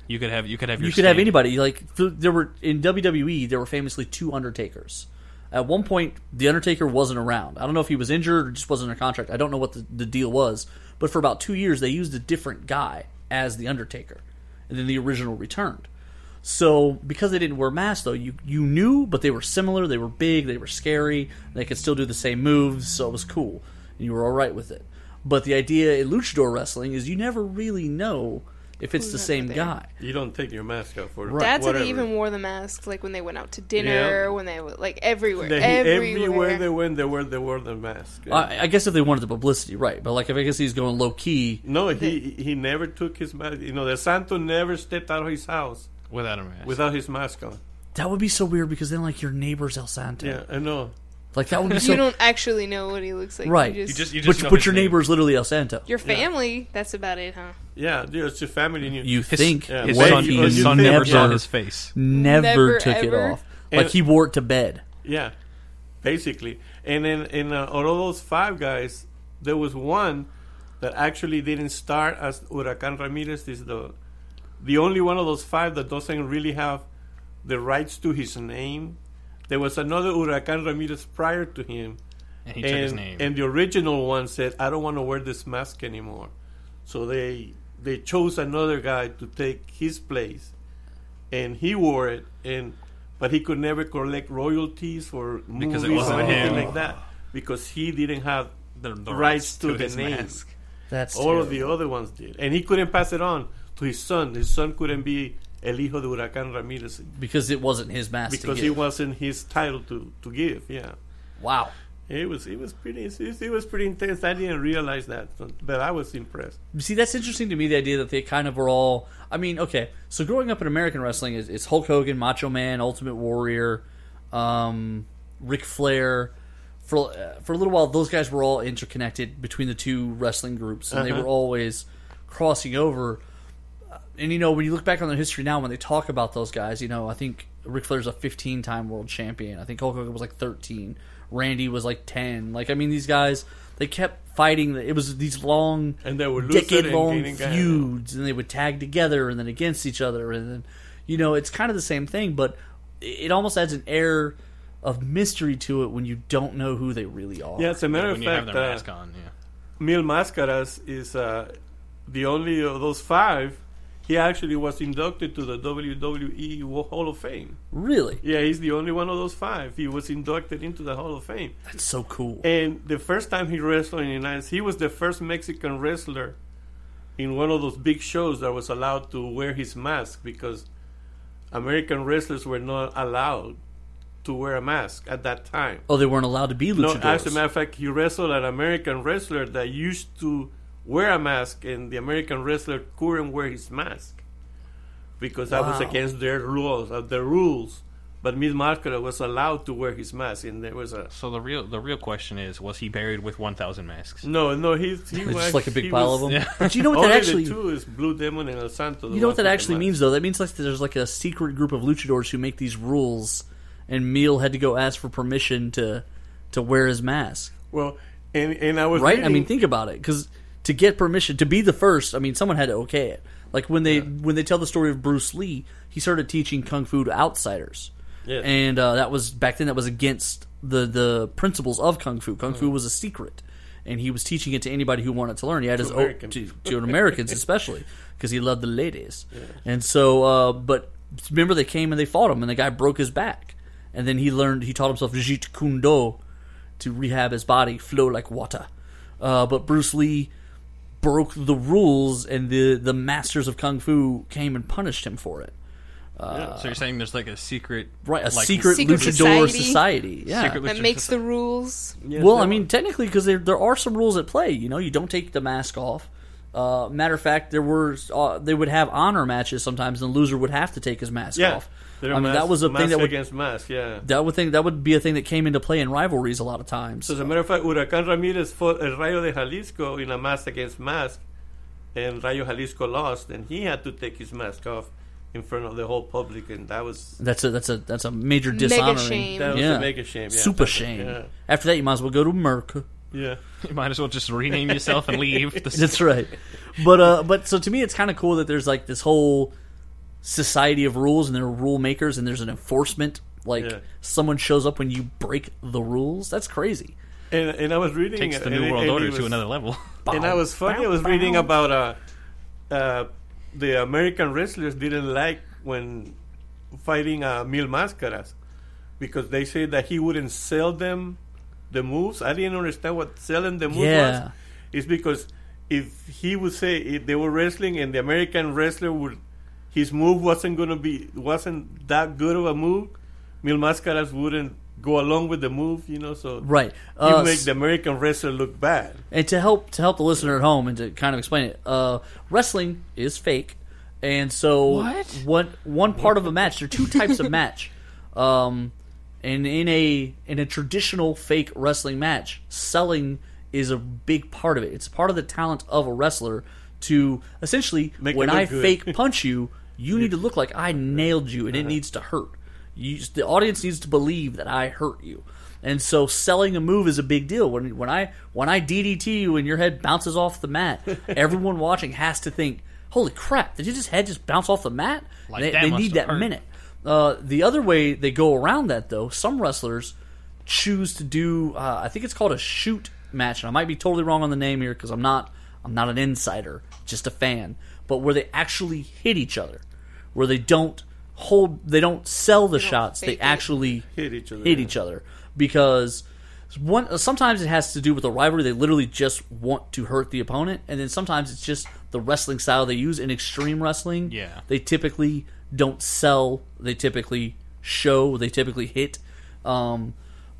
you could have you could have your you could have stand. anybody like th- there were in WWE there were famously two Undertakers. At one point, the Undertaker wasn't around. I don't know if he was injured or just wasn't under contract. I don't know what the, the deal was. But for about two years, they used a different guy as the Undertaker, and then the original returned. So because they didn't wear masks, though, you you knew, but they were similar. They were big. They were scary. They could still do the same moves, so it was cool, and you were all right with it. But the idea in luchador wrestling is you never really know if it's the out same there? guy. You don't take your mask off for That's how whatever. they even wore the masks, like when they went out to dinner, Yeah. when they were like everywhere, They- everywhere. everywhere they went, they were they wore the mask. I, I guess if they wanted the publicity, right? But like if I guess he's going low key, no, he he never took his mask. You know, the Santo never stepped out of his house without a mask. without his mask on. that would be so weird because then like your neighbor's El Santo, Yeah, I know. like that would be you so don't actually know what he looks like, Right. You You just, just, you just but, know but his your name. neighbor's literally El Santo. your family. That's about it, huh? Yeah, dude, it's your family. knew. You His- think yeah, his what son, if he you- his you son never think- saw yeah. his face. never, Never, took it ever. off. Like And- he wore it to bed. Yeah, basically. And then in uh, all of those five guys, there was one that actually didn't start as Huracan Ramirez. Is the the only one of those five that doesn't really have the rights to his name. There was another Huracan Ramirez prior to him, And he took and, his name. and the original one said, "I don't want to wear this mask anymore." So they they chose another guy to take his place, and he wore it. And but he could never collect royalties for Because it movies or wasn't anything him. like that because he didn't have The- the rights to, the his name. mask. That's All of the other ones did, and he couldn't pass it on to his son. His son couldn't be El Hijo de Huracán Ramirez because it wasn't his mask. to because give. it wasn't his title to, to give. Yeah. wow. It was it was pretty it was, it was pretty intense. I didn't realize that, but I was impressed. See, that's interesting to me. The idea that they kind of were all. I mean, okay. So growing up in American wrestling is it's Hulk Hogan, Macho Man, Ultimate Warrior, um, Ric Flair. For uh, for a little while, those guys were all interconnected between the two wrestling groups, and Uh-huh. they were always crossing over. Uh, And you know, when you look back on their history now, when they talk about those guys, you know, I think Ric Flair's a 15 time world champion. I think Hulk Hogan was like 13. Randy was like 10. Like, I mean, these guys, they kept fighting. It was these long And they were losing decade and long gaining guys. feuds, and they would tag together and then against each other, and then you know it's kind of the same thing, but it almost adds an air of mystery to it when you don't know who they really are. Yeah, as a matter When of you have fact, their uh, mask on, yeah. Mil Mascaras is uh, the only of those five. He actually was inducted to the WWE Wo- Hall of Fame. really, Yeah, he's the only one of those five. He was inducted into the Hall of Fame. that's so cool. And the first time he wrestled in the United States, he was the first Mexican wrestler in one of those big shows that was allowed to wear his mask because American wrestlers were not allowed to wear a mask at that time. Oh, they weren't allowed to be No, as a luchadors. matter of fact, he wrestled an American wrestler that used to wear a mask, and the American wrestler couldn't wear his mask because that was Wow. against their rules, uh, their rules. But Miss Mascara was allowed to wear his mask, and there was a So the real the real question is, was he buried with 1,000 masks? no, no. He, he it's was just like a he big pile was- Oh, of them. But you know what Only that actually the two is Blue Demon and El Santo. the You know ones what that with the actually mask. means, though? That means like there's like a secret group of luchadors who make these rules, and Meal had to go ask for permission to to wear his mask, Well, and and I was right? I reading- mean, think about it, because to get permission to be the first, I mean, someone had to okay it. Like when they when they tell the story of Bruce Lee, he started teaching kung fu to outsiders, Yes. and uh, that was back then. That was against the the principles of kung fu. Kung Hmm. fu was a secret. And he was teaching it to anybody who wanted to learn. He had his own, American. to, to Americans especially because he loved the ladies. And so, uh, but remember they came and they fought him, and the guy broke his back, and then he learned he taught himself Jeet Kune Do to rehab his body, flow like water. Uh, but Bruce Lee broke the rules, and the the masters of kung fu came and punished him for it. so you're saying there's like a secret, Right, a like, secret, Secret luchador society. society. Yeah. secret That luchador makes the society. rules. Yes, well, there I mean, technically, because there there are some rules at play. You know, you don't take the mask off. Uh, matter of fact, there were uh, they would have honor matches sometimes, and the loser would have to take his mask yeah, off. I They're mean, mask- that was a mask thing that would against mask. Yeah. that would thing that would be a thing that came into play in rivalries a lot of times. So as a matter of fact, Huracan Ramirez fought El Rayo de Jalisco in a mask against mask, and Rayo Jalisco lost, and he had to take his mask off in front of the whole public, and that was That's a that's a that's a major Mega dishonoring. shame. that was Yeah. a mega shame. Yeah, Super that was- shame. Yeah, After that, you might as well go to America. yeah. You might as well just rename yourself and leave. This- That's right. But uh, but so to me, it's kind of cool that there's like this whole society of rules, and there are rule makers, and there's an enforcement. Like Yeah. someone shows up when you break the rules. That's crazy. And, and I was reading takes the and it- New World and it Order to was- another level. And I was funny. I was reading about uh, uh, the American wrestlers didn't like when fighting uh, Mil Mascaras because they say that he wouldn't sell them the moves. I didn't understand what selling the moves Yeah. was. is because if he would say if they were wrestling and the American wrestler would his move wasn't gonna be wasn't that good of a move, Mil Mascaras wouldn't go along with the move, you know. So Right. you Uh, make the American wrestler look bad. And to help to help the listener at home and to kind of explain it, uh, wrestling is fake, and so What? one- one part of a match. There are two types of match, um, and in a in a traditional fake wrestling match, selling is a big part of it. It's part of the talent of a wrestler to essentially Make it when look I good. fake punch you, you need to look like I nailed you, and it needs to hurt. You, the audience needs to believe that I hurt you, and so selling a move is a big deal. When when I when I DDT you and your head bounces off the mat, everyone watching has to think, "Holy crap! Did his head just bounce off the mat?" Like, they that they must need that have hurt. minute. Uh, the other way they go around that though, some wrestlers choose to do. Uh, I think it's called a shoot match, and I might be totally wrong on the name here because I'm not. I'm not an insider, just a fan. But where they actually hit each other, where they don't hold, they don't sell the shots. They fake it. actually Hit each other, Hit yeah. each other because one sometimes it has to do with the rivalry. They literally just want to hurt the opponent, and then sometimes it's just the wrestling style they use in extreme wrestling. Yeah. they typically don't sell. They typically show. They typically hit. Um,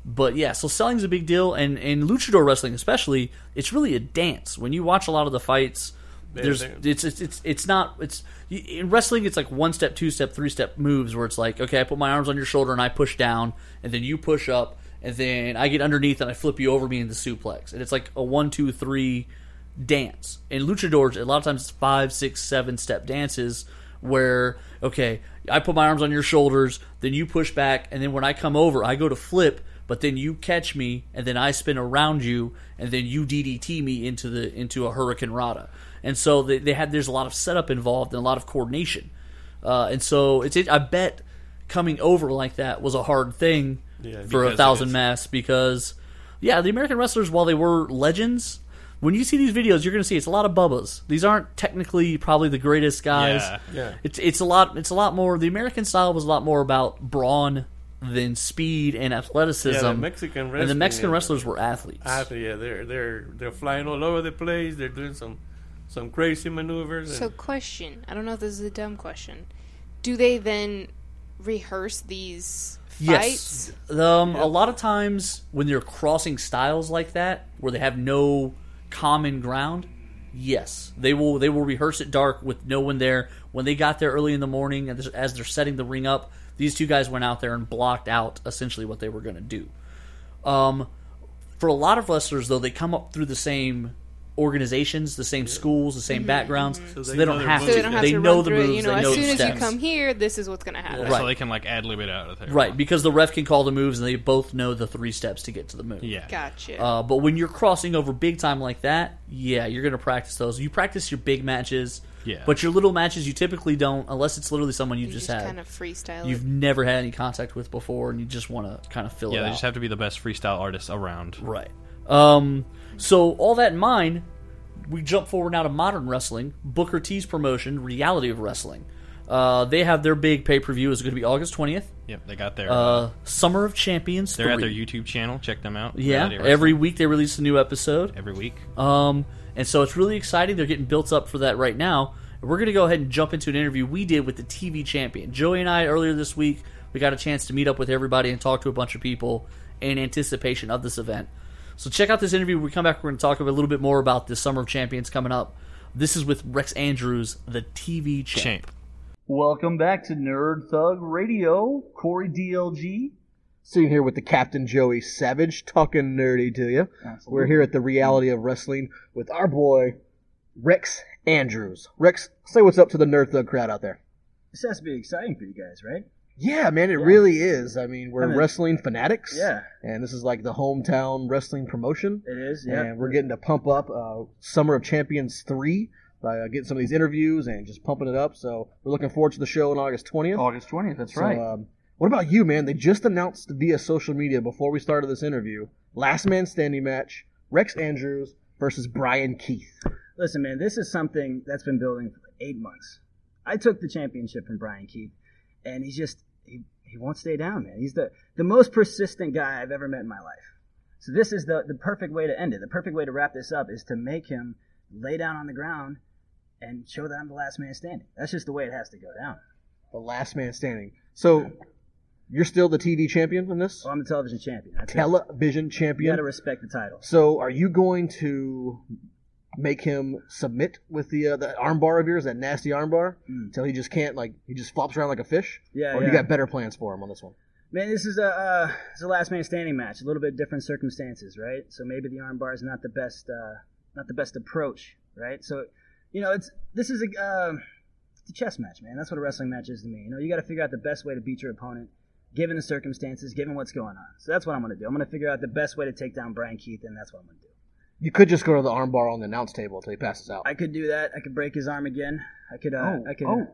but yeah, so selling's a big deal, and and luchador wrestling especially, it's really a dance. When you watch a lot of the fights, there's they're- it's it's it's it's not it's y- in wrestling it's like one step, two step, three step moves where it's like okay, I put my arms on your shoulder and I push down, and then you push up, and then I get underneath and I flip you over me in the suplex, and it's like a one, two, three dance. In luchadors, a lot of times it's five, six, seven step dances where okay, I put my arms on your shoulders, then you push back, and then when I come over, I go to flip, but then you catch me, and then I spin around you, and then you DDT me into the into a Hurricane Rata. And so they, they had there's a lot of setup involved and a lot of coordination, uh, and so it's it, I bet coming over like that was a hard thing for because a it thousand is. mass because yeah the American wrestlers while they were legends. When you see these videos, you're going to see it's a lot of bubbas. These aren't technically probably the greatest guys. Yeah. Yeah. It's it's a lot it's a lot more the American style was a lot more about brawn than speed and athleticism. Yeah, the Mexican and the wrestling Mexican is- wrestlers were athletes. Ah, so yeah, they're they're they're flying all over the place. They're doing some some crazy maneuvers. And So, question. I don't know if this is a dumb question. Do they then rehearse these fights? Yes. Um, A lot of times when they're crossing styles like that, where they have no common ground, yes, they will they will rehearse it dark with no one there. When they got there early in the morning, and this- as they're setting the ring up, these two guys went out there and blocked out essentially what they were going to do. Um, for a lot of wrestlers, though, they come up through the same organizations, the same schools, the same backgrounds, so, they they, know don't their have Mm-hmm. So to. they don't have to know run the through moves. it. You know, they as know soon the as steps. you come here, this is what's going to happen. Right. So they can like ad lib it out of there. Right, because the ref can call the moves and they both know the three steps to get to the move. Yeah. Gotcha. Uh, but when you're crossing over big time like that, yeah, you're going to practice those. You practice your big matches, Yeah. but your little matches you typically don't, unless it's literally someone you, you just, just had. kind of freestyle. You've it. never had any contact with before, and you just want to kind of fill Yeah, it they out. just have to be the best freestyle artists around. Right. Um, so all that in mind, we jump forward now to modern wrestling. Booker T's promotion, Reality of Wrestling. Uh, they have their big pay per view is going to be August twentieth. Yep, they got their. Uh, Summer of Champions. they're at 3. their YouTube channel. Check them out. Yeah, Reality Wrestling. every week they release a new episode. every week. Um, and so it's really exciting. They're getting built up for that right now. And We're going to go ahead and jump into an interview we did with the TV champion. Joey and I, earlier this week, we got a chance to meet up with everybody and talk to a bunch of people in anticipation of this event. So check out this interview. When we come back, we're going to talk a little bit more about the Summer of Champions coming up. This is with Rex Andrews, the TV champ. Champ. Welcome back to Nerd Thug Radio. Corey DLG. Sitting here with the Captain Joey Savage, talking nerdy to you. We're here at the Reality of Wrestling with our boy Rex Andrews. Rex, say what's up to the nerd thug crowd out there. This has to be exciting for you guys, right? Yeah, man, it really is. I mean, we're I mean- wrestling fanatics. Yeah. and this is like the hometown wrestling promotion. It is, yeah. and we're getting to pump up uh, Summer of Champions three by uh, getting some of these interviews and just pumping it up. So we're looking forward to the show on August twentieth. August 20th, that's So, um, what about you, man? They just announced via social media before we started this interview last man standing match Rex Andrews versus Brian Keith. Listen, man, this is something that's been building for like eight months. I took the championship from Brian Keith, and he's just, he, he won't stay down, man. He's the, the most persistent guy I've ever met in my life. So this is the the perfect way to end it. The perfect way to wrap this up is to make him lay down on the ground and show that I'm the last man standing. That's just the way it has to go down. The last man standing. So you're still the TV champion in this? Well, I'm the television champion. That's it. Television You got to champion. respect the title. So are you going to make him submit with the uh, the armbar of yours, that nasty armbar, until he just can't like he just flops around like a fish? Hmm. Yeah, Or you yeah. got better plans for him on this one? Man, this is a uh, it's a last man standing match. A little bit different circumstances, right? So maybe the armbar is not the best uh, not the best approach, right? So, you know, it's this is a uh, it's a chess match, man. That's what a wrestling match is to me. You know, you got to figure out the best way to beat your opponent, given the circumstances, given what's going on. So that's what I'm gonna do. I'm gonna figure out the best way to take down Brian Keith, and that's what I'm gonna do. You could just go to the armbar on the announce table until he passes out. I could do that. I could break his arm again. I could. Uh, I could. oh.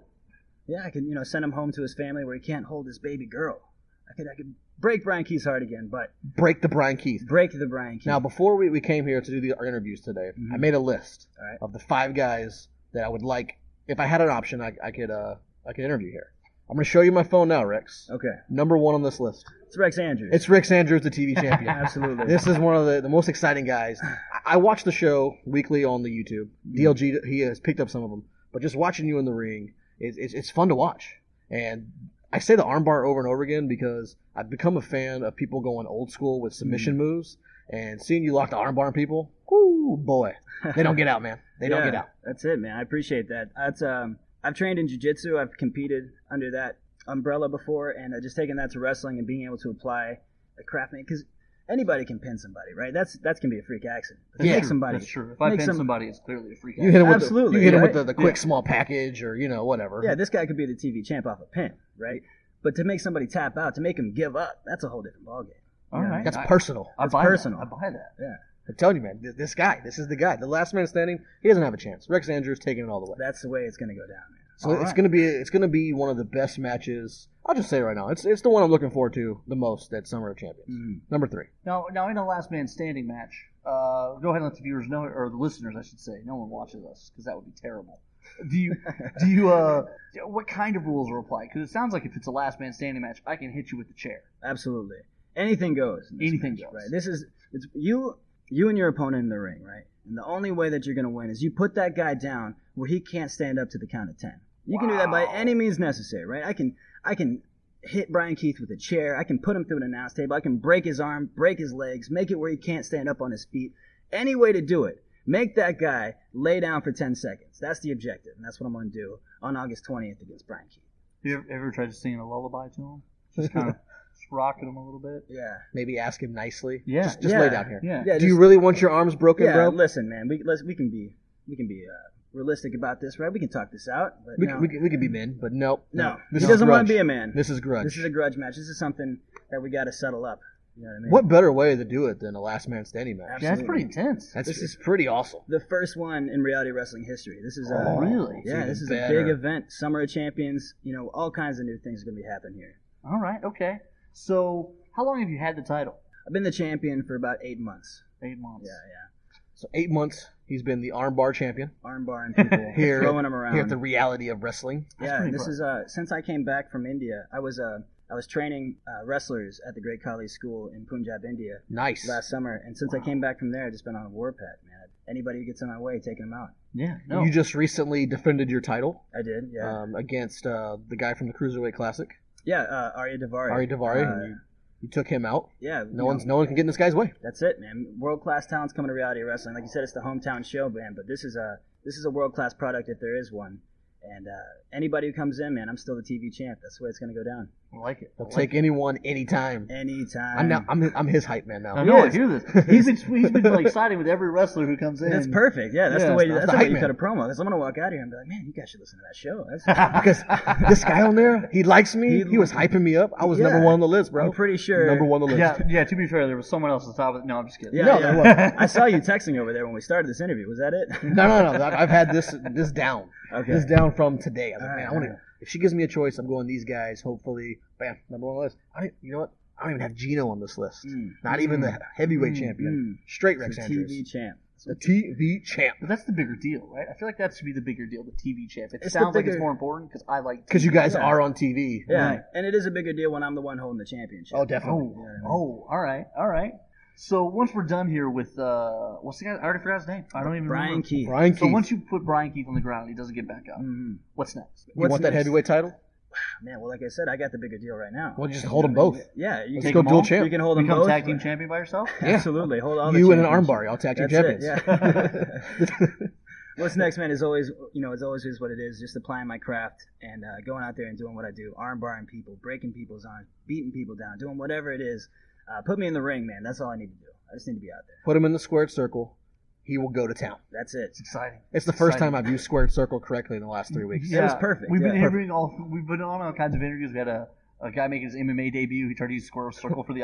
Yeah, I could. You know, send him home to his family where he can't hold his baby girl. I could. I could break Brian Keith's heart again, but Break the Brian Keith. break the Brian Keith. Now, before we, we came here to do the, our interviews today, I made a list All right. of the five guys that I would like, if I had an option, I, I could uh, I could interview here. I'm going to show you my phone now, Rex. Okay, Number one on this list. it's Rex Andrews. It's Rex Andrews, the TV champion. absolutely. this is one of the, the most exciting guys. I- I watch the show weekly on the YouTube. Mm-hmm. DLG, he has picked up some of them. But just watching you in the ring, it, it's it's fun to watch. And I say the armbar over and over again because I've become a fan of people going old school with submission Mm-hmm. moves. And seeing you lock the armbar on people, whoo, boy. They don't get out, man. They don't Yeah, get out. That's it, man. I appreciate that. That's um, I've trained in jujitsu. I've competed under that umbrella before, and uh, just taking that to wrestling and being able to apply the craft, because anybody can pin somebody, right? That's that can be a freak accident. But Yeah, make somebody. That's true. If I make pin some- somebody, it's clearly a freak You out. hit him with, Absolutely, the, you hit him right? with the, the quick small package or, you know, whatever. Yeah, this guy could be the TV champ off a pin, right? But to make somebody tap out, to make him give up, that's a whole different ballgame. All right. That's I- personal. I It's buy personal. That. I buy that. I'm telling you, man, th- this guy, this is the guy. The last man standing, he doesn't have a chance. Rex Andrews taking it all the way. That's the way it's going to go down, man. So it's gonna be it's gonna be one of the best matches. I'll just say right now, it's it's the one I'm looking forward to the most at Summer of Champions. Mm-hmm. Number three. Now, now in a last man standing match, uh, go ahead and let the viewers know, or the listeners, I should say. No one watches us because that would be terrible. Do you? do you? Uh, what kind of rules are applied? Because it sounds like if it's a last man standing match, I can hit you with the chair. Absolutely. Anything goes. in this Anything match, goes. Right. This is it's you you and your opponent in the ring, right? And the only way that you're going to win is you put that guy down where he can't stand up to the count of 10. You can do that by any means necessary, right? I can I can hit Brian Keith with a chair. I can put him through an announce table. I can break his arm, break his legs, make it where he can't stand up on his feet. Any way to do it. Make that guy lay down for 10 seconds. That's the objective, and that's what I'm going to do on August 20th against Brian Keith. You ever, ever tried to sing a lullaby to him? Just kind of just rocking him a little bit. Yeah. Maybe ask him nicely. Yeah, Just, just yeah, lay down here. Yeah. Yeah, Do you just- really want your arms broken, yeah, bro? listen, man, we let's, we can be we can be uh, realistic about this, right? We can talk this out, but we, no, we, we could be men, but nope. no, This he is doesn't want grudge. to be a man. This is grudge. This is a grudge match. This is something that we got to settle up. You know what I mean? what better way to do it than a last man standing match? Yeah, that's pretty intense. That's this is pretty awesome. The first one in reality wrestling history. This is uh, Oh, really? yeah. Even This is better. a big event. Summer of Champions. You know, all kinds of new things are gonna be happening here. All right. Okay. So, how long have you had the title? I've been the champion for about eight months. Eight months. Yeah, yeah. So eight months he's been the armbar champion Armbar and people here, throwing them around. here at the reality of wrestling. yeah, this is uh since I came back from India, I was uh I was training uh, wrestlers at the Great Kali School in Punjab, India. Nice. last summer, and since I came back from there, I've just been on a warpath, man. Anybody who gets in my way, taking them out. Yeah. No. You just recently defended your title. I did, yeah, um, against uh, the guy from the Cruiserweight Classic, yeah. Uh, Arya Davari, Ari Davari. Uh, and you, you took him out. yeah, No one's no one can get in this guy's way. That's it, man. World class talents coming to reality wrestling. Like you said, it's the hometown show, man. But this is a this is a world class product if there is one. And uh, anybody who comes in, man, I'm still the TV champ. That's the way it's gonna go down. I like it. He'll take anyone anytime. Anytime. I'm now I'm his, I'm his hype man now. I know. I hear this. He's been he's been like siding with every wrestler who comes in. That's perfect. Yeah, that's Yeah, the way. that's That's the the way hype you cut man. a promo. Because I'm gonna walk out here and be like, man, you guys should listen to that show. That's, Because this guy on there, he likes me. He, was hyping me up. I was Yeah. number one on the list, bro. I'm pretty sure. number one on the list. Yeah, yeah. To be fair, there was someone else on top of it. No, I'm just kidding. Yeah, No, yeah. there wasn't. I saw you texting over there when we started this interview. Was that it? No, no, no. that- I've had this this down. Okay. This down from today. I was like, All man, right, I want Uh-huh. all to. If she gives me a choice, I'm going these guys. Hopefully, bam, number one on the list. I don't, you know what? I don't even have Gino on this list. Mm. Not even the heavyweight champion. Straight Rex the Andrews. TV champ. the TV champ. But that's the bigger deal, right? I feel like that should be the bigger deal, the TV champ. It It's the sounds like it's bigger- more important because I like. Because you guys Yeah. are on TV. Yeah, Right. and it is a bigger deal when I'm the one holding the championship. Oh, definitely. Oh, oh, all right, all right. So once we're done here with uh, what's the guy? I already forgot his name. I don't even Brian remember. Keith. Brian So Keith. once you put Brian Keith on the ground, he doesn't get back up. Mhm. What's next? you want that next? heavyweight title? Man, well, like I said, I got the bigger deal right now. Well, just hold them both. Yeah, you Let's can go them dual all? champ. You can hold them Become both. tag team champion by yourself. Absolutely, hold all. you the and an champions. armbar, y'all tag team That's It, champions. yeah. What's next, man? Is always you know, it's always is what it is. Just applying my craft and uh, going out there and doing what I do, armbarring people, breaking people's arms, beating people down, doing whatever it is. Uh, put me in the ring, man. That's all I need to do. I just need to be out there. Put him in the squared circle. He will go to town. That's it. Exciting. It's the first Exciting. time I've used squared circle correctly in the last three weeks. It was perfect, We've yeah. been interviewing all. We've been on all kinds of interviews. We had a, a guy making his MMA debut. He tried to use square circle for the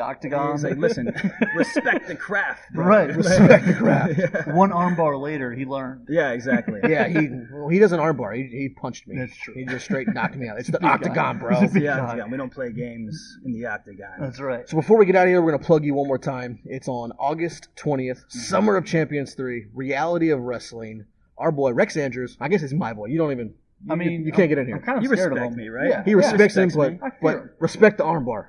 octagon. He's like, listen, respect the craft. bro." right. Respect the craft. One armbar later, he learned. Yeah, exactly. Yeah, he well, he does an armbar. He, he punched me. That's true. He just straight knocked me out. It's the octagon, bro. It's the octagon. We don't play games in the octagon. That's right. So before we get out of here, we're going to plug you one more time. It's on August 20th, Mm-hmm. Summer of Champions 3, Reality of Wrestling. Our boy, Rex Andrews. I guess he's my boy. You don't even. I mean, you, can't get in I'm here. kind of You scared of respect him. me, right? Yeah. he respects respects input, me. I Uh, fear him. but respect the armbar.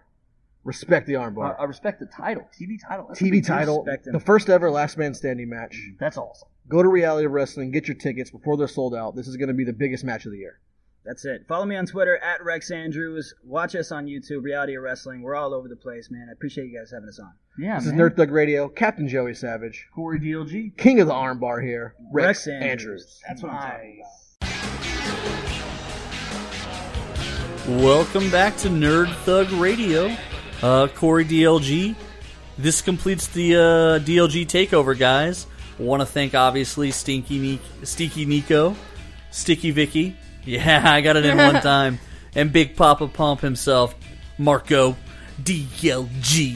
Respect the I, armbar. I respect the title. TV title. That's TV title, respect Mm-hmm. him. the first ever Last Man Standing match. That's awesome. Go to Reality of Wrestling, get your tickets before they're sold out. This is going to be the biggest match of the year. That's it. Follow me on Twitter at Rex Andrews. Watch us on YouTube, Reality of Wrestling. We're all over the place, man. I appreciate you guys having us on. Yeah, This is Mm-hmm. man. Nerd Thug Radio, Captain Joey Savage, Corey DLG. King of the Armbar here, Rex, Rex Andrews. Andrews. That's what I'm talking about. Welcome back to Nerd Thug Radio. Uh, Corey DLG. This completes the uh, DLG takeover, guys. Want to thank obviously Stinky Nick, Stinky Nico, Sticky Vicky. Yeah, I got it in one time. And Big Papa Pump himself, Marco DLG.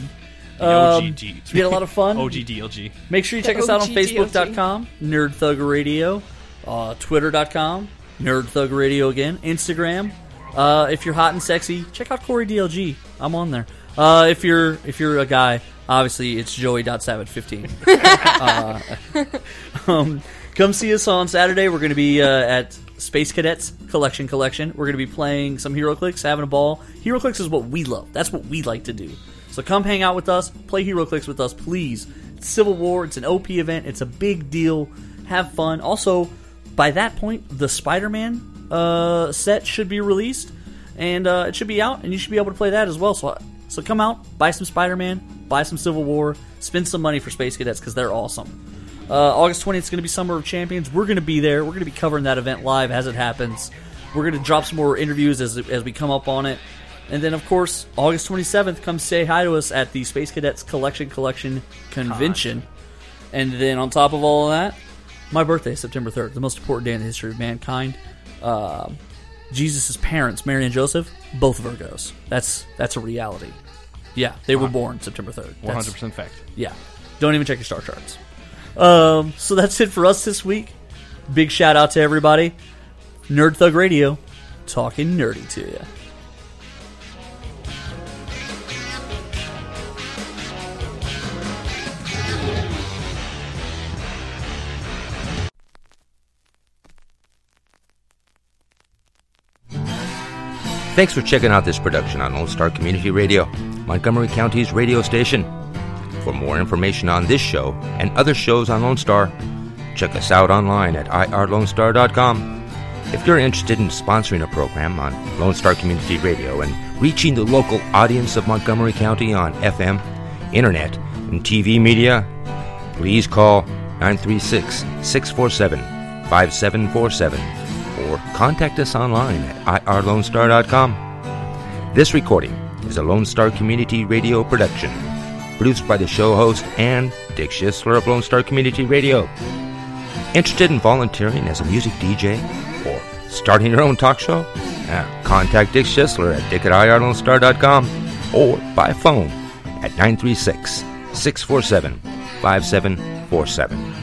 Um, OGG. you had a lot of fun. OGDLG. Make sure you check us out on OGDLT. Facebook.com, Nerd Thug Radio, uh, Twitter.com, Nerd Thug Radio again, Instagram. Uh, if you're hot and sexy, check out Corey DLG. I'm on there. Uh, if you're if you're a guy, obviously it's Joey.savage15. Um, come see us on Saturday. We're going to be uh, at Space Cadets Collection Collection. We're going to be playing some Hero Clicks, having a ball. Hero Clicks is what we love. That's what we like to do. So come hang out with us. Play Hero Clicks with us, please. It's Civil War. It's an OP event. It's a big deal. Have fun. Also, by that point, the Spider-Man uh, set should be released, and uh, it should be out, and you should be able to play that as well. So, so come out, buy some Spider-Man, buy some Civil War, spend some money for Space Cadets because they're awesome. Uh, August 20th is going to be Summer of Champions. We're going to be there. We're going to be covering that event live as it happens. We're going to drop some more interviews as, as we come up on it. And then, of course, August 27th, come say hi to us at the Space Cadets Collection Collection Convention. And then, on top of all of that, my birthday, September 3rd, the most important day in the history of mankind. Uh, Jesus' parents, Mary and Joseph, both Virgos. That's that's a reality. Yeah, they were born September 3rd. That's- 100% fact. yeah. Don't even check your star charts. Um, so that's it for us this week. Big shout out to everybody. Nerd Thug Radio, talking nerdy to you. Thanks for checking out this production on Lone Star Community Radio, Montgomery County's radio station. For more information on this show and other shows on Lone Star, check us out online at irlonestar.com. If you're interested in sponsoring a program on Lone Star Community Radio and reaching the local audience of Montgomery County on FM, internet, and TV media, please call 936 647 5747 or contact us online at irlonestar.com. This recording is a Lone Star Community Radio production, produced by the show host and Dick Schisler of Lone Star Community Radio. Interested in volunteering as a music DJ or starting your own talk show? Yeah, contact Dick Schisler at dick at irlonestar.com or by phone at 936 647 5747.